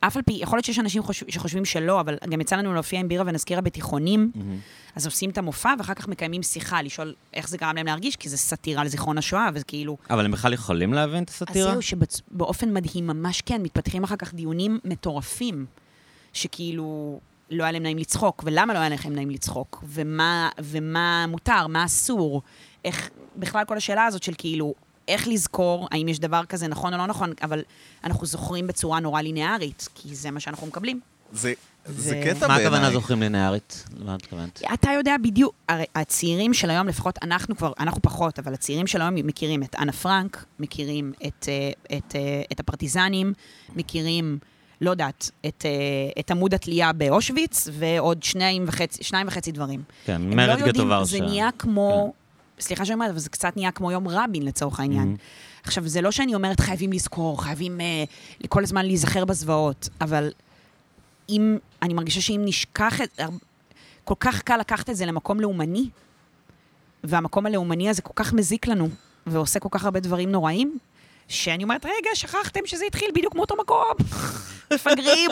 אף על פי, יכול להיות שיש אנשים חוש, שחושבים שלא, אבל גם יצא לנו להופיע עם בירה ונזכירה בתיכונים, אז עושים את המופע ואחר כך מקיימים שיחה, לשאול איך זה גרם להם להרגיש, כי זה סאטירה לזיכרון השואה, וזה כאילו... אבל הם בכלל יכולים להבין את אז הסאטירה? זהו, שבאופן מדהים, ממש כן, מתפתחים אחר כך דיונים מטורפים, שכאילו לא היה להם נעים לצחוק, ולמה לא היה להם נעים לצחוק, ומה, ומה מותר, מה אסור, איך, בכלל כל השאלה הזאת של כאילו, איך לזכור, האם יש דבר כזה נכון או לא נכון, אבל אנחנו זוכרים בצורה נורא לינארית, כי זה מה שאנחנו מקבלים. זה זה זה- קטע מה בעיניי. הכוונה זוכרים לינארית? למה את התכוונת? אתה יודע בדיוק, הרי הצעירים של היום, לפחות אנחנו כבר, אנחנו פחות, אבל הצעירים של היום מכירים את אנה פרנק, מכירים את, אה, את, אה, את הפרטיזנים, מכירים, לא יודעת, את, אה, את עמוד התלייה באושוויץ, ועוד שניים וחצי, שניים וחצי דברים. כן, הם מרד לא יודעים, גטו ורשה. זה נהיה כמו, כן. סליחה שאני אומרת, אבל זה קצת נהיה כמו יום רבין לצורך העניין. Mm-hmm. עכשיו, זה לא שאני אומרת חייבים לזכור, חייבים אה, כל הזמן להיזכר בזוועות, אבל אם, אני מרגישה שאם נשכח את, הר- כל כך קל לקחת את זה למקום לאומני, והמקום הלאומני הזה כל כך מזיק לנו, ועושה כל כך הרבה דברים נוראים, שאני אומרת, רגע, שכחתם שזה התחיל בדיוק מאותו [LAUGHS] מקום, מפגרים.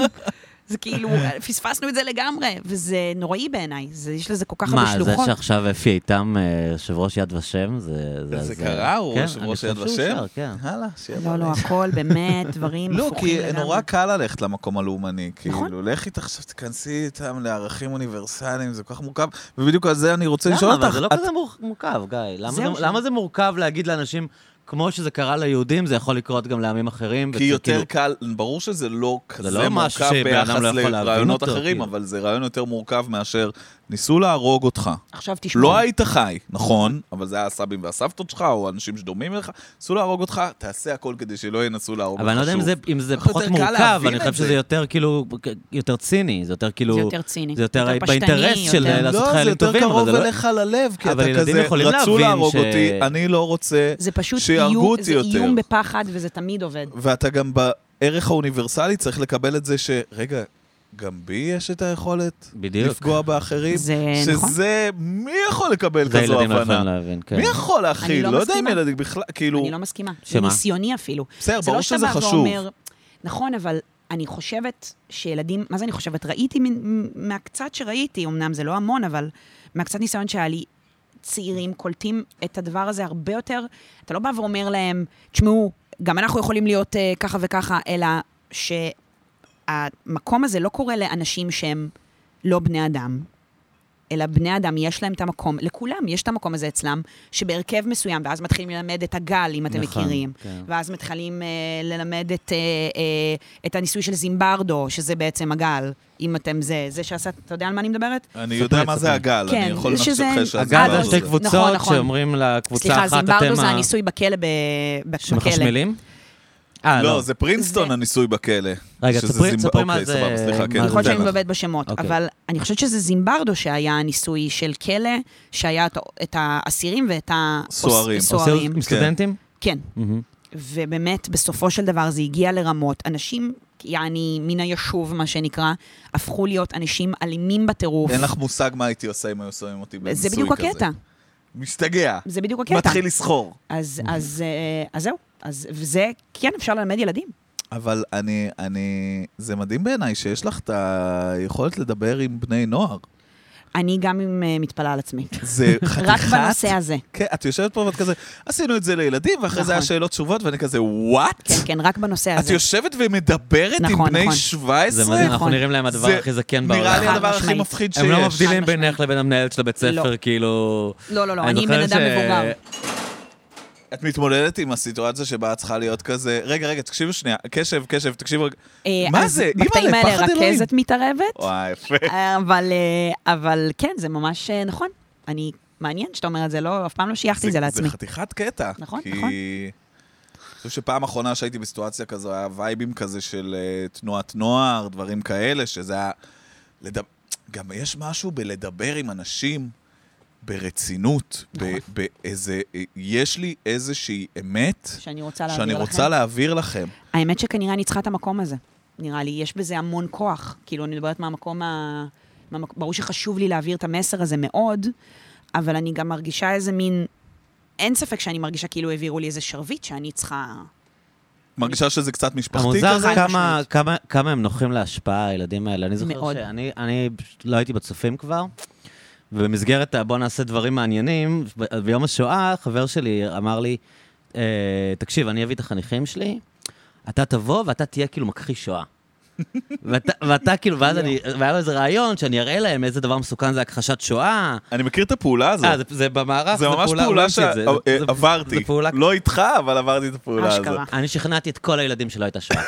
זה כאילו, פספסנו את זה לגמרי, וזה נוראי בעיניי, זה, יש לזה כל כך הרבה מה, זה שלוחות. שעכשיו אפי איתם אה, יושב ראש יד ושם, זה... זה אז, אה, קרה? הוא כן, יושב אני ראש חושב יד שהוא ושם? שר, כן. הלאה, שיהיה לא, לא, בריא. הכל [LAUGHS] באמת, דברים לא, הפוכים כי לגמרי. נורא קל ללכת למקום הלאומני. נכון. כאילו, לכי תחשוב, תכנסי איתם לערכים אוניברסליים, זה כל כך מורכב. ובדיוק על זה אני רוצה לשאול למה? אותך. אבל זה לא את- כזה מור- מורכב, גיא. למה זהו זה- ש- למה זה מורכב להגיד לאנשים, כמו שזה קרה ליהודים, זה יכול לקרות גם לעמים אחרים? כי וזה יותר כאילו- קל, ברור שזה לא לא כזה משהו מורכב שבן אדם ביחס לא יכול להבין לרעיונות אותו, אחרים, כאילו. אבל זה רעיון יותר מורכב מאשר ניסו להרוג אותך. עכשיו תשמע. לא היית חי, נכון, אבל זה היה הסבים והסבתות שלך, או אנשים שדומים לך, ניסו להרוג אותך, תעשה הכל כדי שלא ינסו להרוג אותך אבל אני לא יודע אם שוב. זה- אם זה אנחנו פחות יותר קל מורכב, להבין אני את חושב זה. שזה יותר כאילו, יותר ציני, זה יותר כאילו... זה יותר ציני. זה יותר יותר פשטני, באינטרס של יותר- לעשות לא, זה חיילים יותר טובים, אבל קרוב זה לא... אליך ללב, כי אבל אתה ילדים כזה, יכולים רצו להבין להרוג ש- אותי, אני לא רוצה זה פשוט שיהרגו איום, אותי זה יותר. איום בפחד, וזה תמיד עובד. ואתה גם בערך האוניברסלי צריך לקבל את זה ש... רגע, גם בי יש את היכולת בדיוק. לפגוע באחרים? זה נכון. שזה, מי יכול לקבל זה כזו ילדים לא יכולים הבנה? להבין, כן. מי יכול להכיל? אני לא לא יודע אם מסכימה. ילדים בכלל, כאילו... אני לא מסכימה. זה שמה? ניסיוני אפילו. בסדר, זה ברור לא שאתה שזה בא חשוב. ואומר- נכון, אבל אני חושבת שילדים, מה זה אני חושבת? ראיתי מן- מהקצת שראיתי, אמנם זה לא המון, אבל מהקצת ניסיון שהיה לי, צעירים קולטים את הדבר הזה הרבה יותר. אתה לא בא ואומר להם, תשמעו, גם אנחנו יכולים להיות אה, ככה וככה, אלא שהמקום הזה לא קורה לאנשים שהם לא בני אדם, אלא בני אדם, יש להם את המקום, לכולם יש את המקום הזה אצלם, שבהרכב מסוים, ואז מתחילים ללמד את הגל, אם אתם נכון, מכירים. כן. ואז מתחילים אה, ללמד את, אה, אה, את הניסוי של זימברדו, שזה בעצם הגל, אם אתם זה, זה שעשה, אתה יודע על מה אני מדברת? אני יודע מה ספר. זה הגל, אני כן, יכול זה שזה- לנחשב לך אגב, אבל- זה שתי נכון, קבוצות נכון. שאומרים לקבוצה סליחה, אחת, זימברדו אתם זה ה- הניסוי בכלא, ב... ב- בכלא. שמחשמלים? אה, לא, לא. זה פרינסטון זה- הניסוי בכלא. רגע, שזה ספרי- זימב- ספרי מה אוקיי, זה- סבבה, סליחה, מה כן. זה אני חושבת אתן שאני לך. מבלבלת בשמות, אוקיי. אבל אני חושבת שזה זימברדו שהיה הניסוי של כלא, שהיה את- את האסירים ואת סוהרים. הסוהרים. עם סטודנטים? כן. מהמם. ובאמת, בסופו של דבר זה הגיע לרמות. אנשים, יעני, מן היישוב, מה שנקרא, הפכו להיות אנשים אלימים בטירוף. אין לך מושג מה הייתי עושה אם היו שמים אותי בניסוי כזה. זה בדיוק הקטע. משתגע. זה בדיוק הקטע. מתחיל לסחור. אז, אז, אה, אז זהו. אז וזה, כן, אפשר ללמד ילדים. אבל אני, אני, זה מדהים בעיניי שיש לך את היכולת לדבר עם בני נוער. אני גם עם אה, מתפלאה על עצמי. זה חתיכת... [LAUGHS] רק בנושא הזה. כן, את יושבת פה ואת כזה, עשינו את זה לילדים, ואחרי זה היה נכון. שאלות תשובות, ואני כזה, וואט? כן, כן, רק בנושא את הזה. יושבת ומדברת עם נכון, בני נכון. 17? זה מדהים, אנחנו נכון. נראים להם הדבר זה הכי זקן נראה לי בעולם. חד הדבר הכי משמעית. מפחיד שיש. הם לא מבדילים חד משמעית. בינך לבין המנהלת של הבית ספר, לא. כאילו... לא, לא, לא, אני זוכר בן אדם ש- מבוגר. את מתמודדת עם הסיטואציה שבה את צריכה להיות כזה, רגע, רגע, תקשיבו שנייה, קשב, קשב, תקשיבו רגע. אה, מה אז זה? בקטעים אימא'לה, האלה פחד אלוהים. רכזת מתערבת, וואי, יפה. אה, אבל, אה, אבל כן, זה ממש אה, נכון. אני, מעניין שאתה אומר את זה, לא, אף פעם לא שייכתי את זה לעצמי. זה חתיכת קטע. נכון, כי... נכון. אני חושב שפעם אחרונה שהייתי בסיטואציה כזו, היה וייבים כזה של אה, תנועת נוער, דברים כאלה, שזה היה... לדבר... גם יש משהו בלדבר עם אנשים ברצינות, נכון. ב- באיזה... אה, יש לי איזושהי אמת שאני רוצה להעביר לכם. שאני רוצה להעביר לכם. האמת שכנראה אני צריכה את המקום הזה, נראה לי. יש בזה המון כוח. כאילו, אני מדברת מהמקום ה... מהמק- ברור שחשוב לי להעביר את המסר הזה מאוד, אבל אני גם מרגישה איזה מין... אין ספק שאני מרגישה כאילו העבירו לי איזה שרביט שאני צריכה... מרגישה שזה קצת משפחתי המוזר כזה? זה כמה, משמעית. כמה, כמה הם נוחים להשפעה, הילדים האלה. אני זוכר מאוד. שאני אני פשוט לא הייתי בצופים כבר, ובמסגרת ה- בוא נעשה דברים מעניינים, ב- ביום השואה חבר שלי אמר לי, אה, תקשיב, אני אביא את החניכים שלי, אתה תבוא ואתה תהיה כאילו מכחיש שואה. [LAUGHS] ואתה, ואתה כאילו, ואז אני, והיה לו איזה רעיון שאני אראה להם איזה דבר מסוכן זה הכחשת שואה. אני מכיר את הפעולה הזאת. אה, זה, זה במערך, זה ממש הוא פעולה המציא את זה. זה- זה- שעברתי. זה פעולה לא איתך, אבל עברתי את הפעולה הזאת. אשכרה. אני שכנעתי את כל הילדים שלא הייתה [LAUGHS] שואה.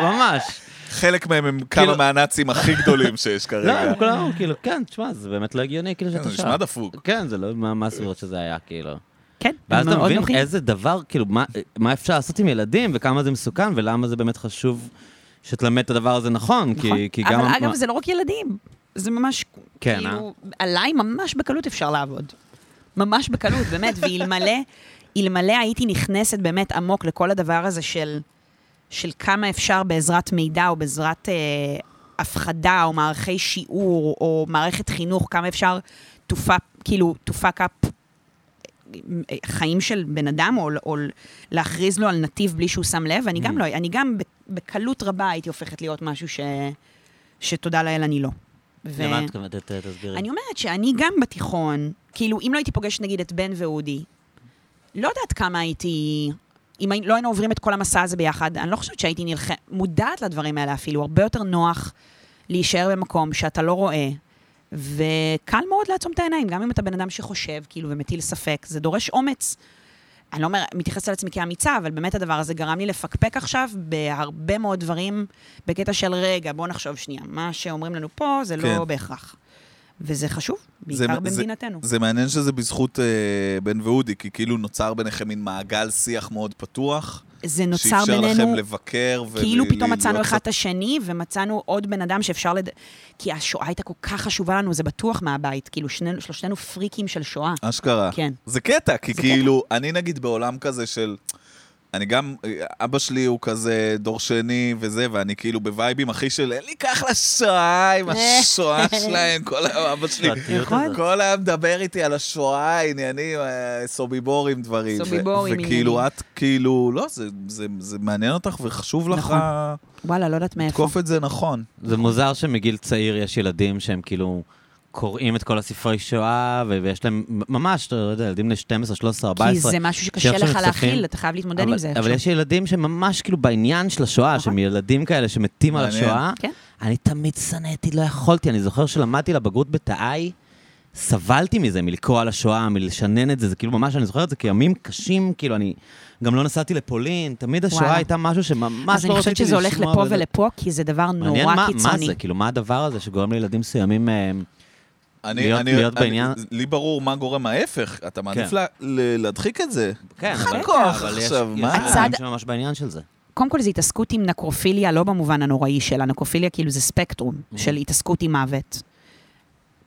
ממש. חלק מהם הם כמה כאילו- מהנאצים הכי גדולים שיש לא, כרגע. הם כולם, כאילו, כן, תשמע, זה באמת לא הגיוני, כאילו, כן, שאתה זה שואה. נשמע דפוק. כן, זה לא, מה מה הסבירות שזה היה, כאילו. כן, ואז אתה מאוד מבין נוחים. איזה דבר, כאילו, מה- מה אפשר לעשות עם ילדים, וכמה זה מסוכן, ולמה זה באמת חשוב שתלמד את הדבר הזה נכון, כי- נכון. כי גם... אבל מה- אגב, זה לא רק ילדים. זה ממש, כן, כאילו, עליי ממש בקלות אפשר לעבוד. ממש בקלות, באמת. ואלמלא, אלמלא הייתי נכנסת באמת עמוק לכל הדבר הזה של, של כמה אפשר בעזרת מידע או בעזרת אה, הפחדה או מערכי שיעור או מערכת חינוך, כמה אפשר to fuck, כאילו, to fuck up אה, חיים של בן אדם, או, או להכריז לו על נתיב בלי שהוא שם לב, אני גם לא, אני גם בקלות רבה הייתי הופכת להיות משהו ש, שתודה לאל אני לא. ו- למה את מתכוונת? ת- ת- תסבירי. אני אומרת שאני גם בתיכון, כאילו, אם לא הייתי פוגשת נגיד את בן ואודי, לא יודעת כמה הייתי... אם הי- לא היינו עוברים את כל המסע הזה ביחד, אני לא חושבת שהייתי נלח... מודעת לדברים האלה אפילו. הרבה יותר נוח להישאר במקום שאתה לא רואה, וקל מאוד לעצום את העיניים, גם אם אתה בן אדם שחושב, כאילו, ומטיל ספק, זה דורש אומץ. אני לא אומר, מתייחסת לעצמי כאמיצה, אבל באמת הדבר הזה גרם לי לפקפק עכשיו בהרבה מאוד דברים, בקטע של רגע, בוא נחשוב שנייה, מה שאומרים לנו פה זה כן. לא בהכרח. וזה חשוב, זה- בעיקר זה- במדינתנו. זה מעניין שזה בזכות אה, בן ואודי, כי כאילו נוצר ביניכם מין מעגל שיח מאוד פתוח. זה נוצר שאפשר לכם בינינו, לבקר ול- כאילו ל- פתאום להיות מצאנו אחד קצת- את השני, ומצאנו עוד בן אדם שאפשר לד... כי השואה הייתה כל כך חשובה לנו, זה בטוח מהבית, כאילו שנינו, שלושתנו פריקים של שואה. אשכרה. כן. זה קטע, כי זה כאילו, אני נגיד בעולם כזה של... אני גם, אבא שלי הוא כזה דור שני וזה, ואני כאילו בווייבים הכי של, אין לי כך לשואה [LAUGHS] עם השואה שלהם, כל היום אבא שלי, השואתיות נכון. הזאת. כל היום מדבר איתי על השואה, עניינים, אה, סוביבורים דברים. ו- סוביבורים, וכאילו, עניינים. את כאילו, לא, זה- זה- זה מעניין אותך וחשוב לך נכון. וואלה, לא יודעת מאיפה. לתקוף את זה נכון. זה מוזר שמגיל צעיר יש ילדים שהם כאילו קוראים את כל הספרי שואה, ו- ויש להם ממש, אתה יודע, ילדים בני 12, 13, 14. כי זה משהו שקשה שעכשיו לך הם צופים. להכיל, אתה חייב להתמודד אבל, עם זה. אבל עכשיו. יש ילדים שממש כאילו בעניין של השואה, נכון. שהם ילדים כאלה שמתים על מעניין. השואה. כן. אני תמיד שנאתי, לא יכולתי. אני זוכר שלמדתי לבגרות בתאי, סבלתי מזה, מלקרוא על השואה, מלשנן את זה, זה כאילו ממש, אני זוכר את זה כימים קשים, כאילו אני גם לא נסעתי לפולין, תמיד השואה וואלה. הייתה משהו שממש אז לא אני חושבת רציתי שזה לשמוע. הולך לפה וזה- ולפה, כי זה דבר מעניין מה- נורא מה קיצוני. זה, כאילו, מה הדבר הזה שגורם לילדים מסוימים... אה, אני, להיות- אני, להיות אני, בעניין- לי ברור מה גורם ההפך, אתה מעדיף כן. לה- ל- להדחיק את זה. כן, אין לך אבל- כוח אבל יש- עכשיו, יש מה? ילדים שממש בעניין של זה. קודם כל, זו התעסקות עם נקרופיליה, לא במובן הנוראי שלה, נקרופיליה כאילו זה ספקטרום Mm-hmm. של התעסקות עם מוות.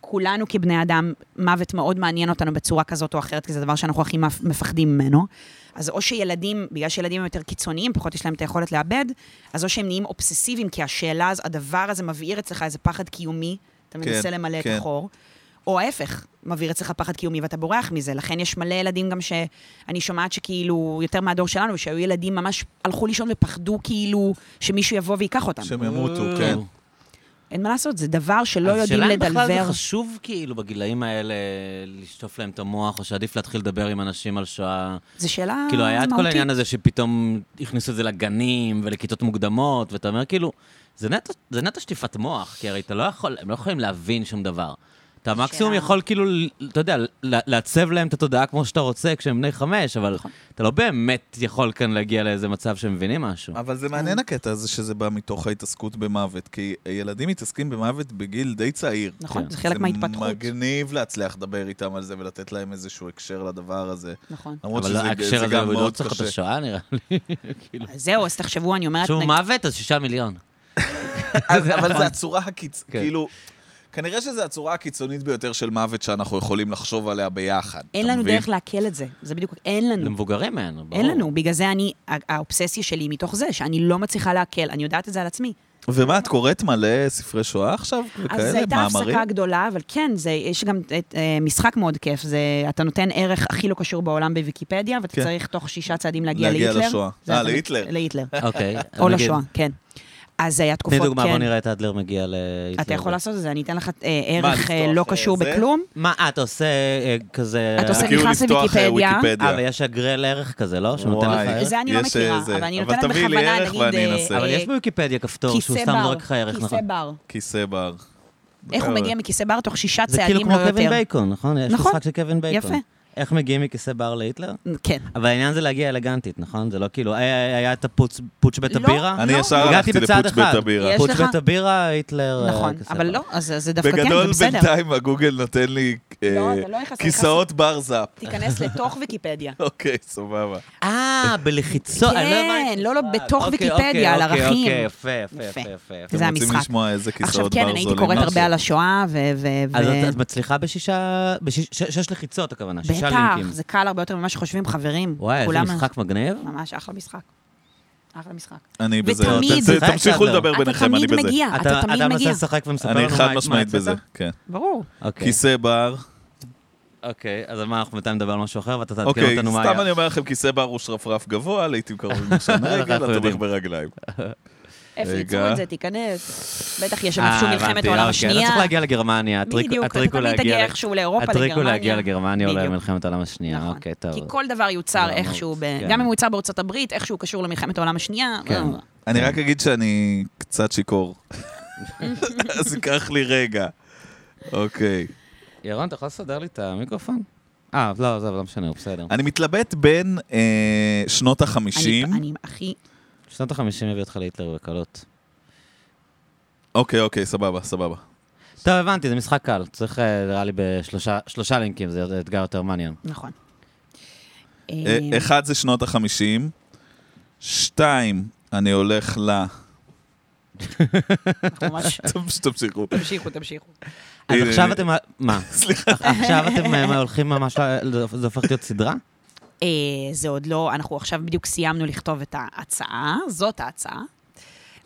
כולנו כבני אדם, מוות מאוד מעניין אותנו בצורה כזאת או אחרת, כי זה דבר שאנחנו הכי מפ- מפחדים ממנו. אז או שילדים, בגלל שילדים הם יותר קיצוניים, פחות יש להם את היכולת לאבד, אז או שהם נהיים אובססיביים, כי השאלה, הז- הדבר הזה מבעיר אצלך איזה פחד קיומי, אתה כן, מנסה למלא את כן. החור. או ההפך, מבעיר אצלך פחד קיומי ואתה בורח מזה. לכן יש מלא ילדים גם שאני שומעת שכאילו, יותר מהדור שלנו, שהיו ילדים ממש הלכו לישון ופחדו כאילו שמישהו יבוא וייקח אותם. שהם ימותו, אה. כן. אין מה לעשות, זה דבר שלא לא יודעים השאלה אם בכלל זה לדלבר. חשוב, כאילו, בגילאים האלה, לשטוף להם את המוח, או שעדיף להתחיל לדבר עם אנשים על שואה. זו שאלה אה, מהותית. כאילו, היה את כל העניין הזה שפתאום הכניסו את זה לגנים ולכיתות מוקדמות, ואתה אומר, כאילו, זה נטו- זה נטו שטיפת מוח, כי הרי אתה לא יכול, הם לא יכולים להבין שום דבר. אתה מקסימום יכול כאילו, ל- אתה יודע, ל- לעצב להם את התודעה כמו שאתה רוצה כשהם בני חמש, אבל נכון. אתה לא באמת יכול כאן להגיע לאיזה מצב שהם מבינים משהו. אבל זה מעניין הקטע הזה שזה בא מתוך ההתעסקות במוות, כי ילדים מתעסקים במוות בגיל די צעיר. נכון, כן. זה חלק זה מההתפתחות. מגניב להצליח לדבר איתם על זה ולתת להם איזשהו הקשר לדבר הזה. נכון. למרות אבל שזה ההקשר זה הזה, גם הוא לא מאוד צריך את קשה. השואה, נראה לי. כאילו. אז זהו, אז תחשבו, אני אומרת... שוב נגיד- מוות, אז שישה מיליון. [LAUGHS] Mm. אז- אבל זה הצורה הקיצ... נכון. כן. כאילו... כנראה שזו הצורה הקיצונית ביותר של מוות שאנחנו יכולים לחשוב עליה ביחד. אין אתה לנו מבין? דרך לעכל את זה. זה בדיוק, אין לנו. למבוגרים אין, ברור. אין לנו. בגלל זה אני, ה- האובססיה שלי היא מתוך זה, שאני לא מצליחה לעכל. אני יודעת את זה על עצמי. ומה, את קוראת מלא ספרי שואה עכשיו? אז זו וכאלה? הייתה מאמרים? הפסקה גדולה, אבל כן, זה, יש גם את, אה, משחק מאוד כיף. זה, אתה נותן ערך הכי לא קשור בעולם בוויקיפדיה, ואתה כן. צריך תוך שישה צעדים להגיע להגיע להיטלר. לשואה. זה אה, אתה- להיטלר. להיטלר. אוקיי. אז או נגיד, לשואה, כן. אז זה היה תני תקופות, כן. דוגמה, בוא נראה את אדלר מגיע ל... אתה יכול לעשות את זה, אני אתן לך אה, מה, ערך אה, לפתוח, לא אה, קשור זה? בכלום. מה, את עושה אה, כזה... אתה עושה- כאילו נכנס לפתוח, אה, לוויקיפדיה. אה, ויש אגרל ערך כזה, לא? שנותן לך וואי. ערך? זה אני לא יש, מכירה, אה, זה. אבל אני אבל נותנת תביאי לי בכוונה, ערך נגיד, ואני אה, אנסה. אבל אה, יש בוויקיפדיה כפתור שהוא כיסא סתם בר. זורק לך ערך, כיסא נכון? בר. כיסא בר. אה, איך הוא מגיע מכיסא בר תוך שישה זה כאילו צעדים לא כמו קווין יותר. בייקון, נכון? יש נכון. משחק של קווין בייקון. יפה. איך מגיעים מכיסא בר להיטלר? כן. אבל העניין זה להגיע אלגנטית, נכון? זה לא כאילו, היה היה את הפוץ פוץ בית לא, הבירה? אני לא. ישר הגעתי הלכתי בצעד לפוץ בית אחד. הבירה. יש פוץ לך? בית הבירה, היטלר... אה, נכון, כיסא אבל בר. לא, אז זה דווקא כן, זה בגדול, בסדר. בינתיים הגוגל נותן לי אה, לא, אתה לא נכנס, אתה כיסאות בר זאפ. [LAUGHS] תיכנס לתוך ויקיפדיה. אוקיי, סבבה. אה, בלחיצות, אני לא הבנתי. כן, לא, לא, בתוך אוקיי, ויקיפדיה, על אוקיי, ערכים. אוקיי, יפה, יפה, יפה. יפה, יפה. יפה. זה אתם רוצים המשחק. לשמוע איזה כיסאות בר זולים? אוקיי. עכשיו כן, אני הייתי קוראת הרבה על השואה, ו... ו- אז ו- את- את מצליחה בשישה, בשש לחיצות הכוונה, שישה בטח, לינקים. זה קל הרבה יותר ממה שחושבים, חברים. וואי, איזה כולם- משחק מגניב. ממש אחלה משחק. אחלה משחק. אני בזה. ותמיד- ת- ת- תמשיכו אתה לדבר ביניכם, אני אתה תמיד בזה. מגיע, אתה תמיד אתה מגיע. אוקיי. מנסה לשחק ומספר לנו אני מה חד מה משמעית הצעת? בזה, כן. ברור. אוקיי, כיסא בר. אוקיי, אז על מה אנחנו בינתיים נדבר על משהו אחר, ואתה תעדכן אוקיי, אותנו לא מה היה. סתם אני אומר לכם, כיסא בר הוא שרפרף גבוה, לעיתים [LAUGHS] קרוב למשען רגל, אנחנו התומך יודעים. ברגליים. איפה רגע. ייצרו את זה, תיכנס. בטח יש שם אה, איפשהו מלחמת הבנתי, העולם אוקיי, לא השנייה. צריך להגיע לגרמניה, הטריק- בדיוק, אתה הטריק הוא תמיד להגיע תגיע ל- איכשהו לאירופה, הטריק הוא לגרמניה. להגיע לגרמניה או בדיוק. נכון. למלחמת העולם השנייה, אוקיי, טוב. כי כל דבר יוצר אמרת, איכשהו, ב- כן. גם אם הוא יוצר בארצות הברית, איכשהו קשור למלחמת העולם השנייה. כן. אה, אני רק אגיד שאני קצת [LAUGHS] שיכור. אז ייקח לי רגע. אוקיי. ירון, אתה יכול לסדר לי את המיקרופון? אה, לא, זה לא משנה, הוא בסדר. אני מתלבט בין אה, שנות אני החמישים. אני הכי... שנות החמישים הביא אותך להיטלר בקלות. אוקיי, אוקיי, סבבה, סבבה. אה, טוב, הבנתי, זה משחק קל. צריך, אה, נראה לי, בשלושה שלושה לינקים, זה אתגר יותר מעניין. נכון. אה, אה, אחד זה שנות החמישים. שתיים, אני הולך ל... [LAUGHS] אנחנו ממש... תמשיכו. תמשיכו, תמשיכו. אז הנה, עכשיו הנה. אתם... מה? [LAUGHS] סליחה. עכשיו אתם אה, הולכים ממש... ל- זה הופך להיות סדרה? אה, זה עוד לא, אנחנו עכשיו בדיוק סיימנו לכתוב את ההצעה, זאת ההצעה.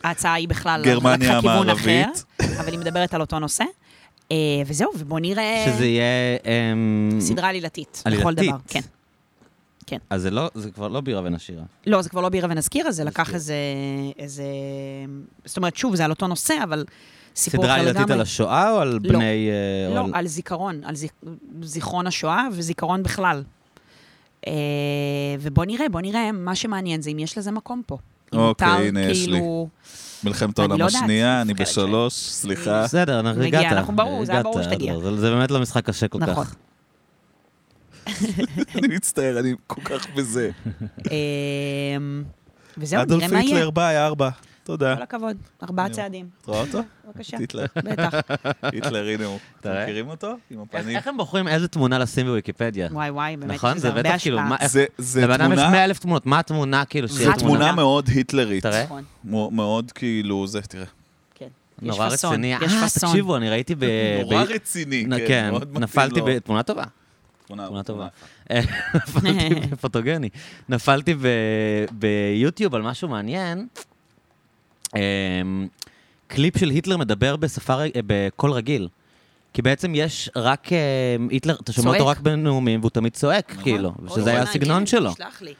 ההצעה היא בכלל גרמניה לקחה כיוון המערבית. אחר, אבל היא מדברת על אותו נושא. אה, וזהו, ובואו נראה שזה יהיה... אמ, אה. סדרה עלילתית, לכל עלילתית. דבר. כן. אז זה לא, זה כבר לא בירה ונשירה. לא, זה כבר לא בירה ונזכיר, אז זה לקח נזכיר. איזה, איזה... זאת אומרת, שוב, זה על אותו נושא, אבל סיפור סדרה אחר לגמרי. עלילתית על השואה או על לא. בני... אה, או לא, על- על זיכרון, על זיכ... זיכרון השואה וזיכרון בכלל. אה, ובוא נראה, בוא נראה, מה שמעניין זה אם יש לזה מקום פה. אם אוקיי, מותר, הנה, יש [LAUGHS] כאילו... מלחמת אני כן. אה, העולם לא יודעת, השנייה, אני מפחדת בשלוש, סליחה. בסדר, אנחנו מגיע, הגעת. אנחנו ברור, זה היה הגעת, ברור שתגיע. לא, זה- זה באמת לא משחק קשה כל כך. נכון. [LAUGHS] אני מצטער, אני כל כך בזה. אה, וזהו, אדולף נראה מה יהיה. היטלר ביי, ארבע. תודה. כל הכבוד, ארבעה אני- צעדים, את רואה אותו? בבקשה. היטלר. בטח, היטלר, הנה הוא. אתם רואה? מכירים אותו? איך עם הפנים. איך הם בוחרים איזה תמונה לשים בוויקיפדיה? וואי וואי, באמת, נכון? שזה זה הרבה בטח כאילו... השפעה. מה- איך- זה- זה לבן אדם יש תמונה- 100 אלף תמונות, מה התמונה כאילו מה שיהיה זה תמונה תמונה? התמונה? מאוד היטלרית. תראה. נכון, מ- מאוד כאילו, זה, תראה. כן. יש אה? נורא פאסון, רציני. יש אה, פאסון. תקשיבו, אני ראיתי ב... נורא ב- רציני, נ- כן. כן, מאוד מתאים נפלתי לו. ב... תמונה טובה. תמונה טובה. אה, נפלתי בפוטוגני. נפלתי ב- ביוטיוב על משהו מעניין. אמ, קליפ של היטלר מדבר בשפה, ר- אה, בקול רגיל. כי בעצם יש רק אמ, היטלר, אתה שומע אותו צועק. רק בנאומים, והוא תמיד צועק, כאילו, נכון. אוי, שזה היה וואי, הסגנון כן, שלו. תשלח לי.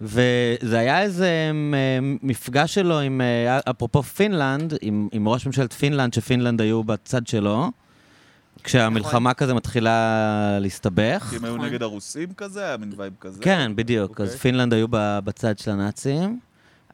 וזה היה איזה אמ, אמ, מפגש שלו עם, אה, אפרופו פינלנד, עם, עם ראש ממשלת פינלנד, שפינלנד היו בצד שלו, כשהמלחמה כזה מתחילה להסתבך. כי הם היו נגד הרוסים כזה, היה מין וייב כזה. כן, בדיוק. אז אוקיי. פינלנד היו ב- בצד של הנאצים,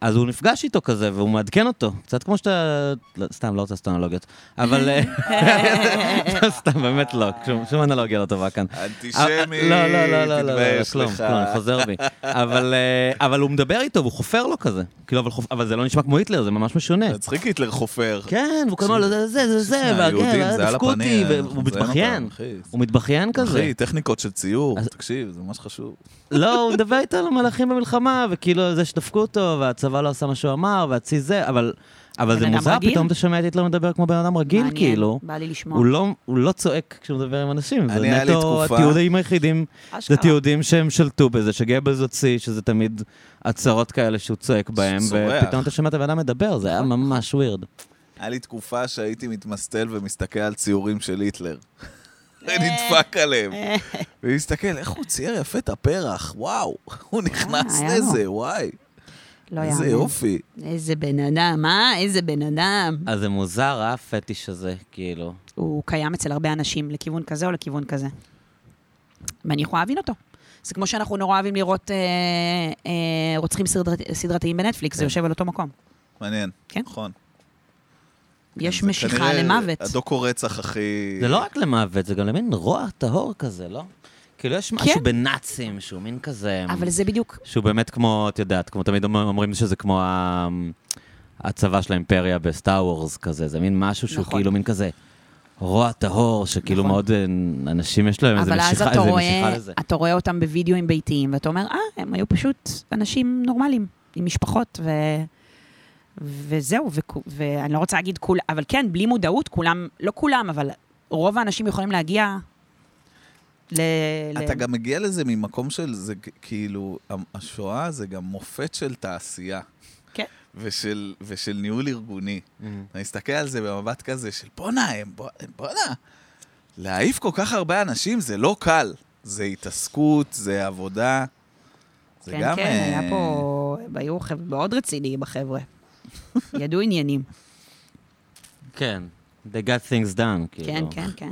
אז הוא נפגש איתו כזה, והוא מעדכן אותו. קצת כמו שאתה... לא, סתם, לא רוצה לעשות אנלוגיות. אבל... [LAUGHS] אה, סתם, באמת לא. שום- שום אנלוגיה לא טובה כאן. אנטישמי, לא, לא, לא, לא, לא, לא, לא, תתבייש כלום, לך. כלום, חוזר בי. אבל, אה, אבל הוא מדבר איתו, והוא חופר לו כזה. כאילו, אבל, חופ... אבל זה לא נשמע כמו היטלר, זה ממש משונה. מצחיק היטלר חופר. כן, והוא כזה, זה, זה, זה, זה, שמע, היהודים, והגן, זה על דפקו אותי, הפנים, והוא זה אין מתבכיין. אותם, אחי. הוא מתבכיין כזה. אחי, טכניקות של ציור, אז- תקשיב, זה ממש חשוב. לא, הוא מדבר איתו על המלאכים במלחמה, וכאילו זה שדפקו אותו, והצבא לא עשה מה שהוא אמר, והצי זה, אבל, אבל בן זה אדם מוזר, רגיל? פתאום אתה שומע את היטלר מדבר כמו בן אדם רגיל, מעניין, כאילו. בא לי לשמוע. הוא לא, הוא לא צועק כשהוא מדבר עם אנשים, זה אני, היה לי נטו תקופה- התיעודים היחידים, זה אשכרה. תיעודים שהם שלטו בזה, שגבלס הוציא, שזה תמיד הצהרות כאלה שהוא צועק בהם, צורח. ופתאום אתה שומע את הבן אדם מדבר, זה היה ממש ווירד. היה לי תקופה שהייתי מתמסטל ומסתכל על ציורים של היטלר. אה. נדפק עליהם. ומסתכל, איך הוא צייר יפה את הפרח, וואו. הוא נכנס אה, היה לו. לזה, וואי. לא איזה יאמן. יופי. איזה בן אדם, אה? איזה בן אדם. אז זה מוזר, אה, הפטיש הזה, כאילו. אה. הוא קיים אצל הרבה אנשים, לכיוון כזה או לכיוון כזה. ואני יכולה להבין אותו. זה כמו שאנחנו נורא אוהבים לראות אה, אה, רוצחים סדרת, סדרתיים בנטפליקס, זה יושב על אותו מקום. מעניין. כן. נכון. כן, יש זה משיכה כנראה למוות. הדוקו רצח הכי... זה לא רק למוות, זה גם למין רוע טהור כזה, לא? כאילו, יש משהו בנאצים שהוא מין כזה... אבל זה בדיוק, שהוא באמת כמו, את יודעת, כמו תמיד אומרים שזה כמו ה- הצבא של האימפריה בסטאר וורס כזה, זה מין משהו שהוא נכון. כאילו מין כזה רוע טהור, שכאילו נכון. מאוד אה, אנשים יש להם איזה אבל אז משיכה אתה איזה רואה, משיכה לזה. אתה רואה אותם בווידאוים ביתיים, ואתה אומר, אה, הם היו פשוט אנשים נורמליים, עם משפחות, ו... וזהו, וכו- ואני לא רוצה להגיד כולם, אבל כן, בלי מודעות, כולם, לא כולם, אבל רוב האנשים יכולים להגיע ל... ל- אתה גם מגיע לזה ממקום של זה, כ- כאילו, ה- השואה זה גם מופת של תעשייה. כן. ושל, ושל ניהול ארגוני. מ. אתה מסתכל על זה במבט כזה של בואנה, הם בוא- הם בואנה. להעיף כל כך הרבה אנשים זה לא קל. זה התעסקות, זה עבודה. זה כן, גם... כן, אה, היה פה, היו חבר'ה מאוד [LAUGHS] רציניים, החבר'ה. ידעו עניינים. כן. They got things done, כאילו. כן, כן, כן.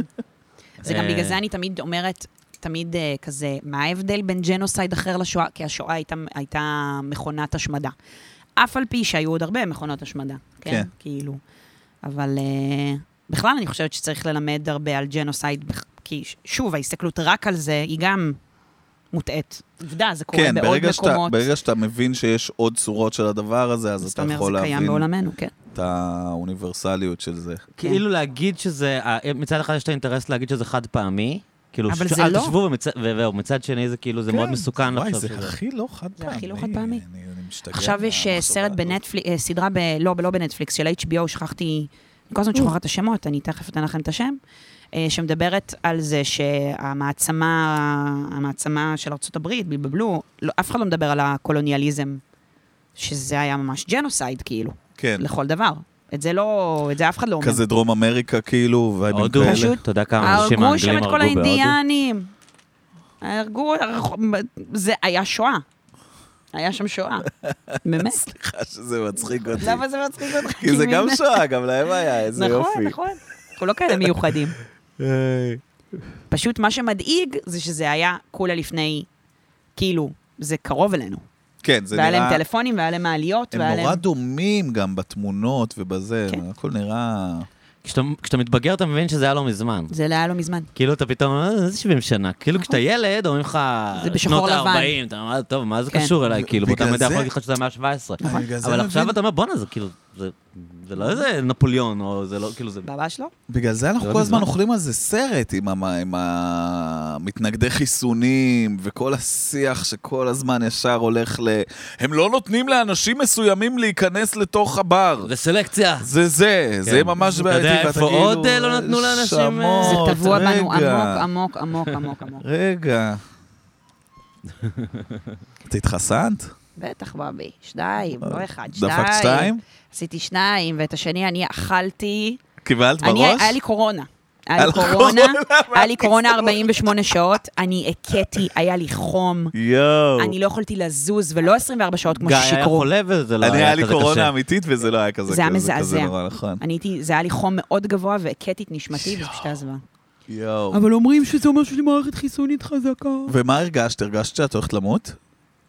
זה אה, גם בגלל זה אני תמיד אומרת, תמיד אה, כזה, מה ההבדל בין ג'נוסייד אחר לשואה? כי השואה הייתה, הייתה מכונת השמדה. אף על פי שהיו עוד הרבה מכונות השמדה, כן. כן? כן. כאילו. אבל אה, בכלל אני חושבת שצריך ללמד הרבה על ג'נוסייד, בכ- כי ש- שוב, ההסתכלות רק על זה היא גם מוטעית. עובדה, זה קורה כן, בעוד ברגע שאתה, מקומות. ברגע שאתה מבין שיש עוד צורות של הדבר הזה, אז זאת אתה אומרת, יכול זה קיים להבין בעולמנו, כן. את האוניברסליות של זה. כאילו להגיד שזה, ה- מצד אחד יש את האינטרס להגיד שזה חד פעמי, כאילו, אבל ש- זה אל לא. תשבו, ומצד- ו- וזהו, מצד שני זה כאילו, זה מאוד כן. מסוכן וואי, לחשוב זה שזה. הכי לא חד פעמי. זה הכי לא חד פעמי. אני, אני משתגע. עכשיו יש אה, מהמחשבה סרט הזאת. בנטפליקס, אה, סדרה ב... לא, לא בנטפליקס, של HBO, שכחתי... אני כל הזמן שוכחת את השמות, אני תכף אתן לכם את השם, אה, שמדברת על זה שהמעצמה, המעצמה של ארה"ב, בלבלו, לא, אף אחד לא מדבר על הקולוניאליזם, שזה היה ממש ג'נוסייד, כאילו, כן, לכל דבר. את זה לא, את זה אף אחד לא אומר. כזה דרום אמריקה כאילו, וייבים הודו, כאלה. פשוט אתה יודע כמה אנשים הרגו האנגלים שם את הרגו כל בהודו? האינדיאנים. הרגו, הרחו- זה היה שואה. היה שם [LAUGHS] שואה. באמת. סליחה [LAUGHS] שזה מצחיק אותי. למה זה מצחיק אותך? כי זה גם מן- שואה, גם להם היה, איזה נכון, יופי. נכון. אנחנו לא כאלה [LAUGHS] מיוחדים. היי. פשוט מה שמדאיג זה שזה היה כולה לפני, כאילו, זה קרוב אלינו. כן, זה והיה להם נראה... טלפונים והיה להם מעליות, והיה הם נורא להם... דומים גם בתמונות ובזה, כן. הכל נראה... כשאתה- כשאתה מתבגר אתה מבין שזה היה לא מזמן. זה היה לא מזמן. כאילו אתה פתאום, אה, איזה 70 שנה. כאילו כשאתה ילד, אומרים לך, נכון. זה בשחור שנות לבן. ה-40, אתה אומר, טוב, מה זה כן. קשור אליי? ב- כאילו, באותה בגלל מידה זה- נכון. יכול להגיד לך שזה המאה ה-17. בגלל זה נכון, אבל עכשיו מבין- אתה אומר, בואנה, זה כאילו, זה- זה לא איזה נפוליאון, או זה לא, כאילו, זה... ממש לא. בגלל זה זה אנחנו לא כל הזמן מזמן. אוכלים על זה סרט, עם המ- עם המתנגדי חיסונים, וכל השיח שכל הזמן ישר הולך ל... הם לא נותנים לאנשים מסוימים להיכנס לתוך הבר. זה סלקציה. זה זה, זה ממש כן. אתה בעייתי, יודע ואתה איפה כאילו... עוד, אה, לא נתנו לאנשים, אה, זה שמות, טבוע בנו רגע. עמוק, עמוק, עמוק, עמוק, עמוק. [LAUGHS] רגע. את התחסנת? בטח, בבי. שניים, לא אחד, שניים. דפק שתיים? עשיתי שניים, ואת השני אני אכלתי... קיבלת אני, בראש? היה לי קורונה. היה לי על קורונה, הקורונה, [LAUGHS] היה לי קורונה 48 שעות, אני הכיתי, היה לי חום, יואו. אני לא יכולתי לזוז, ולא 24 שעות כמו גיא היה ששיקרו. חולה וזה לא אני, היה לי כזה קורונה קשה. אמיתית, וזה לא היה כזה זה היה כזה- כזה מזעזע. נורא, נכון. אני הייתי, זה היה לי חום מאוד גבוה, והכיתי את נשמתי, וזה פשוט עזבה. יואו. אבל אומרים שזה אומר שיש לי מערכת חיסונית חזקה. ומה הרגשת? הרגשת שאת הולכת למות?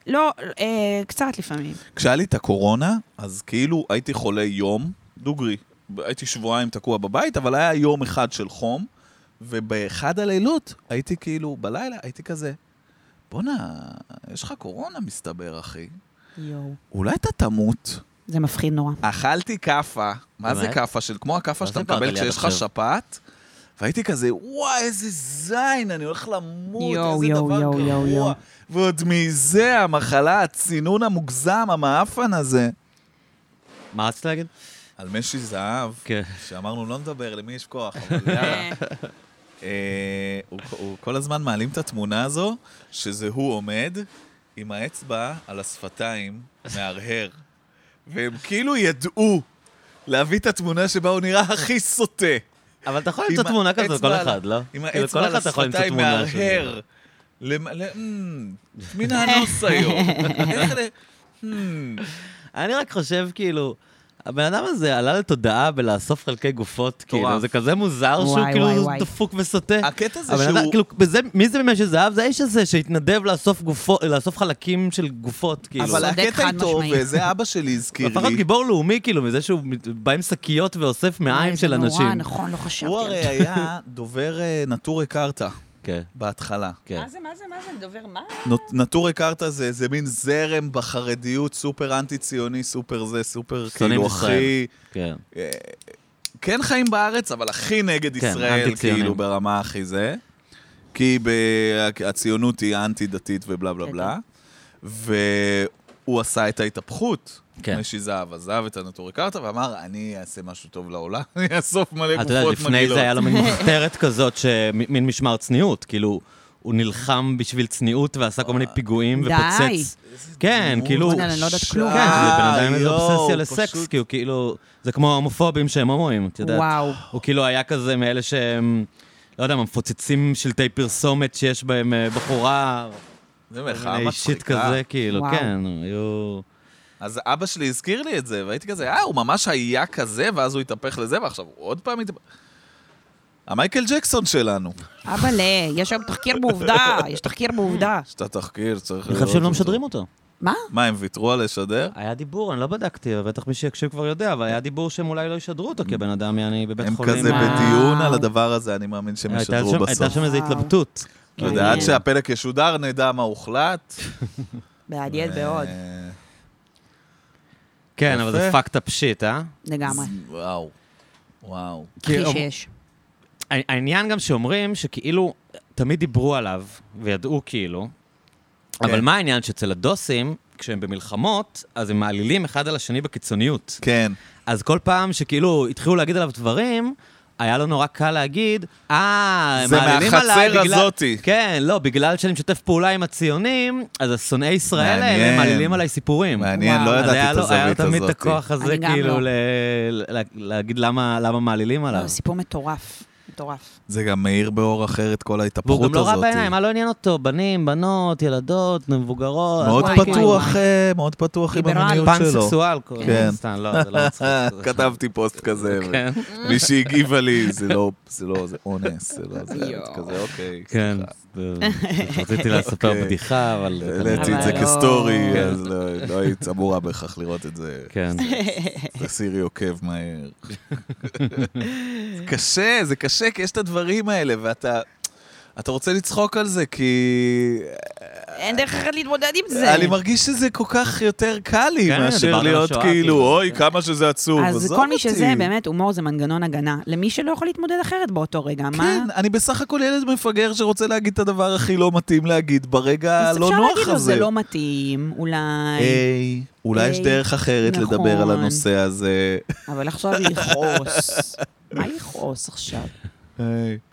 לא, אה, קצת לפעמים. כשהיה לי את הקורונה, אז כאילו הייתי חולה יום, דוגרי. הייתי שבועיים תקוע בבית, אבל היה יום אחד של חום, ובאחד הלילות הייתי כאילו, בלילה הייתי כזה, בואנה, יש לך קורונה מסתבר, אחי. יואו. אולי אתה תמות. זה מפחיד נורא. אכלתי כאפה, מה זה באמת? כאפה? של כמו הכאפה מה שאתה זה ברקלי מקבל עד כשיש לך עכשיו? שפעת, והייתי כזה, וואי, איזה זין, אני הולך למות, יואו, איזה יואו, דבר יואו, יואו, גרוע. יואו. ועוד מזה המחלה, הצינון המוגזם, המאפן הזה. מה רצית להגיד? על משי זהב, כן. שאמרנו לא נדבר, למי יש כוח, אבל אה, יאללה. אה, הוא- הוא כל הזמן מעלים את התמונה הזו, שזה הוא עומד עם האצבע על השפתיים, מהרהר. והם כאילו ידעו להביא את התמונה שבה הוא נראה הכי סוטה. אבל אתה יכול עם למצוא תמונה כזאת, האצבע כל על- אחד, לא? עם כאילו, האצבע כל על אחד אתה יכול למצוא השפתיים תמונה של זה. מהרהר. למ- ל- "מ, מן [LAUGHS] האנוס היום. "אמ, איך ל- "מ, אני רק חושב, כאילו, הבן אדם הזה עלה לתודעה בלאסוף חלקי גופות, כאילו, מטורף. זה כזה מוזר שהוא וואי, וואי, כאילו וואי. דפוק וסוטה. הקטע זה הבן אדם, שהוא... כאילו, בזה, מי זה ממש זהב? זה האיש הזה שהתנדב לאסוף גופות, לאסוף חלקים של גופות, כאילו. אבל הוא צודק הקטע חד איתו, משמעית. וזה אבא שלי הזכיר הפך להיות לי, גיבור לאומי, כאילו, מזה שהוא מת- בא עם שקיות ואוסף אה, מעיים של זה נורא, אנשים. נכון, לא חשבתי הוא על הרי זה. היה דובר אה, נטורי קרתא כן, בהתחלה. כן. מה זה, מה זה, מה זה, דובר מה? נות- נטורי קרתא זה איזה מין זרם בחרדיות סופר אנטי-ציוני, סופר זה, סופר שונאים כאילו ישראל. הכי... כן. כן חיים בארץ, אבל הכי נגד כן, ישראל, אנטי-ציונים. כאילו ברמה הכי זה. כי ב... הציונות היא אנטי-דתית ובלה בלה בלה. כן. והוא עשה את ההתהפכות. כן. משי זהב עזב את הנטורי קרתא ואמר, אני אעשה משהו טוב לעולם, [LAUGHS] אני אאסוף מלא גופות אתה יודע, מגעילות. לפני זה היה לו מין [LAUGHS] מחתרת כזאת, שמ- מין משמר צניעות, כאילו, הוא נלחם בשביל צניעות ועשה כל מיני פיגועים די. ופוצץ. כן, כאילו... וואלה, אני לא יודעת כלום. כן, זה בן אדם עם איזו יואו, אובססיה לסקס, פשוט- כי הוא כאילו, זה כמו ההומופובים שהם הומואים, את יודעת. וואו. הוא כאילו היה כזה מאלה שהם, לא יודע, מה, מפוצצים שלטי פרסומת שיש בהם אה, בחורה, זה מחאה מיני שיט מצחיקה. כזה, כאילו, וואו. כן, היו... אז אבא שלי הזכיר לי את זה, והייתי כזה, אה, הוא ממש היה כזה, ואז הוא התהפך לזה, ועכשיו הוא עוד פעם התהפך. המייקל ג'קסון שלנו. אבל אה, יש היום תחקיר בעובדה, יש תחקיר בעובדה. יש את התחקיר, צריך אני חושב שהם לא משדרים אותו. מה? מה, הם ויתרו על לשדר? היה דיבור, אני לא בדקתי, אבל בטח מי שיקשיב כבר יודע, אבל היה דיבור שהם אולי לא ישדרו אותו, כי הבן אדם יעני בבית הם חולים. כזה אה, בדיון על הדבר הזה, אני מאמין שהם הייתה ישדרו שם- הייתה בסוף. שם איזו וואו. התלבטות. כאילו. לא יודע, עד מעניין. שהפרק ישודר, נדע מה הוחלט. מעניין מאוד. אה, כן, יפה. אבל זה fucked up shit, אה? לגמרי. וואו. וואו. הכי כאילו, שיש. העני- העניין גם שאומרים שכאילו, תמיד דיברו עליו, וידעו כאילו, אבל כן. מה העניין? שאצל הדוסים, כשהם במלחמות, אז הם מעלילים אחד על השני בקיצוניות. כן. אז כל פעם שכאילו התחילו להגיד עליו דברים, היה לו נורא קל להגיד, אה, הם זה מעלילים מהחצר עליי בגלל... הזאתי. כן, לא, בגלל שאני משתף פעולה עם הציונים, אז השונאי ישראל האלה, מעניין. הם מעלילים עליי סיפורים. מעניין, לא וואו. אז כן. היה ידעתי את לו- היה לו הזווית הזאת. תמיד את הכוח הזה, אני גם כאילו, לא. ל- ל- להגיד למה למה מעלילים עליו. לא, סיפור מטורף. [LAUGHS] מטורף. זה גם מאיר באור אחר את כל ההתהפכות הזאת. והוא גם לא רע בעיניים, מה לא עניין אותו? בנים, בנות, ילדות, מבוגרות. Oh, מאוד וואי, וואי, פתוח, וואי. אה, מאוד פתוח עם ליברל. המיניות פן שלו. סקסואל. כן. סתם, לא, זה לא מצחיק. אה, [LAUGHS] כתבתי פוסט כזה, [LAUGHS] ו- כן. מי שהגיבה לי, זה לא, זה לא, זה אונס, זה לא, זה יואו. כזה, אוקיי. כן, סליחה." [LAUGHS] רציתי לספר אוקיי. בדיחה, אבל... העליתי את זה אבל לא. כסטורי, כן. אז לא- לא היית אמורה בהכרח לראות את זה. [LAUGHS] כן. תסירי עוקב [LAUGHS] מהר. זה קשה, זה קשה, כי יש את הדברים האלה, ואתה... אתה רוצה לצחוק על זה, כי... אין דרך אחרת להתמודד עם זה. אני מרגיש שזה כל כך יותר קל כן, לי דיברנו מאשר על להיות השואה, כאילו, כאילו. אוי, כמה שזה עצוב, עזוב אותי. אז כל מי שזה, באמת, הומור זה מנגנון הגנה. למי שלא יכול להתמודד אחרת באותו רגע, מה? כן, אני בסך הכל ילד מפגר שרוצה להגיד את הדבר הכי לא מתאים להגיד ברגע אז הלא אפשר נוח להגיד לו, הזה. זה לא מתאים, אולי, אה. היי, אולי יש היי, דרך אחרת נכון. לדבר על הנושא הזה. [LAUGHS] אבל עכשיו [LAUGHS] לכעוס. מה לכעוס עכשיו? היי. [LAUGHS]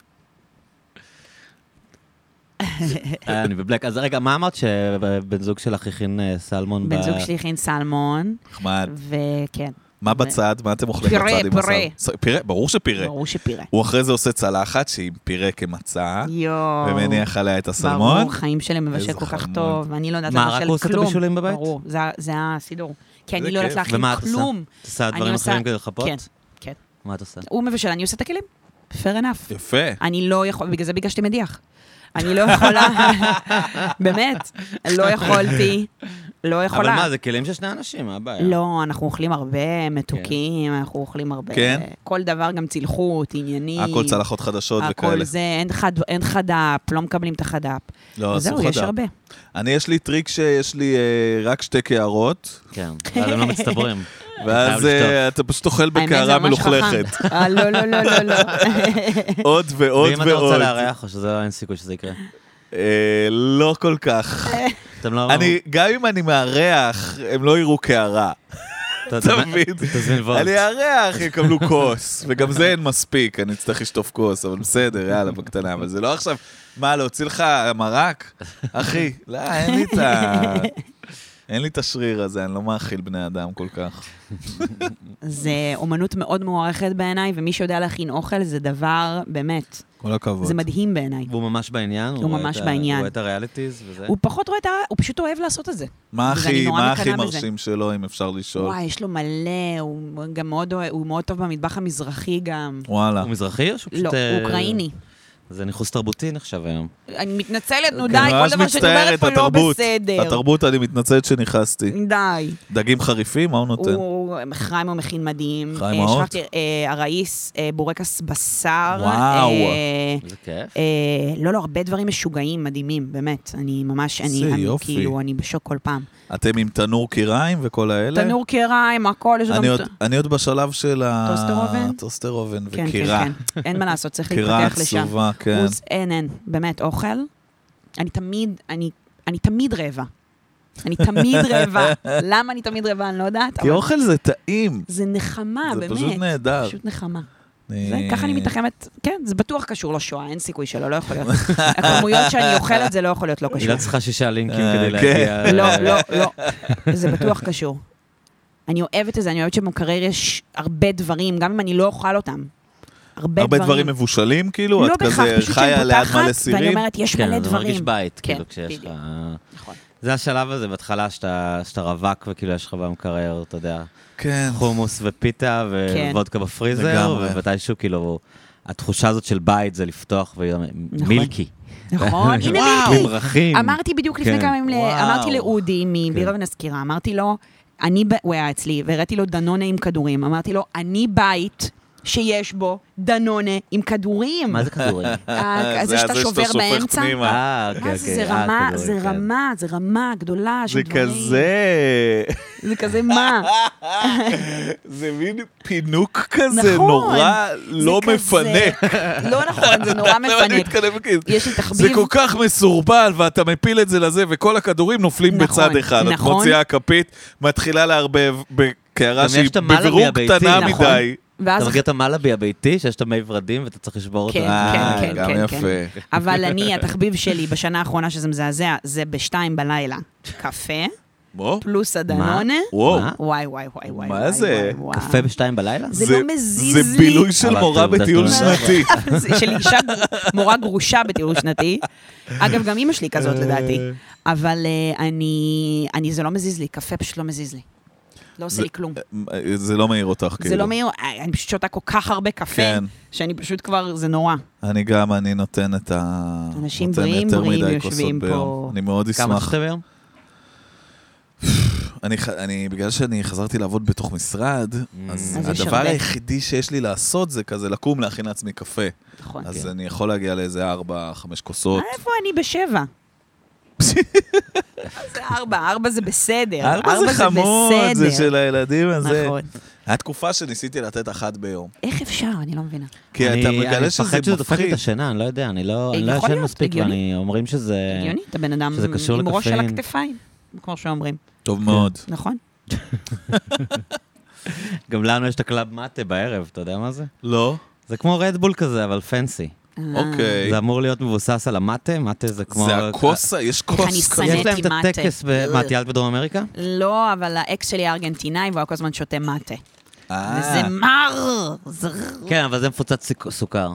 אה, אני בבלק. אז רגע, מה אמרת שבן זוג שלך הכין אה, סלמון? בן ב- אה. זוג שלי הכין סלמון, נחמד. וכן. מה בצד? מה אתם אוכלים פירה, בצד עם פירה. הסל? פירה, ברור שפירה. ברור שפירה. הוא אחרי זה עושה צלחת שהיא עם פירה אה? כמצה, יואו. ומניח עליה את הסלמון. ברור, חיים שלו מבשל איזה כל כך חמוד. טוב, ואני לא יודעת מה, לבשל רק כלום. הוא עושה את הבישולים בבית? ברור, זה- זה הסידור. כי איזה אני לא יודעת כיף. להכין ומה את עושה? כלום. את עושה אני דברים עושה- אחרים כדי לחפות? כן, כן. מה את עושה? הוא מבשל, אני עושה את הכלים. fair enough. יפה. אני לא יכול, בגלל זה ביקשתי מדיח. אני לא יכולה, [LAUGHS] באמת, לא יכולתי, לא יכולה. אבל מה, זה כלים של שני אנשים, מה הבעיה? לא, אנחנו אוכלים הרבה מתוקים, אנחנו אוכלים הרבה... כן? כל דבר, גם צלחות, עניינים. הכל צלחות חדשות הכל וכאלה. זה, אין חד- אין חד"פ, לא מקבלים את החד"פ. לא, זהו, אסור יש חד"פ. הרבה. אני, יש לי טריק שיש לי אה, רק שתי קערות, כן, אבל הם לא [LAUGHS] מצטברים. אתה ואז חייב לשטוף. אה, אתה פשוט אוכל האמת, זה בקערה ממש מלוכלכת. חכם. [LAUGHS] אה, לא, לא, לא, לא, [LAUGHS] לא. עוד ועוד ואם אתה רוצה ועוד. לארח, או שזה לא- אין סיכוי שזה יקרה. אה, לא כל כך. אתם לא... אני, גם אם אני מארח, הם לא יראו קערה. אתה- אתה- אתה מבין? תזמין וולט. אני אארח, יקבלו כוס, וגם זה אין מספיק, אני אצטרך לשטוף כוס, אבל בסדר, יאללה, בקטנה. אבל זה לא עכשיו, מה, להוציא לך מרק? אחי, לא, אין לי את ה... אין לי את השריר הזה, אני לא מאכיל בני אדם כל כך. זה אומנות מאוד מוערכת בעיניי, ומי שיודע להכין אוכל זה דבר, באמת, כל הכבוד. זה מדהים בעיניי. והוא ממש בעניין? הוא רואה ממש את ה- בעניין. הוא רואה את הריאליטיז וזה? הוא פחות רואה את ה... הוא פשוט אוהב לעשות את זה. מה ואני הכי, נורא מה מקנאה הכי בזה. מרשים שלו, אם אפשר לשאול? וואי, יש לו מלא, הוא גם מאוד אוהב- הוא מאוד טוב במטבח המזרחי גם. וואלה. הוא מזרחי או שהוא פשוט... לא, אה, הוא אוקראיני. זה ניכוס תרבותי נחשב היום. אני מתנצלת, נו די, כן, כל ממש דבר שאני אומרת מצטערת, פה לא התרבות. בסדר. התרבות, אני מתנצלת שנכנסתי. די. דגים חריפים, מה הוא נותן? הוא חיים הוא מכין מדהים. חיים אה, האות? שכחתי, אה, הראיס, אה, בורקס בשר. וואו. אה, איזה כיף. אה, לא, לא, הרבה דברים משוגעים, מדהימים, באמת. אני ממש, אני, איזה אני יופי. כאילו, אני בשוק כל פעם. אתם עם תנור קיריים וכל האלה? תנור קריים, הכל, יש אני גם... עוד, אני עוד בשלב של ה... טוסטר אובן? טוסטר אובן כן, וקירה. כן, כן. אין מה לעשות, צריך קירה להתפתח לשם. עצובה, כן. עוז, אין, אין, באמת, אוכל. אני תמיד, אני, אני תמיד רעבה. אני תמיד [LAUGHS] רעבה. למה אני תמיד רעבה, אני לא יודעת. כי אבל אוכל זה טעים. זה נחמה, זה אה, באמת. פשוט נהדר. פשוט נחמה. אני- זה, ככה אני מתחמת, כן, זה בטוח קשור לשואה, אין סיכוי שלא, לא יכול להיות. הכמויות שאני אוכלת זה לא [LAUGHS] יכול להיות לא היא קשור. לא צריכה שישה לינקים אה, כדי כן. להגיע... לא, לא, לא. זה בטוח קשור. אני אוהבת את זה, אני אוהבת שבמקרר יש הרבה דברים, גם אם אני לא אוכל אותם. הרבה, הרבה דברים מבושלים, כאילו? לא את בהכרח, כזה פשוט שאני חיה ליד מלא פותחת, ואני סירים? אומרת, יש כן, מלא זה מרגיש דברים. בית, כן, כאילו, כשיש לך... בדיוק. נכון. זה השלב הזה בהתחלה, שאתה שאתה רווק וכאילו יש לך במקרר, אתה יודע, כן. חומוס ופיתה כן. וודקה בפריזר, לגמרי. ומתישהו כאילו, התחושה הזאת של בית זה לפתוח ומילקי. נכון, הנה וואו. מילקי. ממרחים. אמרתי בדיוק לפני כן. כמה ימים, ל- וואו. אמרתי לאודי מבירה כן. ונסקירה, אמרתי לו, אני, ב- הוא היה אצלי, והראיתי לו דנונה עם כדורים. אמרתי לו, אני בית שיש בו דנונה עם כדורים. מה זה כדורים? אה, זה שאתה הזה שובר שופך באמצע? פנימה. אה, אוקיי, מה אוקיי. זה, זה אה, רמה, כדורים, זה כן. רמה, זה רמה גדולה של זה דברים. כזה... [LAUGHS] זה כזה מה? זה מין פינוק כזה נכון. נורא זה לא כזה- מפנק. לא נכון, זה נורא [LAUGHS] אני מפנק. מתקדם כאילו. בכיס. יש לי זה תחביב. כל כך מסורבל, ואתה מפיל את זה לזה, וכל הכדורים נופלים נכון, בצד אחד. את נכון. מוציאה כפית, מתחילה לערבב בקערה גם שהיא יש את המלאבי בבירור הביתי, קטנה נכון. מדי. ואז אתה מכיר את המלאבי הביתי, שיש את המי ורדים ואתה צריך לשבור כן, אותה? אה, כן, כן, גם כן, יפה. אבל אני, התחביב שלי בשנה האחרונה שזה מזעזע, זה בשתיים בלילה. קפה, בוא, פלוס הדנונה. וואו. מה? וואי, וואי, וואי, וואי. אה? מה וואי, זה? וואי, וואי. קפה בשתיים בלילה? זה לא מזיז זה לי. בילוי של אבל מורה תעודת בטיול אוניברסיטה. שנתי. [LAUGHS] זה של אישה, גר- מורה גרושה בטיול שנתי. אגב, גם אימא שלי כזאת אה, לדעתי. אבל אה, אני, אני, זה לא מזיז לי, קפה פשוט לא מזיז לי. לא עושה לי כלום. זה לא מעיר אותך, כאילו. זה לא מהיר, אני פשוט שותה כל כך הרבה קפה, כן. שאני פשוט כבר, זה נורא. אני גם, אני נותן את ה... אנשים נותן בריאים, יותר בריאים מדי יושבים כוסות פה. ביום. אני מאוד כמה אשמח. אתה ביום? אני, ח- אני, בגלל שאני חזרתי לעבוד בתוך משרד, Mm. אז אז יש הדבר הרבה. היחידי שיש לי לעשות זה כזה לקום, להכין לעצמי קפה. נכון. אז אני יכול להגיע לאיזה ארבע, חמש כוסות. אה, איפה אני בשבע? [LAUGHS] זה ארבע, ארבע זה בסדר. ארבע זה חמוד, זה אה, בסדר. של הילדים הזה. נכון. היה תקופה שניסיתי לתת אחת ביום. איך אפשר? אני לא מבינה. כי אתה אני- מגלה אני שזה מפחד שזה דופק לי את מפחיד. השינה, אני לא יודע, אני לא אה, אני לא יכול ישן להיות, מספיק, הגיוני. ואני אומרים שזה... הגיוני, אתה בן אדם שזה קשור עם ראש על לקפאין. הכתפיים, כמו שאומרים. טוב כן. מאוד. נכון? גם לנו יש את הקלאב מטה בערב, אתה יודע מה זה? לא? אה. זה כמו רדבול כזה, אבל פנסי. אוקיי. זה אמור להיות מבוסס על המטה, מטה זה כמו... אה, זה הכוס, אה. יש אני כוס שנאתי כזאת. יש להם את מטה. הטקס, ב- מה, טיילת בדרום אמריקה? לא, אבל האקס שלי הארגנטינאי, והוא כל הזמן שותה מטה. אה. וזה מר! זה... כן, אבל זה מפוצץ סיק- סוכר.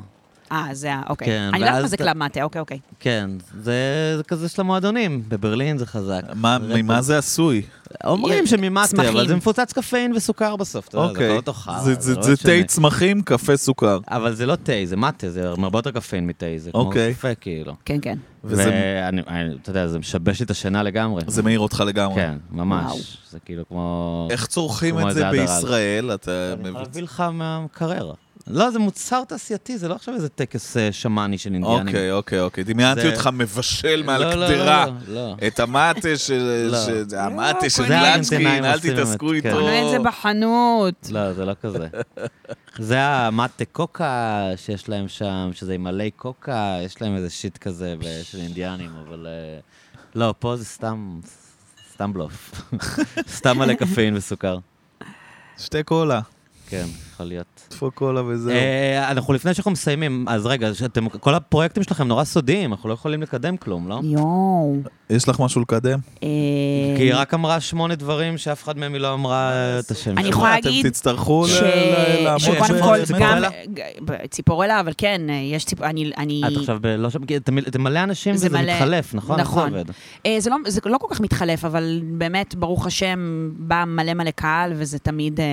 אה, זה ה... אוקיי. כן, אני לא יודעת ואז מה זה אתה- קלאב מטה, אוקיי, אוקיי. כן, זה, זה כזה של המועדונים, בברלין זה לא- חזק. מה- ממה זה עשוי? אומרים שממטה, צמחים. אבל זה מפוצץ קפאין וסוכר בסוף, אתה יודע, זה כבר אוקיי. לא תאכל. זה- זה- זה תה צמחים, קפה סוכר. אבל זה לא תה, זה מטה, זה הרבה יותר קפאין מתה, זה כמו אוקיי. קפה כאילו. כן, כן. וזה- ואני, אני- אתה יודע, זה משבש לי את השינה לגמרי. זה מעיר אותך לגמרי. כן, וואו. ממש. זה כאילו כמו... איך צורכים כמו את זה איזה הדרה. בישראל? אתה מבין? להביא לך מהמקרר. לא, זה מוצר תעשייתי, זה לא עכשיו איזה טקס אה, שמאני של אינדיאנים. אוקיי, אוקיי, אוקיי. דמיינתי זה- אותך מבשל מעל לא, לא, הקדרה. לא, לא, לא. את המאטה של... לא. ש- המאטה של זה הארגנטינאים גלצקין, אל עושים תתעסקו באמת, כן. איתו. קונה את זה בחנות. לא, זה לא כזה. זה המטה קוקה שיש להם שם, שזה עם מלא קוקה, יש להם איזה שיט כזה ב- של אינדיאנים, אבל... אה, לא, פה זה סתם... סתם בלוף. סתם מלא קפאין וסוכר. שתי קולה. כן, יכול להיות. דפוק קולה וזהו. אה, אנחנו לפני שאנחנו מסיימים, אז רגע, שאתם- כל הפרויקטים שלכם נורא סודיים, אנחנו לא יכולים לקדם כלום, לא? יואו. יש לך משהו לקדם? אה, כי היא רק אמרה שמונה דברים שאף אחד מהם היא לא אמרה את השם אני שלו. יכולה אתם להגיד תצטרכו ל- ש- ל- לעמוד שקודם ב- כל, באמת. גם... ציפורלה? ג- ציפורלה, אבל כן, אה, יש ציפ... אני... אני... את עכשיו ב- לא שם, כי אתם אתם מלא אנשים זה וזה מלא- מתחלף, נכון? נכון. זה עובד. אה, זה, לא, זה לא כל כך מתחלף, אבל באמת, ברוך השם, בא מלא מלא קהל, וזה תמיד... אה,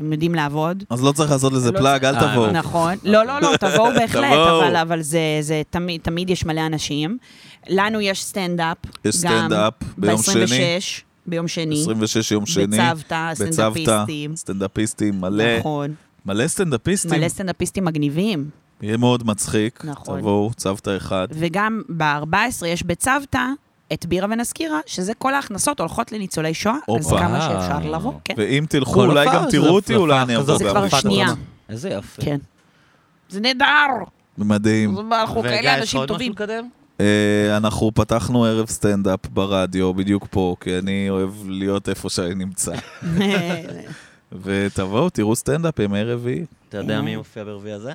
הם יודעים לעבוד. אז לא צריך לעשות לזה לא פלאג, אל אה, תבואו. הבנתי. נכון. לא, לא, לא, תבואו [LAUGHS] בהחלט, אוקיי. תבואו. אבל, אבל זה, זה תמיד, תמיד יש מלא אנשים. לנו יש סטנדאפ. יש סטנדאפ ביום שני. ב-26, ביום שני. 26 יום שני. בצוותא, סטנדאפיסטים. סטנדאפיסטים, מלא. נכון. מלא סטנדאפיסטים. מלא סטנדאפיסטים מגניבים. יהיה מאוד מצחיק. נכון. תבואו, צוותא אחד. וגם ב-14 יש בצוותא את בירה ונזכירה, שזה כל ההכנסות הולכות לניצולי שואה, אז הופה. כמה שאפשר לבוא, כן. ואם תלכו, כל אולי הופעה גם זה תראו אותי, הפלפה אולי אני אבוא כזאת. זה גם. כבר בהפקת השנייה. עולם. איזה יופי. כן. זה נהדר! מדהים. אנחנו וגיא, כאלה יש לך אנשים עוד טובים. משהו לקדם? אה, אנחנו פתחנו ערב סטנדאפ ברדיו, בדיוק פה, כי אני אוהב להיות איפה שאני נמצא. ותבואו, תראו סטנדאפ עם ערב רביעי. אתה יודע מי מופיע ברביעי הזה?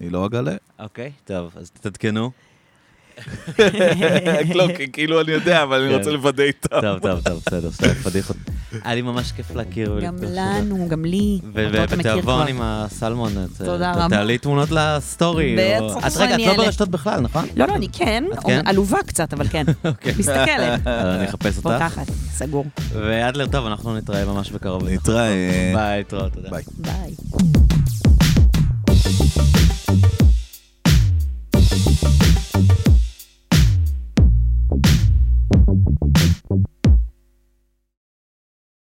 אני לא אגלה. [LAUGHS] אוקיי, טוב, אז [LAUGHS] תתעדכנו. לא, כי כאילו אני יודע, אבל אני כן. רוצה לוודא איתם. טוב, טוב, טוב, בסדר, בסדר, פדיחות. היה לי ממש כיף להכיר גם ולפגוש אותך. לנו, גם לי. ו- אותו אתה מכיר ובתיאבון כבר. עם הסלמון, את- תודה את- רבה. תעלי תמונות לסטורי. או- בטח את רגע, את שאני לא אעלה. ברשתות בכלל, נכון? לא, לא, אני כן, את כן? אוקיי. עלובה קצת, אבל [LAUGHS] כן. מסתכלת. אה, אני אחפש אותך. פותחת, סגור. ואדלר, טוב, אנחנו נתראה ממש בקרוב. נתראה. ביי, תראה, תודה. ביי. ביי.